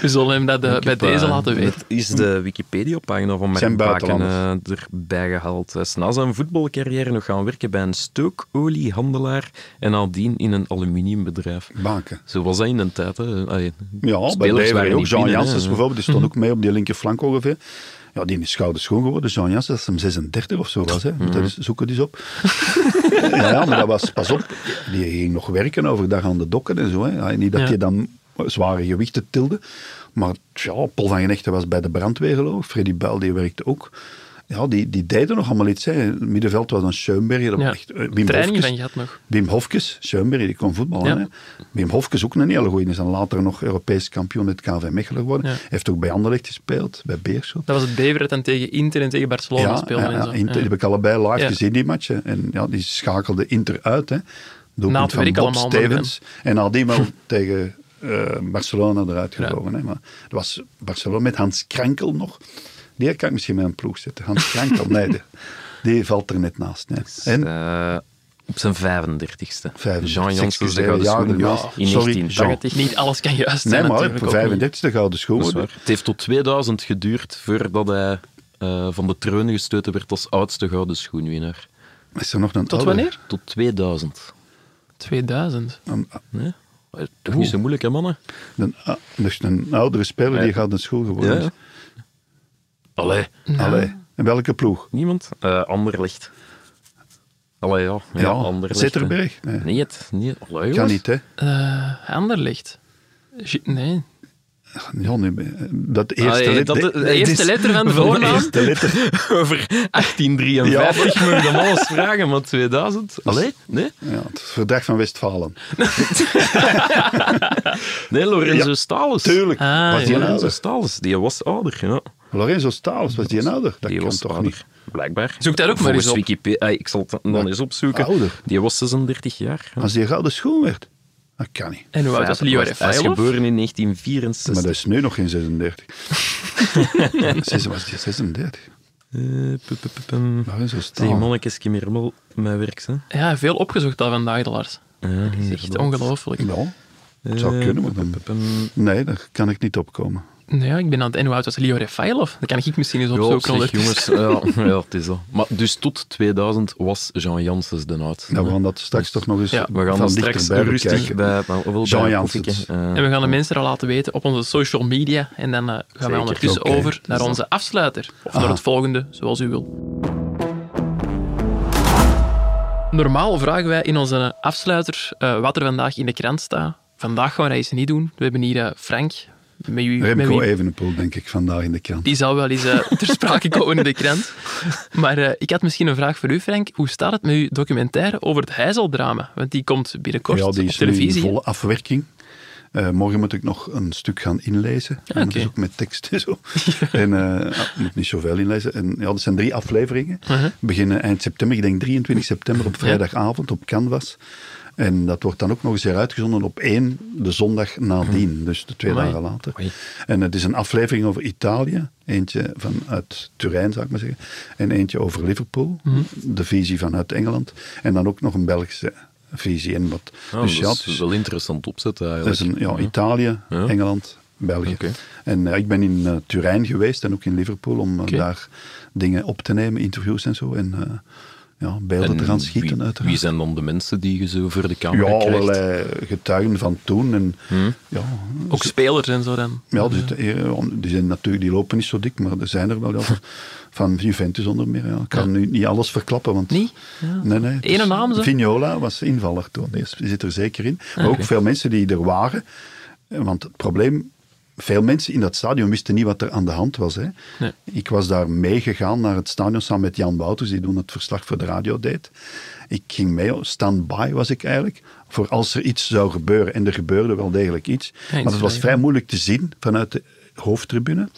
Speaker 1: We zullen hem dat eh, bij
Speaker 2: heb, eh,
Speaker 1: deze laten weten.
Speaker 2: Het is de Wikipedia-pagina van Mark
Speaker 3: Zijn
Speaker 2: Baken
Speaker 3: buitenlanders.
Speaker 2: eh, erbij gehaald. Hij is na zijn voetbalcarrière nog gaan werken bij een stookoliehandelaar en nadien in een aluminiumbedrijf.
Speaker 3: Baken.
Speaker 2: Zo was dat in een tijd. Hè. Allee,
Speaker 3: Ja, bij
Speaker 2: spelers waren
Speaker 3: Beveren ook.
Speaker 2: niet
Speaker 3: Jean
Speaker 2: binnen, hè.
Speaker 3: Janssens bijvoorbeeld, die stond ook mee op die linkerflank ongeveer. Ja, die is schouder schoon geworden. Jean Janssens, dat is hem 36 of zo was. Hè.
Speaker 1: Mhm.
Speaker 3: Moet dat eens- zoek het eens op. ja, ja, maar dat was, pas op, die ging nog werken overdag aan de dokken en zo. Hè. Ja, niet dat
Speaker 1: Ja.
Speaker 3: je dan zware gewichten tilde. Maar ja, Paul van Genechten was bij de brandweer geloof ik. Freddy Buil, die werkte ook. Ja, die, die deden nog allemaal iets. Hè. In het middenveld was dan Schoenberger. dat was
Speaker 1: Ja.
Speaker 3: echt, eh, Wim
Speaker 1: Trainingen
Speaker 3: Hofkes.
Speaker 1: van gehad nog.
Speaker 3: Wim Hofkes, Schoenberg, die kon voetballen.
Speaker 1: Ja.
Speaker 3: hè. Wim Hofkes ook een hele goeie. Is dan later nog Europees kampioen met KV Mechelen geworden.
Speaker 1: Ja.
Speaker 3: Heeft ook bij Anderlecht gespeeld, bij Beerschot.
Speaker 1: Dat was het Beveren en tegen Inter en tegen Barcelona speelde.
Speaker 3: ja,
Speaker 1: en zo.
Speaker 3: ja, Inter, die
Speaker 1: Ja.
Speaker 3: heb ik allebei live
Speaker 1: Ja.
Speaker 3: gezien, die matchen. En ja, die schakelde Inter uit. Hè. Doelpunt
Speaker 1: Na het
Speaker 3: van
Speaker 1: werk
Speaker 3: Bob
Speaker 1: allemaal, maar
Speaker 3: Stevens. En nadien wel tegen eh, Barcelona eruit gevlogen. Hè. Maar dat was Barcelona met Hans Krenkel nog. Die kan ik misschien met een ploeg zetten. Hans Krenkel, nee, die, die valt er net naast. Nee. En
Speaker 2: eh, op zijn 35ste.
Speaker 3: 35ste,
Speaker 2: Jean Janssens, de
Speaker 3: excuseer,
Speaker 2: gouden
Speaker 3: ja,
Speaker 2: schoen,
Speaker 3: ja,
Speaker 2: in
Speaker 3: sorry,
Speaker 2: 19.
Speaker 3: Jean.
Speaker 2: Dat
Speaker 1: Echt Niet alles kan juist zijn
Speaker 3: Nee, maar
Speaker 1: natuurlijk
Speaker 3: op
Speaker 1: ook niet.
Speaker 3: 35e gouden schoen.
Speaker 2: is
Speaker 3: worden.
Speaker 2: waar. Het heeft tot 2000 geduurd voordat hij eh, van de troon gestoten werd als oudste gouden schoenwinnaar.
Speaker 3: Is er nog een
Speaker 1: Tot
Speaker 3: ouder?
Speaker 1: wanneer?
Speaker 2: Tot 2000.
Speaker 1: 2000.
Speaker 3: Een,
Speaker 2: Nee? Eh, Toch niet zo moeilijk, hè, mannen?
Speaker 3: een, dus een oudere speler die gaat naar school geworden.
Speaker 2: Ja.
Speaker 3: is.
Speaker 2: Allee.
Speaker 3: Allee. En welke ploeg?
Speaker 2: Niemand? Eh Anderlicht. Allee, ja. Oh, Ja,
Speaker 3: Ja,
Speaker 2: Anderlicht.
Speaker 3: Zetterberg?
Speaker 2: hè.
Speaker 3: Nee.
Speaker 2: Nee, het. Nee, allee,
Speaker 3: Kan
Speaker 2: jongens.
Speaker 3: niet, hè?
Speaker 1: Eh Anderlicht. Ge- Nee.
Speaker 3: Ja, nee, eh, dat
Speaker 2: Ah,
Speaker 3: eerste
Speaker 2: hey,
Speaker 3: lid.
Speaker 2: dat-
Speaker 3: nee,
Speaker 2: de
Speaker 1: De
Speaker 2: Het
Speaker 1: eerste
Speaker 2: is
Speaker 1: letter van de
Speaker 2: van de
Speaker 1: voornaam.
Speaker 3: eerste letter.
Speaker 2: Over 1853 moet je hem alles vragen, maar 2000? Allee? Nee?
Speaker 3: Ja, het verdrag van Westfalen.
Speaker 2: Nee, Lorenzo Stalus.
Speaker 3: Tuurlijk.
Speaker 1: Ah,
Speaker 3: was die een
Speaker 2: Lorenzo
Speaker 3: ouder?
Speaker 2: Stalus, die was ouder, ja.
Speaker 3: Lorenzo Staals, was die een ouder? Dat
Speaker 2: die
Speaker 3: kan
Speaker 2: was
Speaker 3: toch
Speaker 2: ouder,
Speaker 3: niet?
Speaker 2: Blijkbaar.
Speaker 1: Zoek dat ook maar eens op.
Speaker 2: Volgens Wikipedia, ik zal het dan eens opzoeken.
Speaker 3: Ouder?
Speaker 2: Die was 36 jaar. ja.
Speaker 3: Als die een gouden schoen werd? Dat kan niet.
Speaker 1: En hoe oud was Leo
Speaker 2: Hij is
Speaker 1: Rafaelov?
Speaker 2: geboren in
Speaker 3: Maar
Speaker 2: 1964.
Speaker 3: dat is nu nog geen 36. Zes- was die 36?
Speaker 2: Eh, pu- pu- pu- pum.
Speaker 3: Lorenzo
Speaker 2: Zeg,
Speaker 3: Staals.
Speaker 2: mannetjes, ik heb hier wel mijn werk, hè.
Speaker 1: Ja, veel opgezocht al vandaag, de Lars.
Speaker 2: Ja,
Speaker 1: Dat is echt ongelooflijk.
Speaker 3: Ja, het zou
Speaker 2: Eh,
Speaker 3: kunnen, maar dan... Nee, daar kan ik niet opkomen.
Speaker 1: Nou ja, ik ben aan het... En hoe oud was Leo Rafaelov? Dat kan ik misschien eens opzoeken.
Speaker 2: zeg,
Speaker 1: ondertussen.
Speaker 2: jongens, ja, ja, het is al. Maar dus tot 2000 was Jean Janssens de oudste.
Speaker 3: Nou, we gaan dat straks toch nog eens
Speaker 1: Ja,
Speaker 2: We gaan
Speaker 3: van
Speaker 2: dat straks
Speaker 3: dichterbij
Speaker 2: rustig
Speaker 3: bekijken.
Speaker 2: bij, maar wel bij
Speaker 3: Jean
Speaker 2: koffieke,
Speaker 3: Janssens.
Speaker 2: eh,
Speaker 1: En we gaan de mensen al laten weten op onze social media. En dan eh, gaan we
Speaker 2: Zeker,
Speaker 1: ondertussen
Speaker 2: oké. Ah.
Speaker 1: over naar onze afsluiter. Of naar het volgende, zoals u wil. Normaal vragen wij in onze afsluiter eh, wat er vandaag in de krant staat. Vandaag gaan we dat eens niet doen. We hebben hier eh, Frank. Met wie, met
Speaker 3: Remco
Speaker 1: wie-
Speaker 3: Evenepoel, denk ik, vandaag in de krant.
Speaker 1: die zal wel eens eh, ter sprake komen in de krant. Maar eh, ik had misschien een vraag voor u, Frank. Hoe staat het met uw documentaire over het heizeldrama? Want die komt binnenkort
Speaker 3: ja, die
Speaker 1: op
Speaker 3: is nu in
Speaker 1: televisie.
Speaker 3: volle afwerking. Eh, morgen moet ik nog een stuk gaan inlezen. en dat
Speaker 1: oké.
Speaker 3: is ook met tekst en zo. En eh, ah, ik moet niet zoveel inlezen. En ja, dat zijn drie afleveringen. Beginnen eind september, ik denk 23 september op vrijdagavond op Canvas. En dat wordt dan ook nog eens heruitgezonden op één de zondag nadien. Dus de twee
Speaker 1: Amai.
Speaker 3: dagen later.
Speaker 2: Hm. Oei.
Speaker 3: En het is een aflevering over Italië. Eentje vanuit Turijn, zou ik maar zeggen. En eentje over Liverpool.
Speaker 2: Hm.
Speaker 3: De visie vanuit Engeland. En dan ook nog een Belgische visie. En wat,
Speaker 2: ja,
Speaker 3: dus ja,
Speaker 2: Oh, dat
Speaker 3: het
Speaker 2: is
Speaker 3: is-
Speaker 2: wel interessant opzet
Speaker 3: dat
Speaker 2: eigenlijk.
Speaker 3: is een, ja, Italië,
Speaker 2: Ja.
Speaker 3: Engeland, België.
Speaker 2: Oké.
Speaker 3: En eh, ik ben in eh, Turijn geweest en ook in Liverpool om eh,
Speaker 1: Oké.
Speaker 3: daar dingen op te nemen, interviews en zo. En eh, ja, beelden
Speaker 2: En
Speaker 3: te gaan schieten
Speaker 2: wie,
Speaker 3: uiteraard.
Speaker 2: wie zijn dan de mensen die je zo voor de
Speaker 3: ja,
Speaker 2: camera krijgt? Hm?
Speaker 3: allerlei getuigen van toen. En, ja,
Speaker 1: Ook spelers en zo dan.
Speaker 3: ja, dus het- eh, ja, die, zijn natuurlijk, die lopen niet zo dik, maar er zijn er wel. ja, van- van Juventus onder meer. Ja. Ik kan nu niet alles verklappen. Want,
Speaker 1: Niet? Ja.
Speaker 3: Nee, nee. het is-
Speaker 1: Ene naam zo?
Speaker 3: Vignola was invaller toen. Die is- die zit er zeker in. Maar ook veel mensen die er waren. Eh, Want het probleem veel mensen in dat stadion wisten niet wat er aan de hand was. Hè.
Speaker 1: Nee.
Speaker 3: Ik was daar meegegaan naar het stadion samen met Jan Wouters, die toen het verslag voor de radio deed. Ik ging mee, stand-by was ik eigenlijk, voor als er iets zou gebeuren. En er gebeurde wel degelijk iets. maar het was
Speaker 1: stadion.
Speaker 3: vrij moeilijk te zien vanuit de hoofdtribune,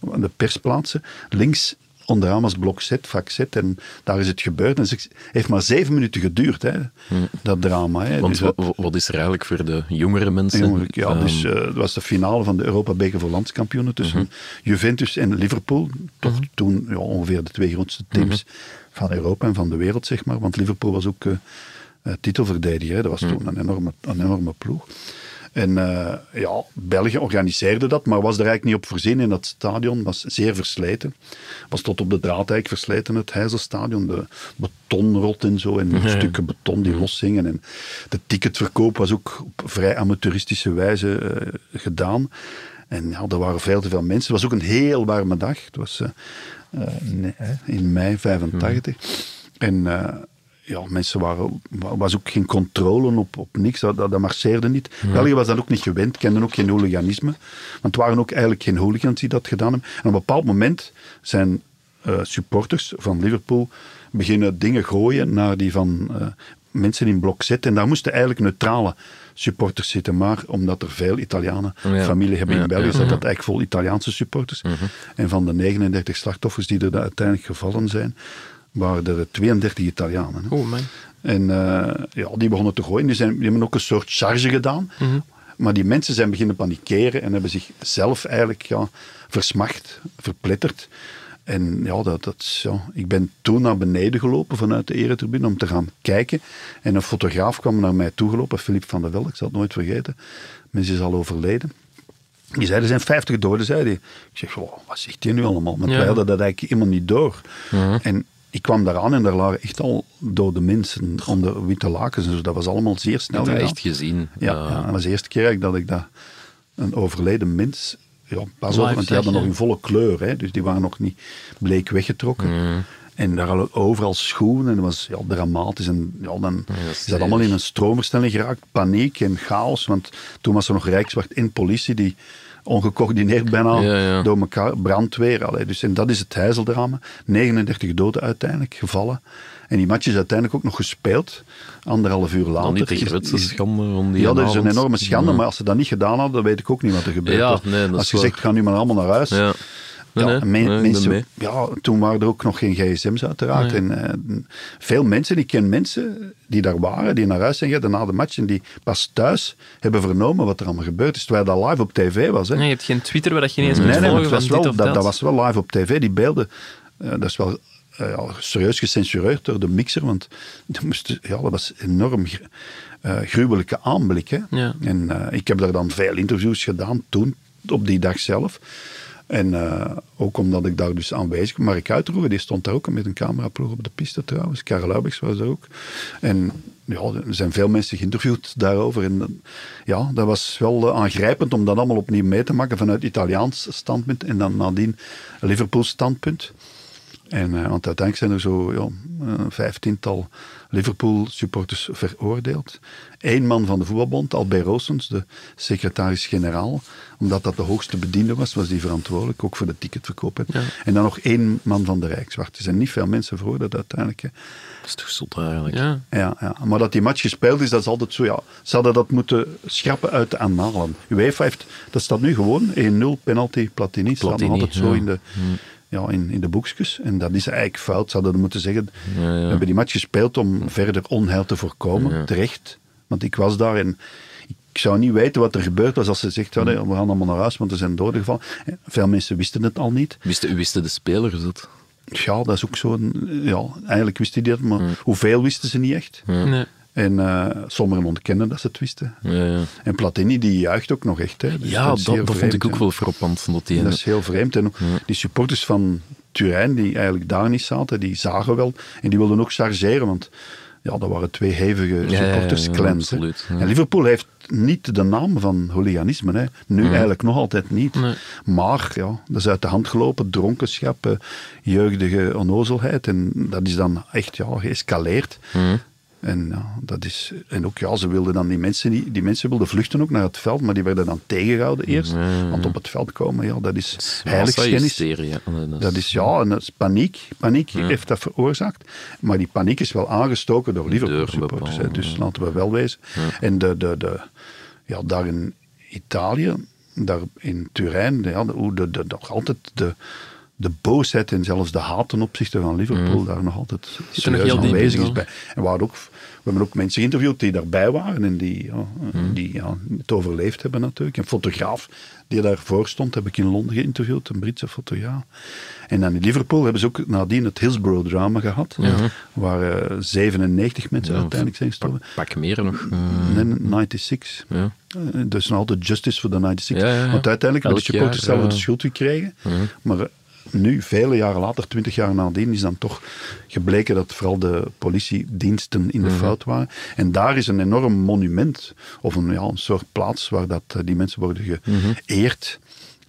Speaker 3: de persplaatsen. Links onderaan was blok Z, vak Z, en daar is het gebeurd. En het heeft maar zeven minuten geduurd, hè, dat drama. Hè.
Speaker 2: Hm. Want
Speaker 3: Dus dat-
Speaker 2: wa- wa- wat is er eigenlijk voor de jongere mensen?
Speaker 3: Eigenlijk, ja,
Speaker 2: Ehm, Mhm.
Speaker 3: dus eh, het was de finale van de Europa Beker voor landskampioenen tussen Juventus en Liverpool. Toch toen ja, ongeveer de twee grootste teams
Speaker 2: Mhm.
Speaker 3: van Europa en van de wereld, zeg maar. Want Liverpool was ook eh, eh, titelverdediger. hè. Dat was
Speaker 2: Mhm.
Speaker 3: toen een enorme, een enorme ploeg. En eh, ja, België organiseerde dat, maar was er eigenlijk niet op voorzien. En dat stadion was zeer versleten. Was tot op de draad eigenlijk versleten, het Heizelstadion. De betonrot en zo, en stukken beton die loshingen. En de ticketverkoop was ook op vrij amateuristische wijze eh, gedaan. En ja, er waren veel te veel mensen. Het was ook een heel warme dag. Het was eh, eh, nee, hè, in mei 85. En... eh, ja, mensen waren, wa- was ook geen controle op, op niks, dat, dat, dat marcheerde niet. België was dat ook niet gewend, kenden ook geen hooliganisme. Want het waren ook eigenlijk geen hooligans die dat gedaan hebben. En op een bepaald moment zijn eh, supporters van Liverpool beginnen dingen gooien naar die van eh, mensen in blok Z. En daar moesten eigenlijk neutrale supporters zitten. Maar omdat er veel Italianen
Speaker 2: Ja.
Speaker 3: familie hebben
Speaker 2: Ja,
Speaker 3: in België,
Speaker 2: ja, Mhm.
Speaker 3: zat dat eigenlijk vol Italiaanse supporters. En van de 39 slachtoffers die er da- uiteindelijk gevallen zijn, waren er 32 Italianen. hè.
Speaker 1: Oeh, man.
Speaker 3: En eh, ja, die begonnen te gooien. Die, zijn, die hebben ook een soort charge gedaan. Maar die mensen zijn beginnen panikeren en hebben zichzelf eigenlijk ja, versmacht, verpletterd. En ja, dat, dat, is, ja, ik ben toen naar beneden gelopen vanuit de eretribune om te gaan kijken. En een fotograaf kwam naar mij toegelopen, Philippe van der Velde, ik zal het nooit vergeten. Mensen is al overleden. Die zei, er zijn 50 doden, zei hij. Ik zeg, wow, wat zegt hij nu allemaal? Want
Speaker 1: Ja.
Speaker 3: wij hadden dat eigenlijk helemaal niet door. En ik kwam daar aan en daar lagen echt al dode mensen onder witte lakens. Dus dat was allemaal zeer snel
Speaker 2: dat
Speaker 3: gedaan.
Speaker 2: echt gezien.
Speaker 3: Ja,
Speaker 2: Eh,
Speaker 3: ja, en dat is de eerste keer eigenlijk dat ik dat een overleden mens. Ja, pas op,
Speaker 1: Live
Speaker 3: want
Speaker 1: zeg
Speaker 3: die hadden
Speaker 1: je.
Speaker 3: nog in volle kleur, hè, dus die waren nog niet bleek weggetrokken. En daar hadden overal schoenen en dat was ja, dramatisch. En ja, dan is dat allemaal in een stroomversnelling geraakt. Paniek en chaos, want toen was er nog Rijkswacht en politie die ongecoördineerd bijna
Speaker 2: Ja, ja.
Speaker 3: door elkaar, brandweer. Allee, dus, en dat is het heizeldrama. 39 doden uiteindelijk gevallen. En die match is uiteindelijk ook nog gespeeld, anderhalf uur later.
Speaker 2: dan niet de
Speaker 3: Is-
Speaker 2: grootste
Speaker 3: is-
Speaker 2: schande om die
Speaker 3: ja, dat is
Speaker 2: avond.
Speaker 3: een enorme schande,
Speaker 2: Ja.
Speaker 3: maar als ze dat niet gedaan hadden, dan weet ik ook niet wat er gebeurd
Speaker 2: Ja,
Speaker 3: was.
Speaker 2: nee, dat
Speaker 3: als
Speaker 2: is
Speaker 3: je
Speaker 2: waar.
Speaker 3: zegt, ga nu maar allemaal naar huis.
Speaker 2: Ja. Nee,
Speaker 3: Ja,
Speaker 2: nee,
Speaker 3: en men-
Speaker 2: nee, ik ben mee.
Speaker 3: mensen, ja, toen waren er ook nog geen gsm's uiteraard. En, eh, veel mensen, ik ken mensen die daar waren, die naar huis zijn gegaan na de match en die pas thuis hebben vernomen wat er allemaal gebeurd is, terwijl dat live op tv was. Hè.
Speaker 1: Nee, je hebt geen Twitter waar dat je ineens
Speaker 3: Nee,
Speaker 1: kunt
Speaker 3: nee, maar
Speaker 1: volgen
Speaker 3: het
Speaker 1: van
Speaker 3: was
Speaker 1: dit
Speaker 3: wel,
Speaker 1: of dat.
Speaker 3: dat, dat was wel live op tv. Die beelden, eh, dat is wel eh, ja, serieus gecensureerd door de mixer, want die moesten, ja, dat was enorm gr- eh, gruwelijke aanblik. Hè?
Speaker 1: Ja.
Speaker 3: En eh, ik heb daar dan veel interviews gedaan toen, op die dag zelf. En eh, ook omdat ik daar dus aanwezig was. Mark Uitroeven, die stond daar ook met een cameraploeg op de piste trouwens. Karel Luijbeks was daar ook. En ja, er zijn veel mensen geïnterviewd daarover. En eh, ja, dat was wel eh, aangrijpend om dat allemaal opnieuw mee te maken vanuit Italiaans standpunt en dan nadien Liverpool standpunt. En, eh, want uiteindelijk zijn er zo ja, een vijftiental Liverpool-supporters veroordeeld. Eén man van de voetbalbond, Albert Roosens, de secretaris-generaal. Omdat dat de hoogste bediende was, was die verantwoordelijk, ook voor de ticketverkoop. hè. En dan nog één man van de Rijkswacht. Er zijn niet veel mensen veroordeeld uiteindelijk. hè.
Speaker 2: Dat is toch zot eigenlijk.
Speaker 1: Ja.
Speaker 3: Ja, ja. Maar dat die match gespeeld is, dat is altijd zo. Ja. Ze hadden dat moeten schrappen uit de aanhalen. UEFA heeft, dat staat nu gewoon 1-0 penalty Platini. Dat staat nog
Speaker 2: Platini,
Speaker 3: altijd zo
Speaker 2: ja. Hm.
Speaker 3: in de, ja, in, in de boekjes. En dat is eigenlijk fout. Ze hadden moeten zeggen,
Speaker 2: ja. Hm.
Speaker 3: we hebben die match gespeeld om verder onheil te voorkomen. Terecht. Want ik was daar en ik zou niet weten wat er gebeurd was als ze zegt,
Speaker 2: Hm.
Speaker 3: hadden, we gaan allemaal naar huis, want er zijn doden gevallen. En Veel mensen wisten het al niet.
Speaker 2: Wisten, wisten de spelers dat?
Speaker 3: Ja, dat is ook zo'n... Ja, eigenlijk wisten die dat,
Speaker 2: Hm.
Speaker 3: maar hoeveel wisten ze niet echt?
Speaker 1: Nee.
Speaker 3: En eh, sommigen ontkennen dat ze het wisten.
Speaker 2: Ja, ja.
Speaker 3: En Platini die juicht ook nog echt. Hè. Dus
Speaker 2: ja dat,
Speaker 3: is
Speaker 2: dat,
Speaker 3: heel
Speaker 2: vond
Speaker 3: vreemd,
Speaker 2: ik ook
Speaker 3: hè.
Speaker 2: wel frappant. Dat die
Speaker 3: Dat is heel vreemd. En ook die supporters van Turijn, die eigenlijk daar niet zaten, die zagen wel. En die wilden ook chargeren, want ja, dat waren twee hevige
Speaker 2: ja, ja,
Speaker 3: supportersclans. hè.
Speaker 2: absoluut, ja.
Speaker 3: En Liverpool heeft niet de naam van hooliganisme. Hè. Nu eigenlijk nog altijd niet. Maar ja, dat is uit de hand gelopen. Dronkenschap, eh, jeugdige onnozelheid. En dat is dan echt ja, geëscaleerd. En, ja, dat is, en ook, ja, ze wilden dan die mensen, die, die mensen wilden vluchten ook naar het veld, maar die werden dan tegengehouden eerst. Want op het veld komen, ja, Mm. dat is heiligschennis.
Speaker 2: hysterie. Dat
Speaker 3: Dat is ja, en dat is paniek. Paniek heeft dat veroorzaakt. Maar die paniek is wel aangestoken door Liverpool
Speaker 2: Door
Speaker 3: supporters. hè.
Speaker 2: bepaalde,
Speaker 3: Dus laten we wel wezen. En de, de, de, ja, daar in Italië, daar in Turijn, ja, de, hoe de, de, nog altijd de, de boosheid en zelfs de haat ten opzichte van Liverpool daar nog altijd serieus
Speaker 1: heel diep in,
Speaker 3: aanwezig Mm. is.
Speaker 1: hoor.
Speaker 3: Bij. En waar ook, we hebben ook mensen geïnterviewd die daarbij waren en die, ja, die ja, het overleefd hebben natuurlijk. Een fotograaf die daarvoor stond, heb ik in Londen geïnterviewd, een Britse fotograaf. En dan in Liverpool hebben ze ook nadien het Hillsborough-drama gehad, waar eh, 97 mensen uiteindelijk zijn gestorven.
Speaker 2: Pak meer nog. eh,
Speaker 3: Nee, 96.
Speaker 2: Ja.
Speaker 3: Eh, Dus nog altijd justice voor de 96.
Speaker 2: Ja, ja, ja.
Speaker 3: Want uiteindelijk hebben de
Speaker 2: Elk
Speaker 3: supporters
Speaker 2: jaar, eh,
Speaker 3: zelf de
Speaker 2: ja.
Speaker 3: schuld gekregen. Maar eh, nu, vele jaren later, 20 jaar nadien, is dan toch gebleken dat vooral de politiediensten in de
Speaker 2: Mhm.
Speaker 3: fout waren. En daar is een enorm monument, of een, ja, een soort plaats waar dat, eh, die mensen worden
Speaker 2: Mhm.
Speaker 3: geëerd.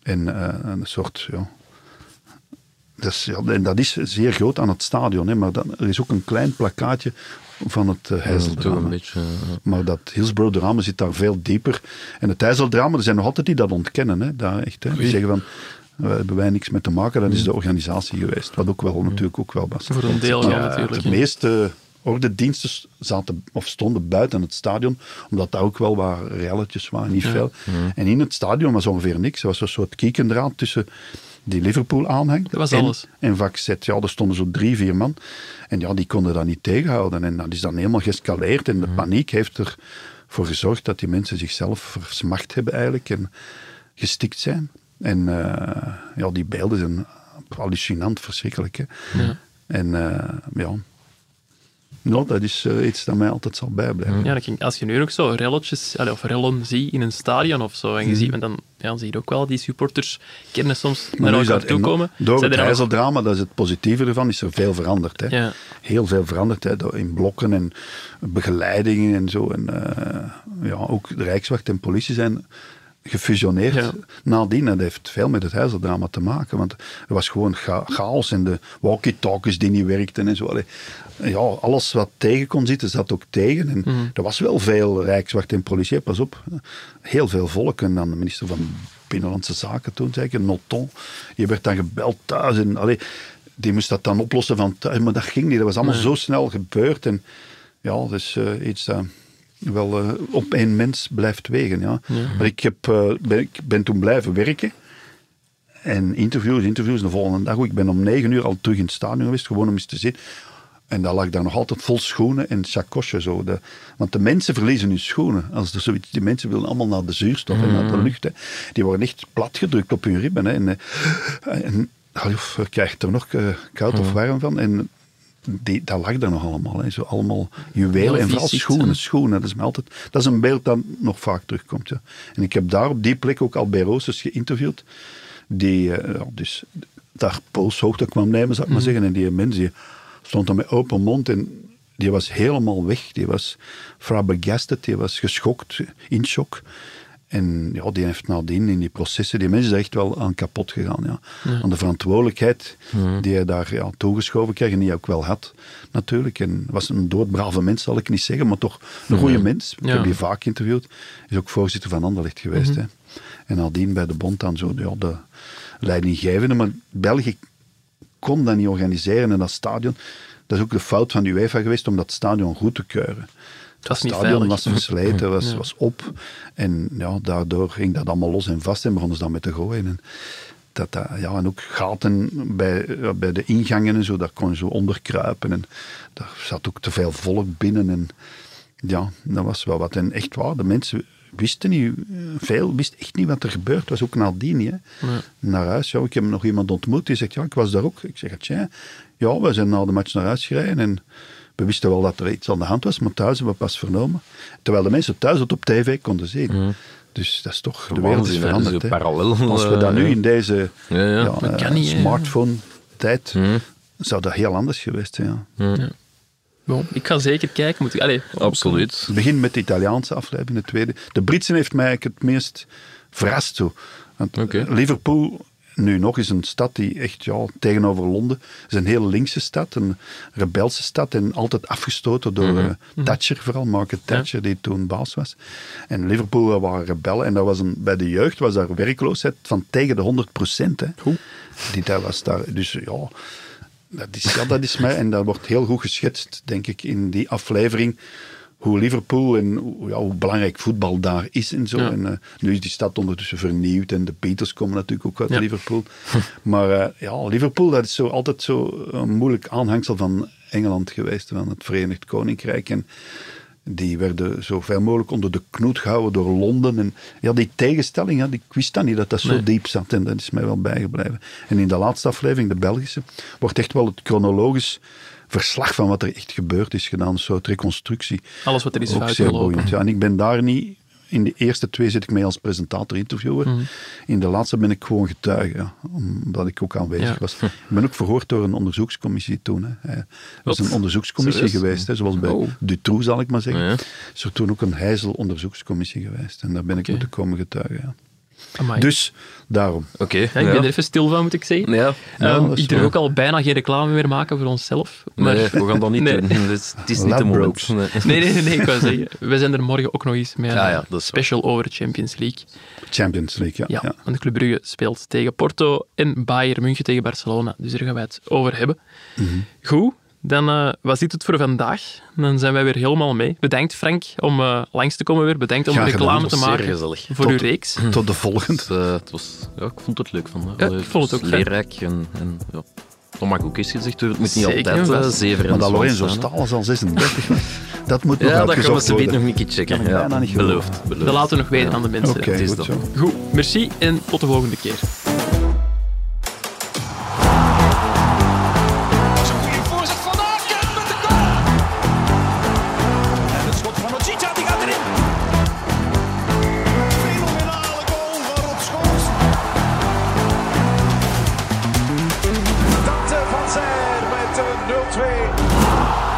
Speaker 3: En eh, een soort ja, dus, ja, en dat is zeer groot aan het stadion, hè, maar dan, er is ook een klein plakkaatje van het uh,
Speaker 2: toch een beetje, eh. ja.
Speaker 3: Maar dat Hillsborough-drama zit daar veel dieper. En het IJsseldrama, er zijn nog altijd die dat ontkennen. Hè, daar echt, hè. Die zeggen van, eh, hebben wij niks mee te maken, dat is de organisatie geweest. Wat ook wel natuurlijk ook wel eh, was.
Speaker 1: Hmm. Voor een deel, ja, natuurlijk.
Speaker 3: De meeste ordendiensten zaten of stonden buiten het stadion, omdat daar ook wel wat relletjes waren, niet veel. En in het stadion was ongeveer niks. Er was een soort kiekendraad tussen die Liverpool aanhang
Speaker 1: Dat was
Speaker 3: en,
Speaker 1: alles.
Speaker 3: En vak Z. Ja, er stonden zo drie, vier man. En ja, die konden dat niet tegenhouden. En dat is dan helemaal geëscaleerd. En de paniek heeft ervoor gezorgd dat die mensen zichzelf versmacht hebben eigenlijk en gestikt zijn. En eh, ja, die beelden zijn hallucinant, verschrikkelijk. Hè? En eh, ja, nou, dat is eh, iets dat mij altijd zal bijblijven.
Speaker 1: Ja, dat ging- als je nu ook zo relletjes allee, of rellen ziet in een stadion of zo,
Speaker 3: Mhm.
Speaker 1: en je ziet, want dan, ja, dan zie je ook wel die supporters kennen soms naar
Speaker 3: nu is
Speaker 1: elkaar
Speaker 3: dat
Speaker 1: toe
Speaker 3: enorm-
Speaker 1: komen.
Speaker 3: Door
Speaker 1: Zijn
Speaker 3: het
Speaker 1: er al-
Speaker 3: ijzeldrama, dat is het positieve ervan, is er veel veranderd. Hè.
Speaker 1: Ja.
Speaker 3: Heel veel veranderd hè, door- in blokken en begeleidingen en zo. En, eh, ja, ook de Rijkswacht en politie zijn gefusioneerd
Speaker 1: Ja.
Speaker 3: nadien. Dat heeft veel met het ijzeldrama te maken. Want er was gewoon cha- chaos en de walkie-talkies die niet werkten en zo. Allee, ja, alles wat tegen kon zitten, zat ook tegen. En Er was wel veel Rijkswacht en politie, pas op. Heel veel volk. En dan de minister van Binnenlandse Zaken toen, zeker, Noton. Die werd dan gebeld thuis. En, allee, die moest dat dan oplossen van thuis. Maar dat ging niet. Dat was allemaal zo snel gebeurd. En ja, dat is eh, iets dat wel eh, op één mens blijft wegen. Ja. Maar ik, heb, eh, ben, ik ben toen blijven werken. En interviews, interviews de volgende dag. ook. Ik ben om negen uur al terug in het stadion geweest, gewoon om eens te zitten. En dat lag daar nog altijd vol schoenen en sacoche. Zo. De, want de mensen verliezen hun schoenen. Als er zoiets, die mensen willen allemaal naar de zuurstof en naar de lucht. Hè. Die worden echt platgedrukt op hun ribben. Hè. En, eh, en allee, of, je krijgt er nog eh, koud of warm van. En die, dat lag daar nog allemaal. Hè. Zo allemaal
Speaker 1: Heel
Speaker 3: juwelen en vooral
Speaker 1: vies iets,
Speaker 3: schoenen.
Speaker 1: hè.
Speaker 3: Schoenen, dat is, me altijd, dat is een beeld dat nog vaak terugkomt. Ja. En ik heb daar op die plek ook Albert Roosters geïnterviewd die eh, ja, dus daar polshoogte kwam nemen, zou ik
Speaker 1: Mm.
Speaker 3: maar zeggen. En die mens die stond dan met open mond en die was helemaal weg. Die was flabbergasted, die was geschokt, in shock. En ja, die heeft nadien in die processen, die mensen is daar echt wel aan kapot gegaan. Ja. Aan de verantwoordelijkheid die hij daar ja, toegeschoven kreeg en die hij ook wel had, natuurlijk. En was een doodbrave mens, zal ik niet zeggen, maar toch een goede mens. Ik
Speaker 1: Ja.
Speaker 3: heb die vaak geïnterviewd. Is ook voorzitter van Anderlecht geweest. hè. En nadien bij de bond dan zo ja, de leidinggevende. Maar België kon dat niet organiseren en dat stadion. Dat is ook de fout van de UEFA geweest om dat stadion goed te keuren.
Speaker 1: Het was
Speaker 3: Het
Speaker 1: niet
Speaker 3: stadion
Speaker 1: veilig.
Speaker 3: was versleten, was, was op. En ja, daardoor ging dat allemaal los en vast en begonnen ze dan met te gooien. En, dat, dat, ja, en ook gaten bij, ja, bij de ingangen en zo, daar kon je zo onderkruipen. En daar zat ook te veel volk binnen. En ja, dat was wel wat. En echt waar, de mensen wisten niet, eh, veel wisten echt niet wat er gebeurd was. Ook nadien, hè. Naar huis, ja, ik heb nog iemand ontmoet die zegt, ja, ik was daar ook. Ik zeg, tja, ja, we zijn na de match naar huis gereden en we wisten wel dat er iets aan de hand was, maar thuis hebben we pas vernomen. Terwijl de mensen thuis het op tv konden zien. Dus dat is toch, de wereld is
Speaker 2: Waanzin, hè.
Speaker 3: veranderd.
Speaker 2: Dat is een
Speaker 3: hè.
Speaker 2: parallel,
Speaker 3: Als we dat
Speaker 2: eh,
Speaker 3: nu
Speaker 2: ja.
Speaker 3: in deze
Speaker 2: Ja, ja. Hm.
Speaker 3: ja,
Speaker 2: Dat
Speaker 3: eh,
Speaker 1: kan niet, hè.
Speaker 3: smartphone-tijd, zou dat heel anders geweest zijn. Ja.
Speaker 2: Hm.
Speaker 1: Bon, ik ga zeker kijken. Moet ik, allee,
Speaker 2: Absoluut.
Speaker 3: Het begin met de Italiaanse afleiding, de tweede. De Britsen heeft mij eigenlijk het meest verrast. Zo. Want
Speaker 2: Oké.
Speaker 3: Liverpool nu nog eens een stad die echt ja, tegenover Londen is een heel linkse stad, een rebelse stad en altijd afgestoten
Speaker 2: Mhm.
Speaker 3: door eh, Thatcher vooral, Margaret Thatcher die toen baas was. En Liverpool dat waren rebellen en dat was een, bij de jeugd was daar werkloosheid van tegen de 100 procent. Die daar was daar. Dus ja, dat is, ja, dat is mij en dat wordt heel goed geschetst denk ik in die aflevering hoe Liverpool en hoe- ja, hoe belangrijk voetbal daar is en zo. En, eh, nu is die stad ondertussen vernieuwd en de Beatles komen natuurlijk ook uit
Speaker 1: Ja.
Speaker 3: Liverpool. Maar eh, ja, Liverpool dat is zo, altijd zo een moeilijk aanhangsel van Engeland geweest, van het Verenigd Koninkrijk. En die werden zoveel mogelijk onder de knoet gehouden door Londen. En ja, die tegenstelling, hè, die- ik wist dat niet dat dat zo
Speaker 1: Nee.
Speaker 3: diep zat. En dat is mij wel bijgebleven. En in de laatste aflevering, de Belgische, wordt echt wel het chronologisch verslag van wat er echt gebeurd is gedaan. Een soort reconstructie.
Speaker 1: Alles wat er is
Speaker 3: Ook
Speaker 1: fout
Speaker 3: zeer
Speaker 1: gelopen.
Speaker 3: boeiend, ja. En ik ben daar niet... In de eerste twee zit ik mee als presentator-interviewer.
Speaker 1: Mhm.
Speaker 3: In de laatste ben ik gewoon getuige, ja, omdat ik ook aanwezig
Speaker 1: Ja.
Speaker 3: was. Ik ben ook verhoord door een onderzoekscommissie toen. Hè. Eh, Dat is een onderzoekscommissie
Speaker 2: Serieus?
Speaker 3: geweest, hè, zoals bij
Speaker 2: Oh.
Speaker 3: Dutroux zal ik maar zeggen.
Speaker 2: Ja.
Speaker 3: Is er toen ook een Heizel-onderzoekscommissie geweest. En daar ben ik moeten komen getuigen. Ja.
Speaker 1: Amai.
Speaker 3: Dus, daarom.
Speaker 2: Oké.
Speaker 1: Ja, ik ben er even stil van, moet ik zeggen.
Speaker 2: Ja.
Speaker 3: Ja,
Speaker 1: Ehm,
Speaker 3: dat is
Speaker 1: ik durf
Speaker 3: waar.
Speaker 1: ook al bijna geen reclame meer maken voor onszelf. Maar...
Speaker 2: Nee, we gaan dat niet
Speaker 1: Nee.
Speaker 2: doen. Het is, het is niet de
Speaker 3: Ladbrokes.
Speaker 2: moment. Nee.
Speaker 1: Nee, nee, nee, nee, ik wou zeggen, we zijn er morgen ook nog eens met een
Speaker 2: Ja, ja, dat is waar.
Speaker 1: special over Champions League.
Speaker 3: Champions League,
Speaker 1: Ja,
Speaker 3: ja. ja.
Speaker 1: want Club Brugge speelt tegen Porto en Bayern München tegen Barcelona. Dus daar gaan wij het over hebben.
Speaker 3: Mhm.
Speaker 1: Goed, dan eh, was dit het voor vandaag. Dan zijn wij weer helemaal mee. Bedankt Frank om eh, langs te komen weer. Bedankt om
Speaker 3: Graag gedaan,
Speaker 1: reclame
Speaker 2: dat
Speaker 1: te
Speaker 2: was zeer
Speaker 1: maken
Speaker 2: gezellig.
Speaker 1: voor uw
Speaker 3: Tot-
Speaker 1: reeks.
Speaker 3: Tot de volgende.
Speaker 2: Dus, eh, het was, ja, ik vond het leuk vandaag.
Speaker 1: Ja,
Speaker 2: Allee,
Speaker 1: ik vond het ook fijn.
Speaker 2: leerrijk. En, en, ja. Dat mag ook eens gezegd worden. Het moet niet
Speaker 1: Zeker en
Speaker 2: altijd
Speaker 1: vast.
Speaker 2: uh, zeven
Speaker 3: Maar
Speaker 2: en
Speaker 3: dat
Speaker 2: zwans
Speaker 3: Lorenzo
Speaker 2: zijn, hè.
Speaker 3: Staal is al 36. dat moet nog
Speaker 2: Ja, dat gaan we
Speaker 3: uitgezocht
Speaker 2: ze
Speaker 3: worden.
Speaker 2: nog een keer checken.
Speaker 3: Kan ik
Speaker 2: Ja,
Speaker 3: bijna niet geloven.
Speaker 2: beloofd, beloofd.
Speaker 1: Dat laten we nog weten
Speaker 2: Ja.
Speaker 1: aan de mensen.
Speaker 3: Oké,
Speaker 2: Het is
Speaker 3: goed
Speaker 2: dat.
Speaker 3: zo.
Speaker 1: Goed, merci en tot de volgende keer.
Speaker 7: Een goede voorzet van Aken met de goal. En het schot van Ochita, die gaat erin. Fenomenale goal van Rob Schoors. Dante van Zijl met de 0-2.